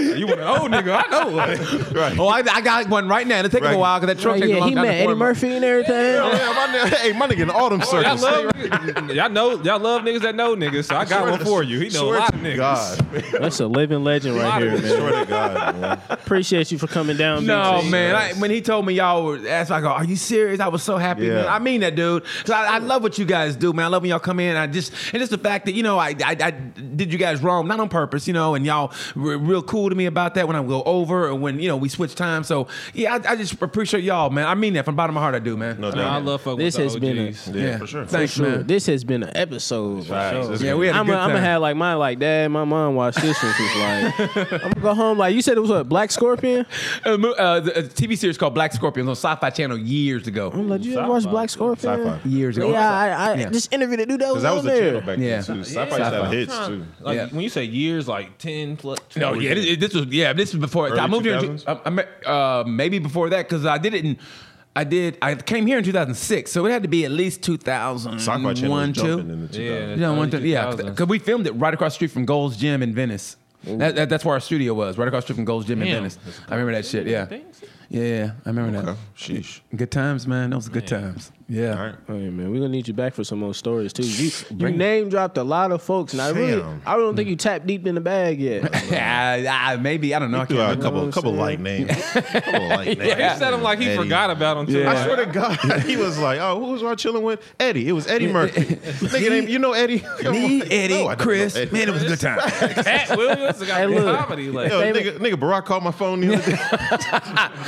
Speaker 3: You want an old nigga? I know.
Speaker 2: Right.
Speaker 3: Oh, I, I got one right now. It'll take him a
Speaker 2: Right.
Speaker 3: while because that truck
Speaker 1: Like,
Speaker 3: takes a
Speaker 1: yeah,
Speaker 3: long
Speaker 1: he
Speaker 3: time
Speaker 1: met
Speaker 3: to
Speaker 1: Eddie
Speaker 3: form.
Speaker 1: Murphy and everything.
Speaker 2: Yeah, my nigga- hey, my nigga in autumn
Speaker 4: Y'all
Speaker 2: circles.
Speaker 4: love, y'all know, y'all love niggas that know niggas. So I got one for you. He know
Speaker 2: Swear
Speaker 4: a lot
Speaker 2: to
Speaker 4: of niggas.
Speaker 2: God. man.
Speaker 1: That's a living legend right here, man.
Speaker 2: Swear to God, man.
Speaker 1: Appreciate you for coming down.
Speaker 3: No
Speaker 1: BT.
Speaker 3: man, I, when he told me y'all were asked, I go, "Are you serious?" I was so happy.
Speaker 2: Yeah.
Speaker 3: Man. I mean that, dude. So I, I love what you guys do, man. I love when y'all come in. I just and just the fact that you know I, I I did you guys wrong, not on purpose, you know, and y'all were real cool to me about that when I go over or when you know we switch time. So yeah, I, I just appreciate y'all, man. I mean that from the bottom of my heart, I do, man.
Speaker 2: No
Speaker 4: No, I
Speaker 2: doubt.
Speaker 4: love fuck
Speaker 1: This
Speaker 4: with
Speaker 1: has
Speaker 4: the
Speaker 1: been a-
Speaker 4: OGs.
Speaker 2: Yeah,
Speaker 3: yeah,
Speaker 2: for sure.
Speaker 3: Thanks,
Speaker 1: Sure.
Speaker 3: man.
Speaker 1: This has been an episode.
Speaker 2: Facts. This is
Speaker 3: Yeah, we had a
Speaker 1: I'm
Speaker 3: good
Speaker 1: gonna
Speaker 3: time.
Speaker 1: have like mine like dad. My mom watched this and she's like, I'm gonna go home. Like you said, it was what Black Scorpion.
Speaker 3: a, mo- uh, the- a TV series called Black Scorpion on Sci-Fi Channel years ago.
Speaker 1: I'm like, you ever watch Black Scorpion?
Speaker 2: Sci-fi.
Speaker 3: Years ago.
Speaker 1: Yeah, I, I
Speaker 3: Yeah.
Speaker 1: just interviewed a dude that
Speaker 2: 'Cause
Speaker 1: was
Speaker 2: that
Speaker 1: on
Speaker 2: was the
Speaker 1: there.
Speaker 2: channel back
Speaker 3: Yeah.
Speaker 2: then, too. Sci-fi used to have hits, too.
Speaker 4: Like
Speaker 3: Yeah.
Speaker 4: when you say years, like ten plus.
Speaker 3: No, yeah, this, this was yeah, this was before I
Speaker 2: Early
Speaker 3: moved here. In,
Speaker 2: 2000s?
Speaker 3: two- I- I me- uh, maybe before that because I did it in. I did. I came here in 2006, so it had to be at least
Speaker 2: Sci-fi channel was
Speaker 3: 2001,
Speaker 2: jumping in
Speaker 3: two.
Speaker 2: the 2000s.
Speaker 3: Yeah, one, two, yeah,
Speaker 4: 2000s.
Speaker 3: because we filmed it right across the street from Gold's Gym in Venice. That, that, that's where our studio was, right across the street from Gold's Gym in
Speaker 4: Damn.
Speaker 3: Venice. I remember that shit. Yeah,
Speaker 4: Thanks.
Speaker 3: Yeah, I remember
Speaker 2: Okay.
Speaker 3: that.
Speaker 2: Sheesh.
Speaker 3: Good times, man. Those were good times. Yeah.
Speaker 2: All right.
Speaker 1: Hey man, we're gonna need you back for some more stories too. You, you
Speaker 3: Bring it.
Speaker 1: name dropped a lot of folks, and I really,
Speaker 2: Damn.
Speaker 1: I don't think you tapped deep in the bag yet.
Speaker 3: Ah, ah, maybe I don't know. I
Speaker 2: Threw out
Speaker 3: can't
Speaker 2: a
Speaker 3: remember.
Speaker 1: what I'm
Speaker 2: couple, couple
Speaker 1: saying?
Speaker 2: light names. couple light names.
Speaker 4: He said him like he
Speaker 2: Eddie.
Speaker 4: forgot about him too.
Speaker 3: Yeah.
Speaker 2: I swear to God, he was like, "Oh, who was I chilling with? Eddie. It was Eddie Murphy. Nigga, name, you know Eddie? I'm
Speaker 3: Me,
Speaker 2: like,
Speaker 3: Eddie,
Speaker 2: "No, I don't know
Speaker 3: Chris,
Speaker 2: Eddie."
Speaker 3: man, it was a good time.
Speaker 4: Pat Williams got
Speaker 1: Hey, look.
Speaker 4: comedy. Like,
Speaker 2: Yo,
Speaker 1: Favorite-
Speaker 2: nigga, nigga, Barack called my phone the other day.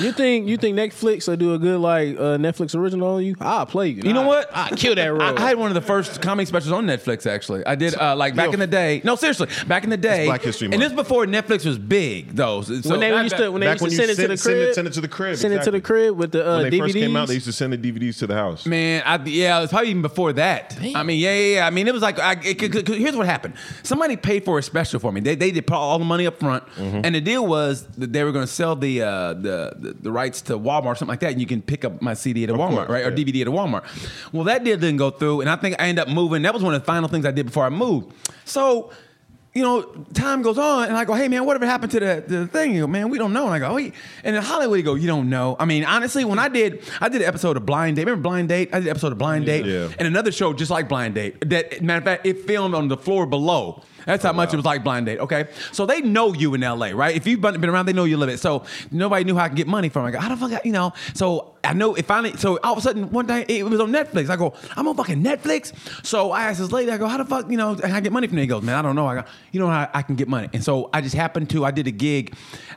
Speaker 1: you think you think Netflix will do a good like uh, Netflix original on you? I'll play you.
Speaker 3: You know what?
Speaker 1: I kill that role.
Speaker 3: I, I had one of the first comedy specials on Netflix. Actually, I did uh, like back
Speaker 2: Yo.
Speaker 3: in the day. No, seriously, back in the day,
Speaker 2: Black History
Speaker 3: and
Speaker 2: Month.
Speaker 3: this was before Netflix was big, though. So
Speaker 1: when they
Speaker 3: I-
Speaker 1: used to when they
Speaker 2: Back
Speaker 1: used to
Speaker 2: when you
Speaker 1: send it to the
Speaker 2: send- send it-
Speaker 1: crib,
Speaker 2: send it to the crib,
Speaker 1: send it to
Speaker 2: exactly.
Speaker 1: the crib with the uh,
Speaker 2: When they
Speaker 1: DVDs.
Speaker 2: first came out, they used to send the DVDs to the house.
Speaker 3: Man, I, yeah, it was probably even before that. I mean, yeah, yeah, yeah. I mean, it was like, I, it, could- could- here's what happened. Somebody paid for a special for me. They, they did put all the money up front,
Speaker 2: Mm-hmm.
Speaker 3: and the deal was that they were going to sell the, uh, the the the rights to Walmart or something like that, and you can pick up my CD at a Walmart,
Speaker 2: course,
Speaker 3: right, or
Speaker 2: yeah.
Speaker 3: DVD at a Walmart. Well, that deal didn't go through, and I think I ended up moving. That was one of the final things I did before I moved. So. You know, time goes on, and I go, "Hey man, whatever happened to the, the thing?" You go, "Man, we don't know." And I go, "Oh, yeah." and in Hollywood, you go, "You don't know." I mean, honestly, when I did, I did an episode of Blind Date. Remember Blind Date? I did an episode of Blind Date,
Speaker 2: Yeah.
Speaker 3: and another show just like Blind Date. That matter of fact, it filmed on the floor below. That's how much it was like Blind Date. Okay, so they know you in L.A. Right? If you've been been around, they know you live it. So nobody knew how I could get money from. it. I go, how the fuck, I-" you know? So I know it finally. So all of a sudden, one day it was on Netflix. I go, I'm on fucking Netflix. So I asked this lady, I go, how the fuck, you know, can I get money from? There? He goes, man, I don't know. I go, you know how I can get money. And so I just happened to. I did a gig.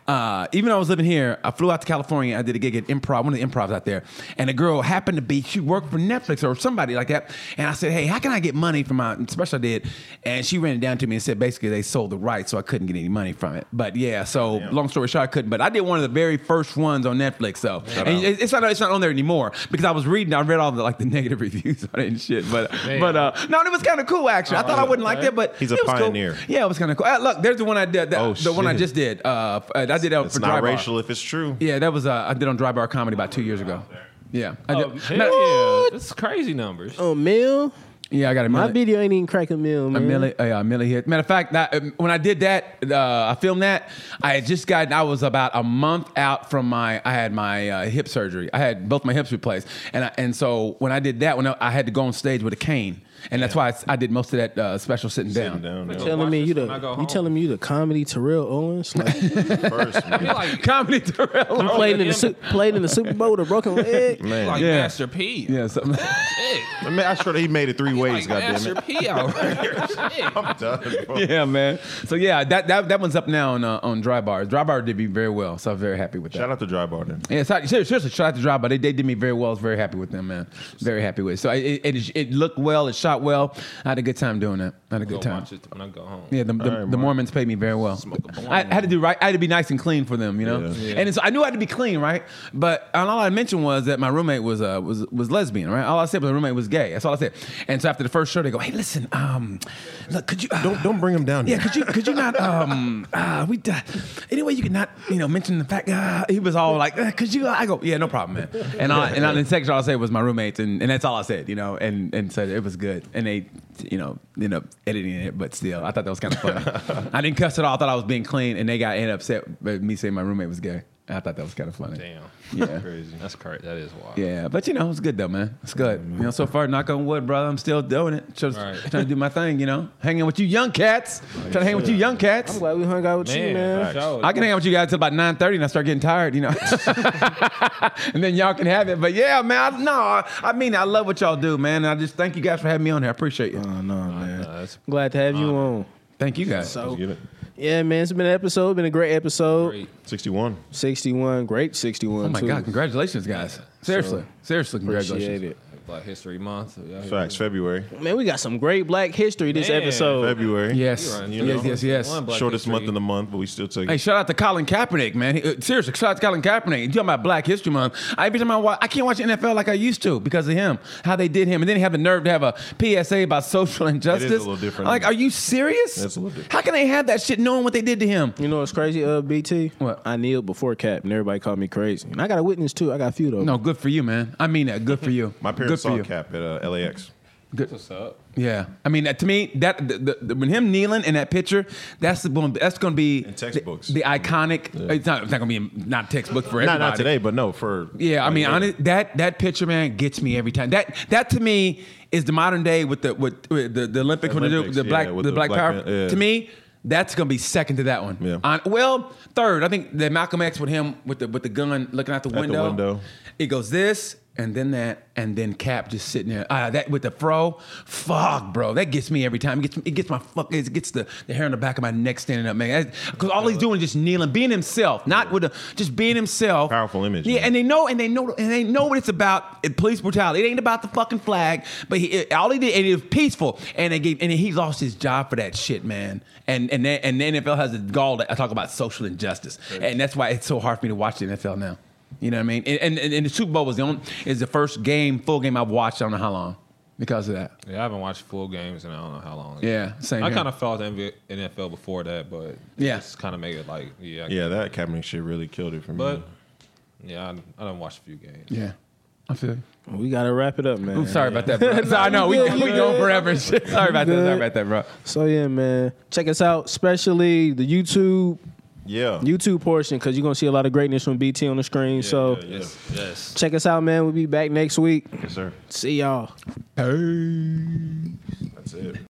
Speaker 3: Uh, even though I was living here, I flew out to California. I did a gig at improv, one of the improvs out there. And a girl happened to be, she worked for Netflix or somebody like that. And I said, hey, how can I get money from my special I did? And she ran it down to me and said, basically, they sold the rights, so I couldn't get any money from it. But yeah, so long story short, I couldn't. But I did one of the very first ones on Netflix, though. And it- it's not, it's not on there anymore because I was reading, I read all the like the negative reviews on it and shit. But, but uh, no, it was kind of cool, actually. I thought I wouldn't like that, but
Speaker 2: Uh-huh. He's a
Speaker 3: it was cool.
Speaker 2: pioneer.
Speaker 3: Yeah, it was kind of cool. Uh, look, there's the one I did. That,
Speaker 2: Oh,
Speaker 3: the one I
Speaker 2: shit.
Speaker 3: just did. Uh, f- uh, I did that
Speaker 2: It's
Speaker 3: for
Speaker 2: not
Speaker 3: Dry Bar.
Speaker 2: racial if it's true.
Speaker 3: Yeah, that was uh, I did on Dry Bar Comedy about two years ago. Yeah, Oh, I
Speaker 4: oh,
Speaker 3: did.
Speaker 4: hell
Speaker 3: Matter-
Speaker 4: yeah. That's crazy numbers.
Speaker 1: a Oh, mill.
Speaker 3: yeah, I got a
Speaker 1: My
Speaker 3: million.
Speaker 1: video ain't even crack a mill,
Speaker 3: A
Speaker 1: man.
Speaker 3: milli, uh, yeah, a milli hit. Matter of fact, that, um, when I did that, uh, I filmed that. I had just gotten. I was about a month out from my. I had my uh, hip surgery. I had both my hips replaced, and I, and so when I did that, when I, I had to go on stage with a cane, and that's why I s- I, did most of that uh, special sitting,
Speaker 2: Sitting
Speaker 3: down.
Speaker 2: down,
Speaker 4: Tell-
Speaker 2: down.
Speaker 1: Telling
Speaker 4: Watch
Speaker 1: me
Speaker 4: this
Speaker 1: you
Speaker 4: when I go
Speaker 1: the you
Speaker 4: home.
Speaker 1: telling me you the comedy Terrell Owens, like you
Speaker 2: first, man.
Speaker 4: You're like,
Speaker 3: Comedy Terrell.
Speaker 2: Oh,
Speaker 1: played in the Su- played in the Super Bowl with a broken leg.
Speaker 2: Man.
Speaker 4: like
Speaker 3: Yeah.
Speaker 4: Master P.
Speaker 3: Yeah, something.
Speaker 4: Shit.
Speaker 2: I mean, I swear that he made it three ways.
Speaker 4: Like Master
Speaker 2: Goddamn
Speaker 4: P out here. Shit.
Speaker 2: it. Done, bro.
Speaker 3: yeah, man. So yeah, that that, that one's up now on uh, on Dry Bar. Dry Bar did me very well, so I'm very happy with that.
Speaker 2: Shout out to Dry Bar then.
Speaker 3: Yeah, so, seriously, seriously, shout out to Dry Bar. They, they did me very well. I was very happy with them, man. Very happy with. It. So it, it it looked well. It shot well. I had a good time doing that. I had a
Speaker 4: Go
Speaker 3: good time.
Speaker 4: watch it when I go home.
Speaker 3: Yeah, the, the,
Speaker 2: right,
Speaker 3: the
Speaker 2: Mark.
Speaker 3: Mormons paid me very well.
Speaker 4: Smoke a blunt.
Speaker 3: I, had to do right. I had to be nice and clean for them, you know.
Speaker 2: Yeah.
Speaker 4: Yeah.
Speaker 3: And so I knew I had to be clean, right? But and all I mentioned was that my roommate was uh, was was lesbian, right? All I said was my roommate was gay. That's all I said. And so after the first show, they go, "Hey, listen, um, look, could you uh,
Speaker 2: Don't don't bring him down.
Speaker 3: yeah,
Speaker 2: here.
Speaker 3: could you could you not um uh we uh, anyway you could not you know mention the fact uh, he was all like uh, could you uh, I go yeah no problem man and I and I, the second all I said was my roommates and, and that's all I said you know and and said it was good and they you know ended up editing it but still I thought that was kind of funny I didn't cuss at all I thought I was being clean and they got end upset by me saying my roommate was gay I thought that was kind of funny
Speaker 4: Damn.
Speaker 3: Yeah.
Speaker 4: Crazy. That's crazy. That is wild.
Speaker 3: yeah but you know it's good though man it's good you know so far knock on wood brother I'm still doing it just
Speaker 4: Mm-hmm. Right. Oh,
Speaker 3: trying to do my thing you know hanging with you young cats trying to hang with you young cats
Speaker 1: I'm glad we hung out with you, man.
Speaker 4: for sure.
Speaker 3: I can hang out with you guys till about nine thirty, and I start getting tired, you know. and then y'all can have it. But yeah, man, I, no, I, I mean, I love what y'all do, man. And I just thank you guys for having me on here. I appreciate you.
Speaker 1: Oh no, man.
Speaker 4: Nah, that's-
Speaker 1: Glad to have you on.
Speaker 3: Thank you guys.
Speaker 1: So
Speaker 2: Let's get it.
Speaker 1: yeah, man, it's been an episode. Been a great episode.
Speaker 4: Great.
Speaker 2: 61.
Speaker 1: 61, great
Speaker 3: oh
Speaker 1: 61.
Speaker 3: my
Speaker 1: too.
Speaker 3: god, congratulations, guys. Seriously,
Speaker 1: Appreciate
Speaker 3: seriously, congratulations.
Speaker 1: it.
Speaker 4: Black History Month. Y'all hear
Speaker 2: Facts. February.
Speaker 1: Man, we got some great black history this
Speaker 4: Man.
Speaker 2: Oh.
Speaker 1: episode.
Speaker 2: February.
Speaker 3: Yes,
Speaker 4: You run, you
Speaker 3: yes,
Speaker 4: know.
Speaker 3: yes, yes.
Speaker 4: One Black
Speaker 2: Shortest month
Speaker 4: History.
Speaker 2: in the month, but we still take
Speaker 3: Hey,
Speaker 2: it.
Speaker 3: shout out to Colin Kaepernick, man. He- uh, seriously, shout out to Colin Kaepernick. You talking about Black History Month? I, every time I watch, I can't watch NFL like I used to because of him, how they did him, and then he have the nerve to have a PSA about social injustice.
Speaker 2: little different.
Speaker 3: Like, are you serious?
Speaker 2: That's a little different.
Speaker 3: How can they have that shit knowing what they did to him?
Speaker 1: You know what's crazy, uh, BT?
Speaker 3: What?
Speaker 1: I kneeled before Cap, and everybody called me crazy. And I got a witness too. I got a few though.
Speaker 3: No, good for you, man. I mean that. Good for you.
Speaker 2: My
Speaker 3: good
Speaker 2: parents
Speaker 3: for
Speaker 2: saw
Speaker 3: you.
Speaker 2: Cap at uh, LAX.
Speaker 4: That's what's up.
Speaker 3: Yeah, I mean that- to me that the, the, when him kneeling in that picture, that's the one- that's going to be
Speaker 2: In textbooks.
Speaker 3: The, the iconic. It's not it's not going to be in, not textbook for
Speaker 2: Not
Speaker 3: everybody.
Speaker 2: not today, but no for
Speaker 3: Yeah, I
Speaker 2: like,
Speaker 3: mean,
Speaker 2: later.
Speaker 3: honest, that that picture, man, gets me every time. That that to me is the modern day with the with, with the, the Olympics, when they do
Speaker 2: Olympics,
Speaker 3: the
Speaker 2: yeah,
Speaker 3: black
Speaker 2: with
Speaker 3: the,
Speaker 2: the
Speaker 3: black,
Speaker 2: black
Speaker 3: power.
Speaker 2: man- yeah.
Speaker 3: To me, that's gonna be second to that one.
Speaker 2: Yeah.
Speaker 3: On- well, third, I think that Malcolm X with him with the with the gun looking out the
Speaker 2: the
Speaker 3: window.
Speaker 2: window.
Speaker 3: It goes this and then that and then Cap just sitting there. Ah, that with the fro, fuck, bro, that gets me every time. It gets it gets my fuck. It gets the, the hair on the back of my neck standing up, man. Because all he's doing is just kneeling, being himself, not with a just being himself.
Speaker 2: Powerful image,
Speaker 3: Yeah,
Speaker 2: man.
Speaker 3: and they know and they know and they know what it's about. It, police brutality. It ain't about the fucking flag, but he, it- all he did and it was peaceful. And they gave and he lost his job for that shit, man. And and then, and the NFL has a gall to talk about social injustice, and that's why it's so hard for me to watch the NFL now. You know what I mean? And and, and the Super Bowl was the only is the first game, full game I've watched. I don't know how long because of that.
Speaker 4: Yeah, I haven't watched full games in I don't know how long.
Speaker 3: Yeah, same.
Speaker 4: I
Speaker 3: here.
Speaker 4: kind of felt the NBA NFL before that, but
Speaker 3: Yeah.
Speaker 4: just kind of made it like yeah, I-
Speaker 2: Yeah, that Kaepernick shit really killed it for me.
Speaker 4: But yeah, I, I done watched a few games.
Speaker 3: yeah. I feel. you.
Speaker 1: We gotta wrap it up, man.
Speaker 3: I'm sorry about that, bro. So I know we
Speaker 1: You good,
Speaker 3: we
Speaker 1: you
Speaker 3: going
Speaker 1: good.
Speaker 3: forever. and shit. Sorry about that. Sorry
Speaker 1: good.
Speaker 3: about that, bro.
Speaker 1: So yeah, man. Check us out, especially the YouTube
Speaker 2: yeah,
Speaker 1: YouTube portion, because you're gonna see a lot of greatness from BT on the screen. so
Speaker 2: yeah,
Speaker 4: Yes, yes.
Speaker 1: check us out, man. We'll be back next week.
Speaker 2: yes, sir.
Speaker 1: See y'all.
Speaker 3: Hey.
Speaker 2: That's it.